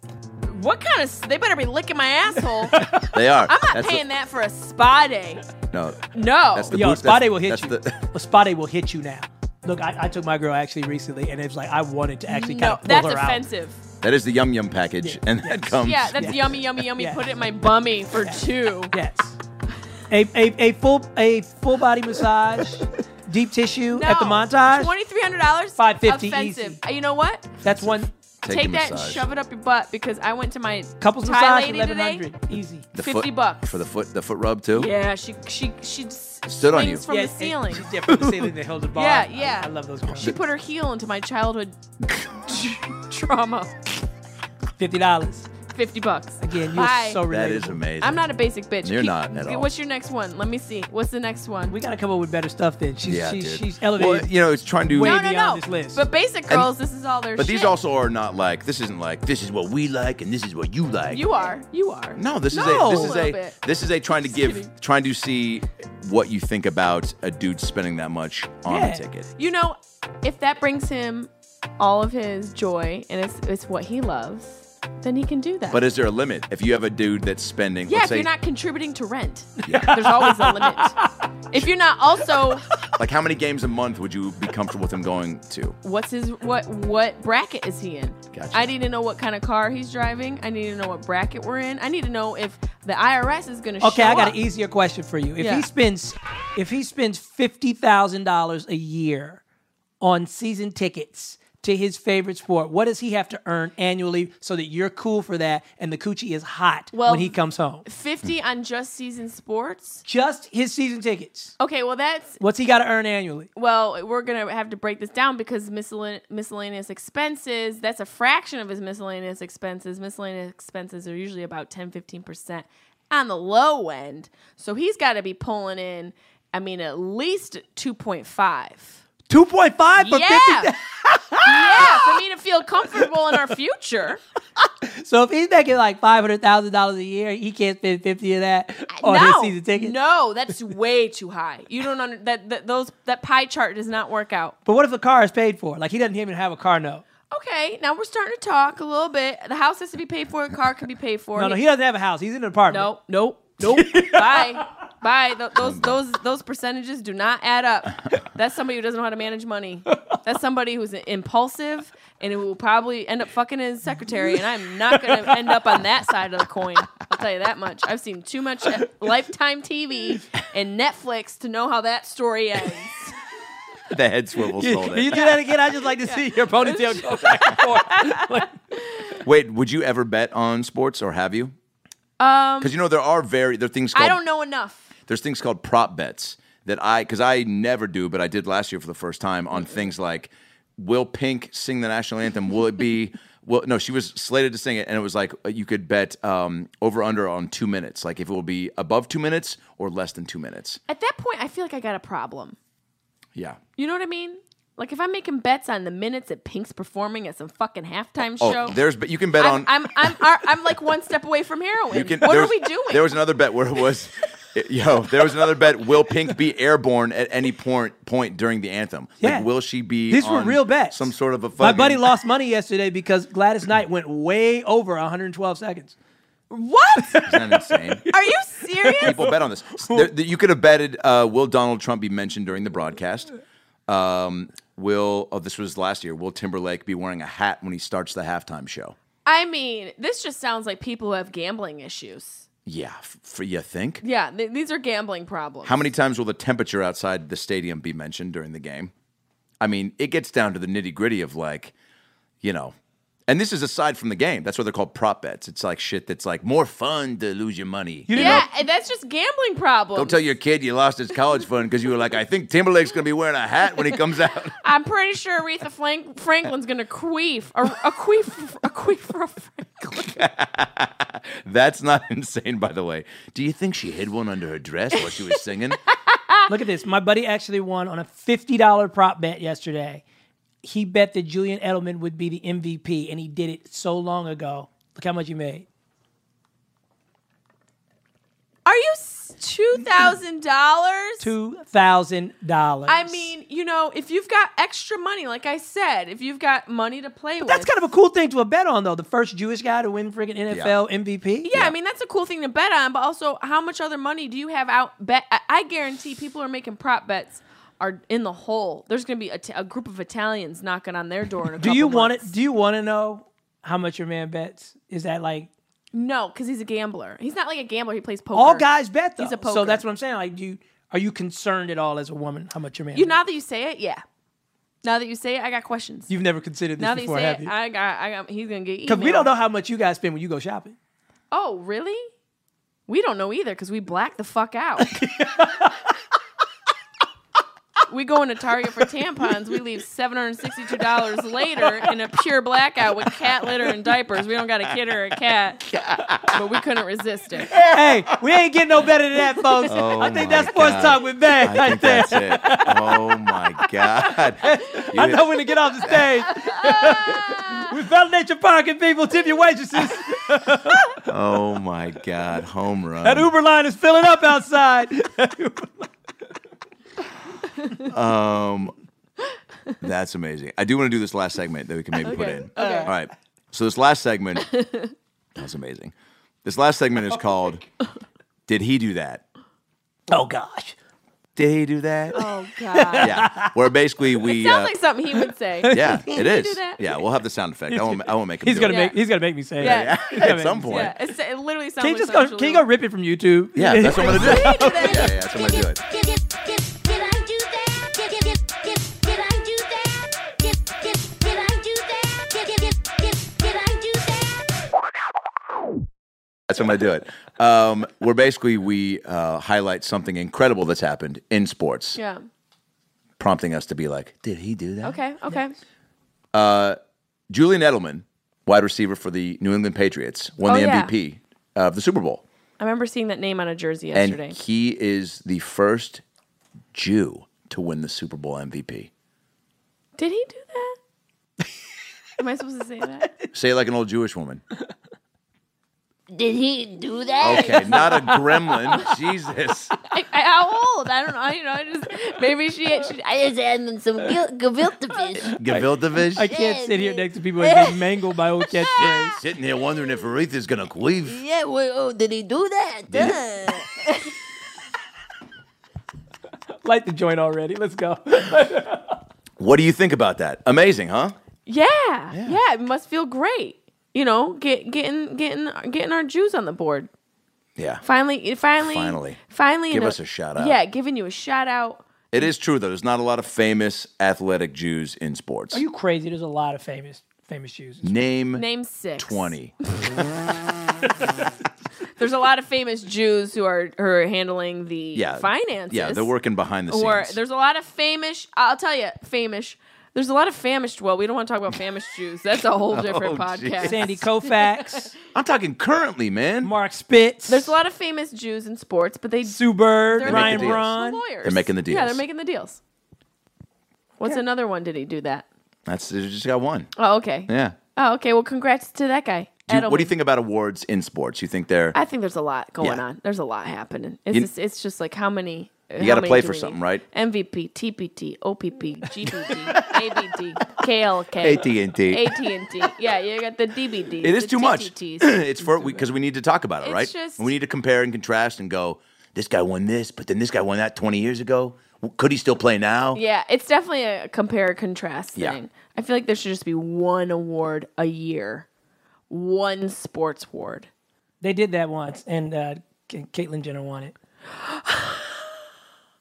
Speaker 6: What kind of? They better be licking my asshole.
Speaker 2: they are.
Speaker 6: I'm not
Speaker 2: That's the-
Speaker 6: paying that for a spa day.
Speaker 2: No,
Speaker 6: No.
Speaker 2: that's the
Speaker 4: Yo,
Speaker 2: booth-
Speaker 4: spa
Speaker 2: that's-
Speaker 4: day will hit
Speaker 2: that's
Speaker 4: you.
Speaker 2: the-
Speaker 4: Well, spa day will hit you now. Look, I, I took my girl actually recently, and it was like I wanted to actually
Speaker 6: no,
Speaker 4: kind of pull
Speaker 6: that's
Speaker 4: her out.
Speaker 6: offensive.
Speaker 2: that is the yum yum package,
Speaker 4: Yeah.
Speaker 2: and that comes.
Speaker 6: Yeah, that's yummy, yummy, yummy.
Speaker 4: Yeah.
Speaker 6: Put it in my bummy for two.
Speaker 4: Yes. A, a, a full a full body massage, deep tissue at the montage.
Speaker 6: Twenty three hundred dollars.
Speaker 4: $5.50
Speaker 6: Offensive.
Speaker 4: easy.
Speaker 6: Uh, You know what?
Speaker 4: That's one
Speaker 6: Take,
Speaker 2: a
Speaker 6: that and
Speaker 2: massage.
Speaker 6: shove it up your butt because I went to my
Speaker 4: couples
Speaker 6: Thai
Speaker 4: massage,
Speaker 6: lady
Speaker 4: eleven
Speaker 6: today.
Speaker 4: hundred, easy.
Speaker 2: The
Speaker 6: 50
Speaker 2: foot,
Speaker 6: bucks.
Speaker 2: for the foot. The foot rub too.
Speaker 6: Yeah, she she she s-
Speaker 2: Stood on
Speaker 6: swings
Speaker 2: you.
Speaker 6: from
Speaker 4: Yeah,
Speaker 6: the ceiling.
Speaker 4: it- yeah, from the ceiling. They held the bar.
Speaker 6: Yeah, yeah.
Speaker 4: I, I love those girls.
Speaker 6: She put her heel into my childhood trauma.
Speaker 4: Fifty dollars.
Speaker 6: Fifty bucks.
Speaker 4: Again, you're
Speaker 6: Bye.
Speaker 4: so
Speaker 2: That is
Speaker 4: relatable.
Speaker 2: amazing.
Speaker 6: I'm not a basic bitch.
Speaker 2: You're not at all.
Speaker 6: What's your next one? Let me see. What's the next one?
Speaker 4: We gotta come up with better stuff. Then she's
Speaker 2: Yeah,
Speaker 4: she's,
Speaker 2: dude.
Speaker 4: she's
Speaker 2: Well,
Speaker 4: elevated.
Speaker 2: you know, it's trying to.
Speaker 4: Way
Speaker 6: no, no,
Speaker 4: beyond
Speaker 6: no.
Speaker 4: this list.
Speaker 6: But basic girls, this is all their
Speaker 2: But these
Speaker 6: shit.
Speaker 2: also are not like. This isn't like. This is what we like, and this is what you like.
Speaker 6: You are. You are.
Speaker 2: No, this
Speaker 4: No.
Speaker 2: is a this is
Speaker 6: A
Speaker 2: a,
Speaker 6: little bit.
Speaker 2: this is a trying to give trying to see what you think about a dude spending that much on
Speaker 4: Yeah.
Speaker 2: a ticket.
Speaker 6: You know, if that brings him all of his joy and it's it's what he loves, then he can do that.
Speaker 2: But is there a limit? If you have a dude that's spending,
Speaker 6: yeah,
Speaker 2: let's
Speaker 6: if
Speaker 2: say,
Speaker 6: you're not contributing to rent,
Speaker 2: Yeah.
Speaker 6: there's always a limit. If you're not also,
Speaker 2: like how many games a month would you be comfortable with him going to?
Speaker 6: what's his what what bracket is he in?
Speaker 2: Gotcha.
Speaker 6: I need to know what kind of car he's driving. I need to know what bracket we're in. I need to know if the IRS is going to.
Speaker 4: okay,
Speaker 6: show
Speaker 4: I e- got
Speaker 6: up.
Speaker 4: an easier question for you. If
Speaker 6: Yeah.
Speaker 4: he spends if he spends fifty thousand dollars a year on season tickets to his favorite sport, what does he have to earn annually so that you're cool for that and the coochie is hot
Speaker 6: Well,
Speaker 4: when he comes home?
Speaker 6: fifty on just season sports.
Speaker 4: Just his season tickets.
Speaker 6: Okay, well that's
Speaker 4: What's he got to earn annually?
Speaker 6: Well, we're gonna have to break this down because miscellane- miscellaneous expenses. That's a fraction of his miscellaneous expenses. Miscellaneous expenses are usually about 10, 15 percent on the low end. So he's got to be pulling in. I mean, at least two point five.
Speaker 4: Two point five for
Speaker 6: Yeah,
Speaker 4: fifty.
Speaker 6: yeah. For me to feel comfortable in our future,
Speaker 4: So if he's making like five hundred thousand dollars a year, he can't spend fifty of that on
Speaker 6: no,
Speaker 4: his season ticket.
Speaker 6: no, that's way too high. You don't under, that, that those that pie chart does not work out.
Speaker 4: But what if the car is paid for? Like he doesn't even have a car note.
Speaker 6: Okay, now we're starting to talk a little bit. The house has to be paid for. The car can be paid for.
Speaker 4: No, no, he doesn't have a house. He's in an apartment.
Speaker 6: Nope, nope, nope. Bye. Bye. Th- those those those percentages do not add up. That's somebody who doesn't know how to manage money. That's somebody who's impulsive and who will probably end up fucking his secretary. And I'm not going to end up on that side of the coin. tell you that much. I've seen too much Lifetime TV and Netflix to know how that story ends.
Speaker 2: The head swivel
Speaker 4: You,
Speaker 2: sold
Speaker 4: can you
Speaker 2: it.
Speaker 4: do that again? I just like to see your ponytail go back and forth. Like,
Speaker 2: Wait, would you ever bet on sports or have you?
Speaker 6: Um,
Speaker 2: Because you know there are very there are things called
Speaker 6: I don't know enough.
Speaker 2: there's things called prop bets that I because I never do, but I did last year for the first time on things like will Pink sing the national anthem? Will it be? Well, no, she was slated to sing it, and it was like uh, you could bet um, over under on two minutes, like if it will be above two minutes or less than two minutes.
Speaker 6: At that point, I feel like I got a problem.
Speaker 2: Yeah,
Speaker 6: You know what I mean? Like if I'm making bets on the minutes that Pink's performing at some fucking halftime
Speaker 2: Oh,
Speaker 6: show,
Speaker 2: there's but you can bet on.
Speaker 6: I'm, I'm I'm I'm I'm like one step away from heroin.
Speaker 2: you can,
Speaker 6: what
Speaker 2: there
Speaker 6: are
Speaker 2: was-
Speaker 6: we doing?
Speaker 2: There was another bet where it was, yo, there was another bet. Will Pink be airborne at any point point during the anthem?
Speaker 4: Yeah.
Speaker 2: Like, will she be?
Speaker 4: these were
Speaker 2: on
Speaker 4: real bets.
Speaker 2: Some sort of a. Fucking,
Speaker 4: My buddy lost money yesterday because Gladys Knight went way over 112 seconds.
Speaker 6: what?
Speaker 2: Isn't that insane?
Speaker 6: Are you serious?
Speaker 2: people bet on this. There, you could have betted. Uh, will Donald Trump be mentioned during the broadcast? Um, will oh, this was last year? Will Timberlake be wearing a hat when he starts the halftime show?
Speaker 6: I mean, this just sounds like people who have gambling issues.
Speaker 2: Yeah, f- for you think.
Speaker 6: Yeah, th- these are gambling problems.
Speaker 2: How many times will the temperature outside the stadium be mentioned during the game? I mean, it gets down to the nitty gritty of like, you know, and this is aside from the game. That's why they're called prop bets. It's like shit that's like more fun to lose your money. You know?
Speaker 6: Yeah, and that's just gambling problems.
Speaker 2: Don't tell your kid you lost his college fund because you were like, I think Timberlake's gonna be wearing a hat when he comes out.
Speaker 6: I'm pretty sure Aretha Frank- Franklin's gonna queef a, a queef a queef for a Franklin.
Speaker 2: That's not insane, by the way. Do you think she hid one under her dress while she was singing?
Speaker 4: Look at this. My buddy actually won on a $50 prop bet yesterday. He bet that Julian Edelman would be the MVP, and he did it so long ago. Look how much he made.
Speaker 6: Are you two thousand dollars?
Speaker 4: $2,000.
Speaker 6: I mean, you know, if you've got extra money, like I said, if you've got money to play with,
Speaker 4: that's kind of a cool thing to have bet on, though. The first Jewish guy to win friggin' NFL MVP.
Speaker 6: yeah, I mean, that's a cool thing to bet on. But also, how much other money do you have out? Bet I, I guarantee people who are making prop bets are in the hole. There's going to be a, t- a group of Italians knocking on their door. In a
Speaker 4: Do you want
Speaker 6: months.
Speaker 4: it? Do you want to know how much your man bets? Is that like
Speaker 6: No, because he's a gambler. He's not like a gambler. He plays poker.
Speaker 4: all guys bet though?
Speaker 6: He's a
Speaker 4: So
Speaker 6: poker.
Speaker 4: that's what I'm saying. Like, do you are you concerned at all as a woman how much your man?
Speaker 6: You
Speaker 4: bets?
Speaker 6: now that you say it, yeah. Now that you say it, I got questions.
Speaker 4: You've never considered this
Speaker 6: now that you
Speaker 4: before,
Speaker 6: say
Speaker 4: have
Speaker 6: it,
Speaker 4: you?
Speaker 6: I got. I got. He's gonna get.
Speaker 4: Because we
Speaker 6: emailed.
Speaker 4: don't know how much you guys spend when you go shopping.
Speaker 6: Oh, really? We don't know either because we black the fuck out. we go into Target for tampons. We leave $762 later in a pure blackout with cat litter and diapers. We don't got a kid or a cat, but we couldn't resist it.
Speaker 4: hey, we ain't getting no better than that, folks.
Speaker 2: Oh
Speaker 4: I think
Speaker 2: my
Speaker 4: that's sports
Speaker 2: God.
Speaker 4: talk with Ben
Speaker 2: I
Speaker 4: right
Speaker 2: think
Speaker 4: there.
Speaker 2: that's it. Oh my god!
Speaker 4: I know when to get off the stage. we validate your parking, people. Tip your waitresses.
Speaker 2: Oh my god! Home run.
Speaker 4: That Uber line is filling up outside.
Speaker 2: That's amazing. I do want to do this last segment that we can maybe put in. All right. So this last segment that's amazing. This last segment
Speaker 6: Oh
Speaker 2: is called "Did he do that?"
Speaker 4: oh gosh.
Speaker 2: Did he do that?
Speaker 6: Oh, God.
Speaker 2: Yeah. Where basically we.
Speaker 6: Sounds
Speaker 2: uh,
Speaker 6: like something he would say.
Speaker 2: yeah, it is.
Speaker 6: that?
Speaker 2: Yeah, we'll have the sound effect. I won't. I won't make him.
Speaker 4: He's
Speaker 2: do
Speaker 4: gonna
Speaker 2: it.
Speaker 4: make.
Speaker 6: Yeah.
Speaker 4: He's gonna make me say. it.
Speaker 6: Yeah.
Speaker 2: At some point.
Speaker 6: Yeah, it's, it literally sounds
Speaker 4: Can you
Speaker 6: like
Speaker 4: just
Speaker 6: something
Speaker 4: go?
Speaker 6: Shalu
Speaker 4: Can you
Speaker 6: would
Speaker 4: go rip it from YouTube?
Speaker 2: Yeah, that's what I'm gonna do. Yeah,
Speaker 6: do that.
Speaker 2: yeah, that's what I'm gonna do it. That's what I'm gonna do it. Um, where basically we uh, highlight something incredible that's happened in sports,
Speaker 6: Yeah.
Speaker 2: prompting us to be like, "Did he do that?"
Speaker 6: Okay, okay.
Speaker 2: Julian Edelman, wide receiver for the New England Patriots, won
Speaker 6: Oh,
Speaker 2: the
Speaker 6: yeah.
Speaker 2: MVP of the Super Bowl,
Speaker 6: I remember seeing that name on a jersey
Speaker 2: and
Speaker 6: yesterday.
Speaker 2: he is the first Jew to win the Super Bowl MVP.
Speaker 6: Did he do that? Am I supposed to say that?
Speaker 2: Say it like an old Jewish woman.
Speaker 6: Did he do that?
Speaker 2: Okay, not a gremlin. Jesus.
Speaker 6: I, I, how old? I don't know. I, you know, I just maybe she. she I just had them some gil- gefilte fish.
Speaker 4: I
Speaker 2: Gavildovich.
Speaker 4: can't sit here next to people and be mangled by old catchphrase.
Speaker 2: Sitting here wondering if Aretha's gonna queef.
Speaker 6: Yeah. Well, oh, did he do that?
Speaker 4: Light the joint already. Let's go.
Speaker 2: What do you think about that? Amazing, huh?
Speaker 6: Yeah, yeah. It must feel great. You know, get, getting getting getting our Jews on the board.
Speaker 9: Yeah.
Speaker 6: Finally, finally,
Speaker 9: Finally.
Speaker 6: finally,
Speaker 9: Give
Speaker 6: in
Speaker 9: us a shout out.
Speaker 6: Yeah, giving you a shout out.
Speaker 9: It is true though. There's not a lot of famous athletic Jews in sports.
Speaker 4: Are you crazy? There's a lot of famous famous Jews.
Speaker 9: name
Speaker 6: Name six.
Speaker 9: twenty?
Speaker 6: There's a lot of famous Jews who are who are handling the
Speaker 9: Yeah.
Speaker 6: finances.
Speaker 9: Yeah, they're working behind the scenes.
Speaker 6: Or there's a lot of famish. I'll tell you, famish. There's a lot of famished. Well, we don't want to talk about famished Jews. That's a
Speaker 9: Oh,
Speaker 6: whole different
Speaker 9: geez.
Speaker 6: podcast.
Speaker 4: Sandy Koufax,
Speaker 9: I'm talking currently, man.
Speaker 4: Mark Spitz,
Speaker 6: There's a lot of famous Jews in sports, but they
Speaker 4: Sue Bird,
Speaker 6: They're
Speaker 4: Ryan
Speaker 9: making deals.
Speaker 4: Braun.
Speaker 6: lawyers.
Speaker 9: They're making the
Speaker 6: Yeah, they're
Speaker 9: deals.
Speaker 6: making the deals. What's another one? Did he do that?
Speaker 9: That's they just got one.
Speaker 6: Oh, okay.
Speaker 9: Yeah.
Speaker 6: Oh, okay. Well, congrats to that guy.
Speaker 9: Do you- what do you
Speaker 6: Edelman.
Speaker 9: think about awards in sports? You think they're
Speaker 6: I think there's a lot going
Speaker 9: Yeah.
Speaker 6: on. There's a lot happening. It's
Speaker 9: You-
Speaker 6: just, it's just like how many. You
Speaker 9: gotta play for something, right?
Speaker 6: MVP, TPT, OPP, GPD, ABD, KLK,
Speaker 9: AT&T?
Speaker 6: AT&T. Yeah, you got the DBD.
Speaker 9: It is
Speaker 6: the
Speaker 9: too much.
Speaker 6: TTTs.
Speaker 9: it's for because we need to talk about it,
Speaker 6: It's
Speaker 9: right?
Speaker 6: just-
Speaker 9: we need to compare and contrast and go. This guy won this, but then this guy won that twenty years ago. W- Could he still play now?
Speaker 6: yeah, it's definitely a compare contrast
Speaker 9: Yeah.
Speaker 6: thing. I feel like there should just be one award a year, one sports award.
Speaker 4: They did that once, and uh, K- Caitlyn Jenner won it.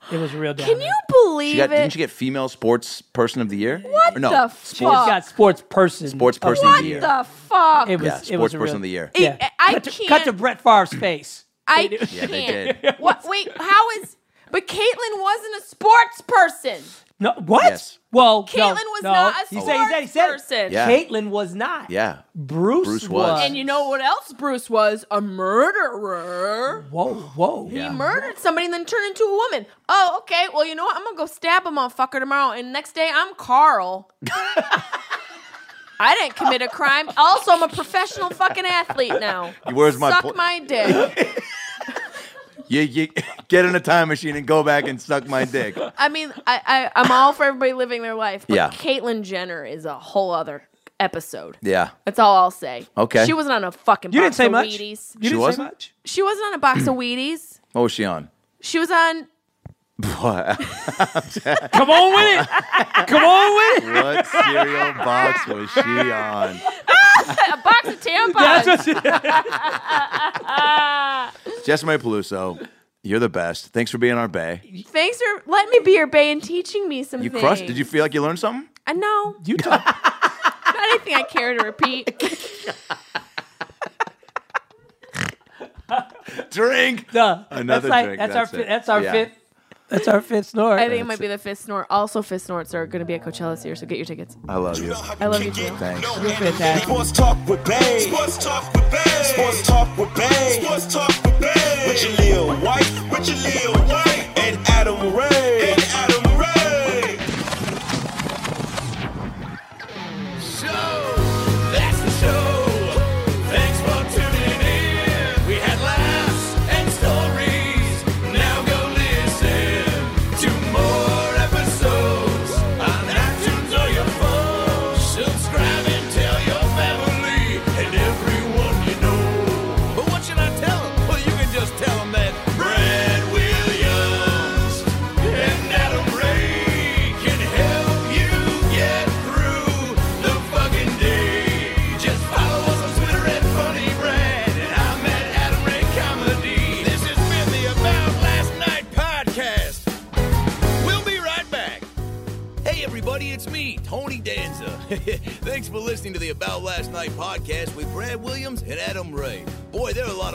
Speaker 4: It was real.
Speaker 6: Can you believe
Speaker 9: She got,
Speaker 6: it?
Speaker 9: didn't she get female sports person of the year?
Speaker 6: what
Speaker 9: Or no,
Speaker 6: the
Speaker 4: She's
Speaker 6: fuck?
Speaker 4: got sports person.
Speaker 9: sports
Speaker 4: of
Speaker 9: person
Speaker 4: the
Speaker 9: of
Speaker 6: What
Speaker 9: the year.
Speaker 6: the fuck?
Speaker 4: It was,
Speaker 9: yeah,
Speaker 4: it
Speaker 9: sports
Speaker 4: was a
Speaker 9: person
Speaker 4: real-
Speaker 9: of the year.
Speaker 6: I- I
Speaker 4: cut, to,
Speaker 6: can't.
Speaker 4: cut to Brett Favre's face.
Speaker 6: I
Speaker 9: Yeah,
Speaker 6: can't.
Speaker 9: they did.
Speaker 6: What? Wait, how is? But Caitlyn wasn't a sports person.
Speaker 4: No, what?
Speaker 9: Yes.
Speaker 4: Well,
Speaker 6: Caitlyn
Speaker 4: no,
Speaker 6: was
Speaker 4: no.
Speaker 6: not a
Speaker 4: He
Speaker 6: sports
Speaker 4: said- he said- he said-
Speaker 6: person.
Speaker 9: Yeah.
Speaker 4: Caitlyn was not.
Speaker 9: Yeah,
Speaker 4: Bruce,
Speaker 9: Bruce was.
Speaker 4: was.
Speaker 6: And you know what else Bruce was? A murderer.
Speaker 4: whoa, whoa.
Speaker 9: Yeah.
Speaker 6: He murdered somebody and then turned into a woman. Oh, okay. Well, you know what? I'm gonna go stab a motherfucker tomorrow, and next day I'm Carl. I didn't commit a crime. Also, I'm a professional fucking athlete now.
Speaker 9: Where's my
Speaker 6: Suck
Speaker 9: po-
Speaker 6: my dick.
Speaker 9: you, you get in a time machine and go back and suck my dick.
Speaker 6: I mean, I, I I'm all for everybody living their life, but
Speaker 9: Yeah.
Speaker 6: Caitlyn Jenner is a whole other episode.
Speaker 9: Yeah,
Speaker 6: That's all I'll say.
Speaker 9: Okay.
Speaker 6: She wasn't on a fucking
Speaker 4: You didn't
Speaker 6: box
Speaker 4: say
Speaker 6: of
Speaker 4: much.
Speaker 6: Wheaties.
Speaker 4: You didn't say
Speaker 9: wasn't?
Speaker 4: much.
Speaker 6: She wasn't on a box of Wheaties.
Speaker 9: what was she on?
Speaker 6: She was on
Speaker 9: What,
Speaker 4: Come on with it. Come on with it.
Speaker 9: what cereal box was she on?
Speaker 6: a box of tampons.
Speaker 4: That's what she-
Speaker 9: Jessamay Peluso, you're the best. Thanks for being our bay.
Speaker 6: Thanks for letting me be your bae and teaching me some
Speaker 9: You
Speaker 6: things.
Speaker 9: crushed. Did you feel like you learned something?
Speaker 6: I know.
Speaker 4: you talk.
Speaker 6: Not anything I care to repeat.
Speaker 9: Drink.
Speaker 4: Duh.
Speaker 9: Another
Speaker 4: that's like,
Speaker 9: drink,
Speaker 4: That's,
Speaker 9: that's
Speaker 4: our.
Speaker 9: it.
Speaker 4: Fi- that's our
Speaker 9: Yeah.
Speaker 4: fifth. That's our fifth snort.
Speaker 6: I think it might be the fifth snort. Also, fifth snorts are going to be at Coachella this year, so get your tickets.
Speaker 9: I love you.
Speaker 5: how
Speaker 6: I love you
Speaker 5: kick
Speaker 6: too.
Speaker 5: it.
Speaker 9: Thanks.
Speaker 5: No
Speaker 4: You're
Speaker 5: animated.
Speaker 4: fantastic.
Speaker 5: Sports talk with Bae. Sports talk with Bae. Sports talk with Bae. Sports talk with Bae. With Jaleel White. With Jaleel White. And Adam Ray. And Adam Ray.
Speaker 2: So that's the show. Thanks for tuning in. We had laughs and stories. Now go listen to more episodes on iTunes or your phone. Subscribe and tell your family and everyone you know. But what should I tell them? Well, you can just tell them that Brad Williams and Adam Ray can help you get through the fucking day. Just follow us on Twitter at Funny Brad, and I'm at Adam Ray Comedy. This has been the About Last Night podcast. We'll be right back. Hey, everybody, it's me, Tony Danza. Thanks for listening to the About Last Night podcast with Brad Williams and Adam Ray. Boy, they're a lot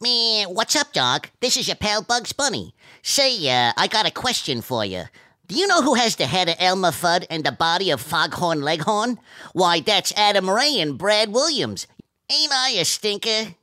Speaker 10: Man, what's up, dog? This is your pal Bugs Bunny. Say, uh, I got a question for you. Do you know who has the head of Elmer Fudd and the body of Foghorn Leghorn? Why, that's Adam Ray and Brad Williams. Ain't I a stinker?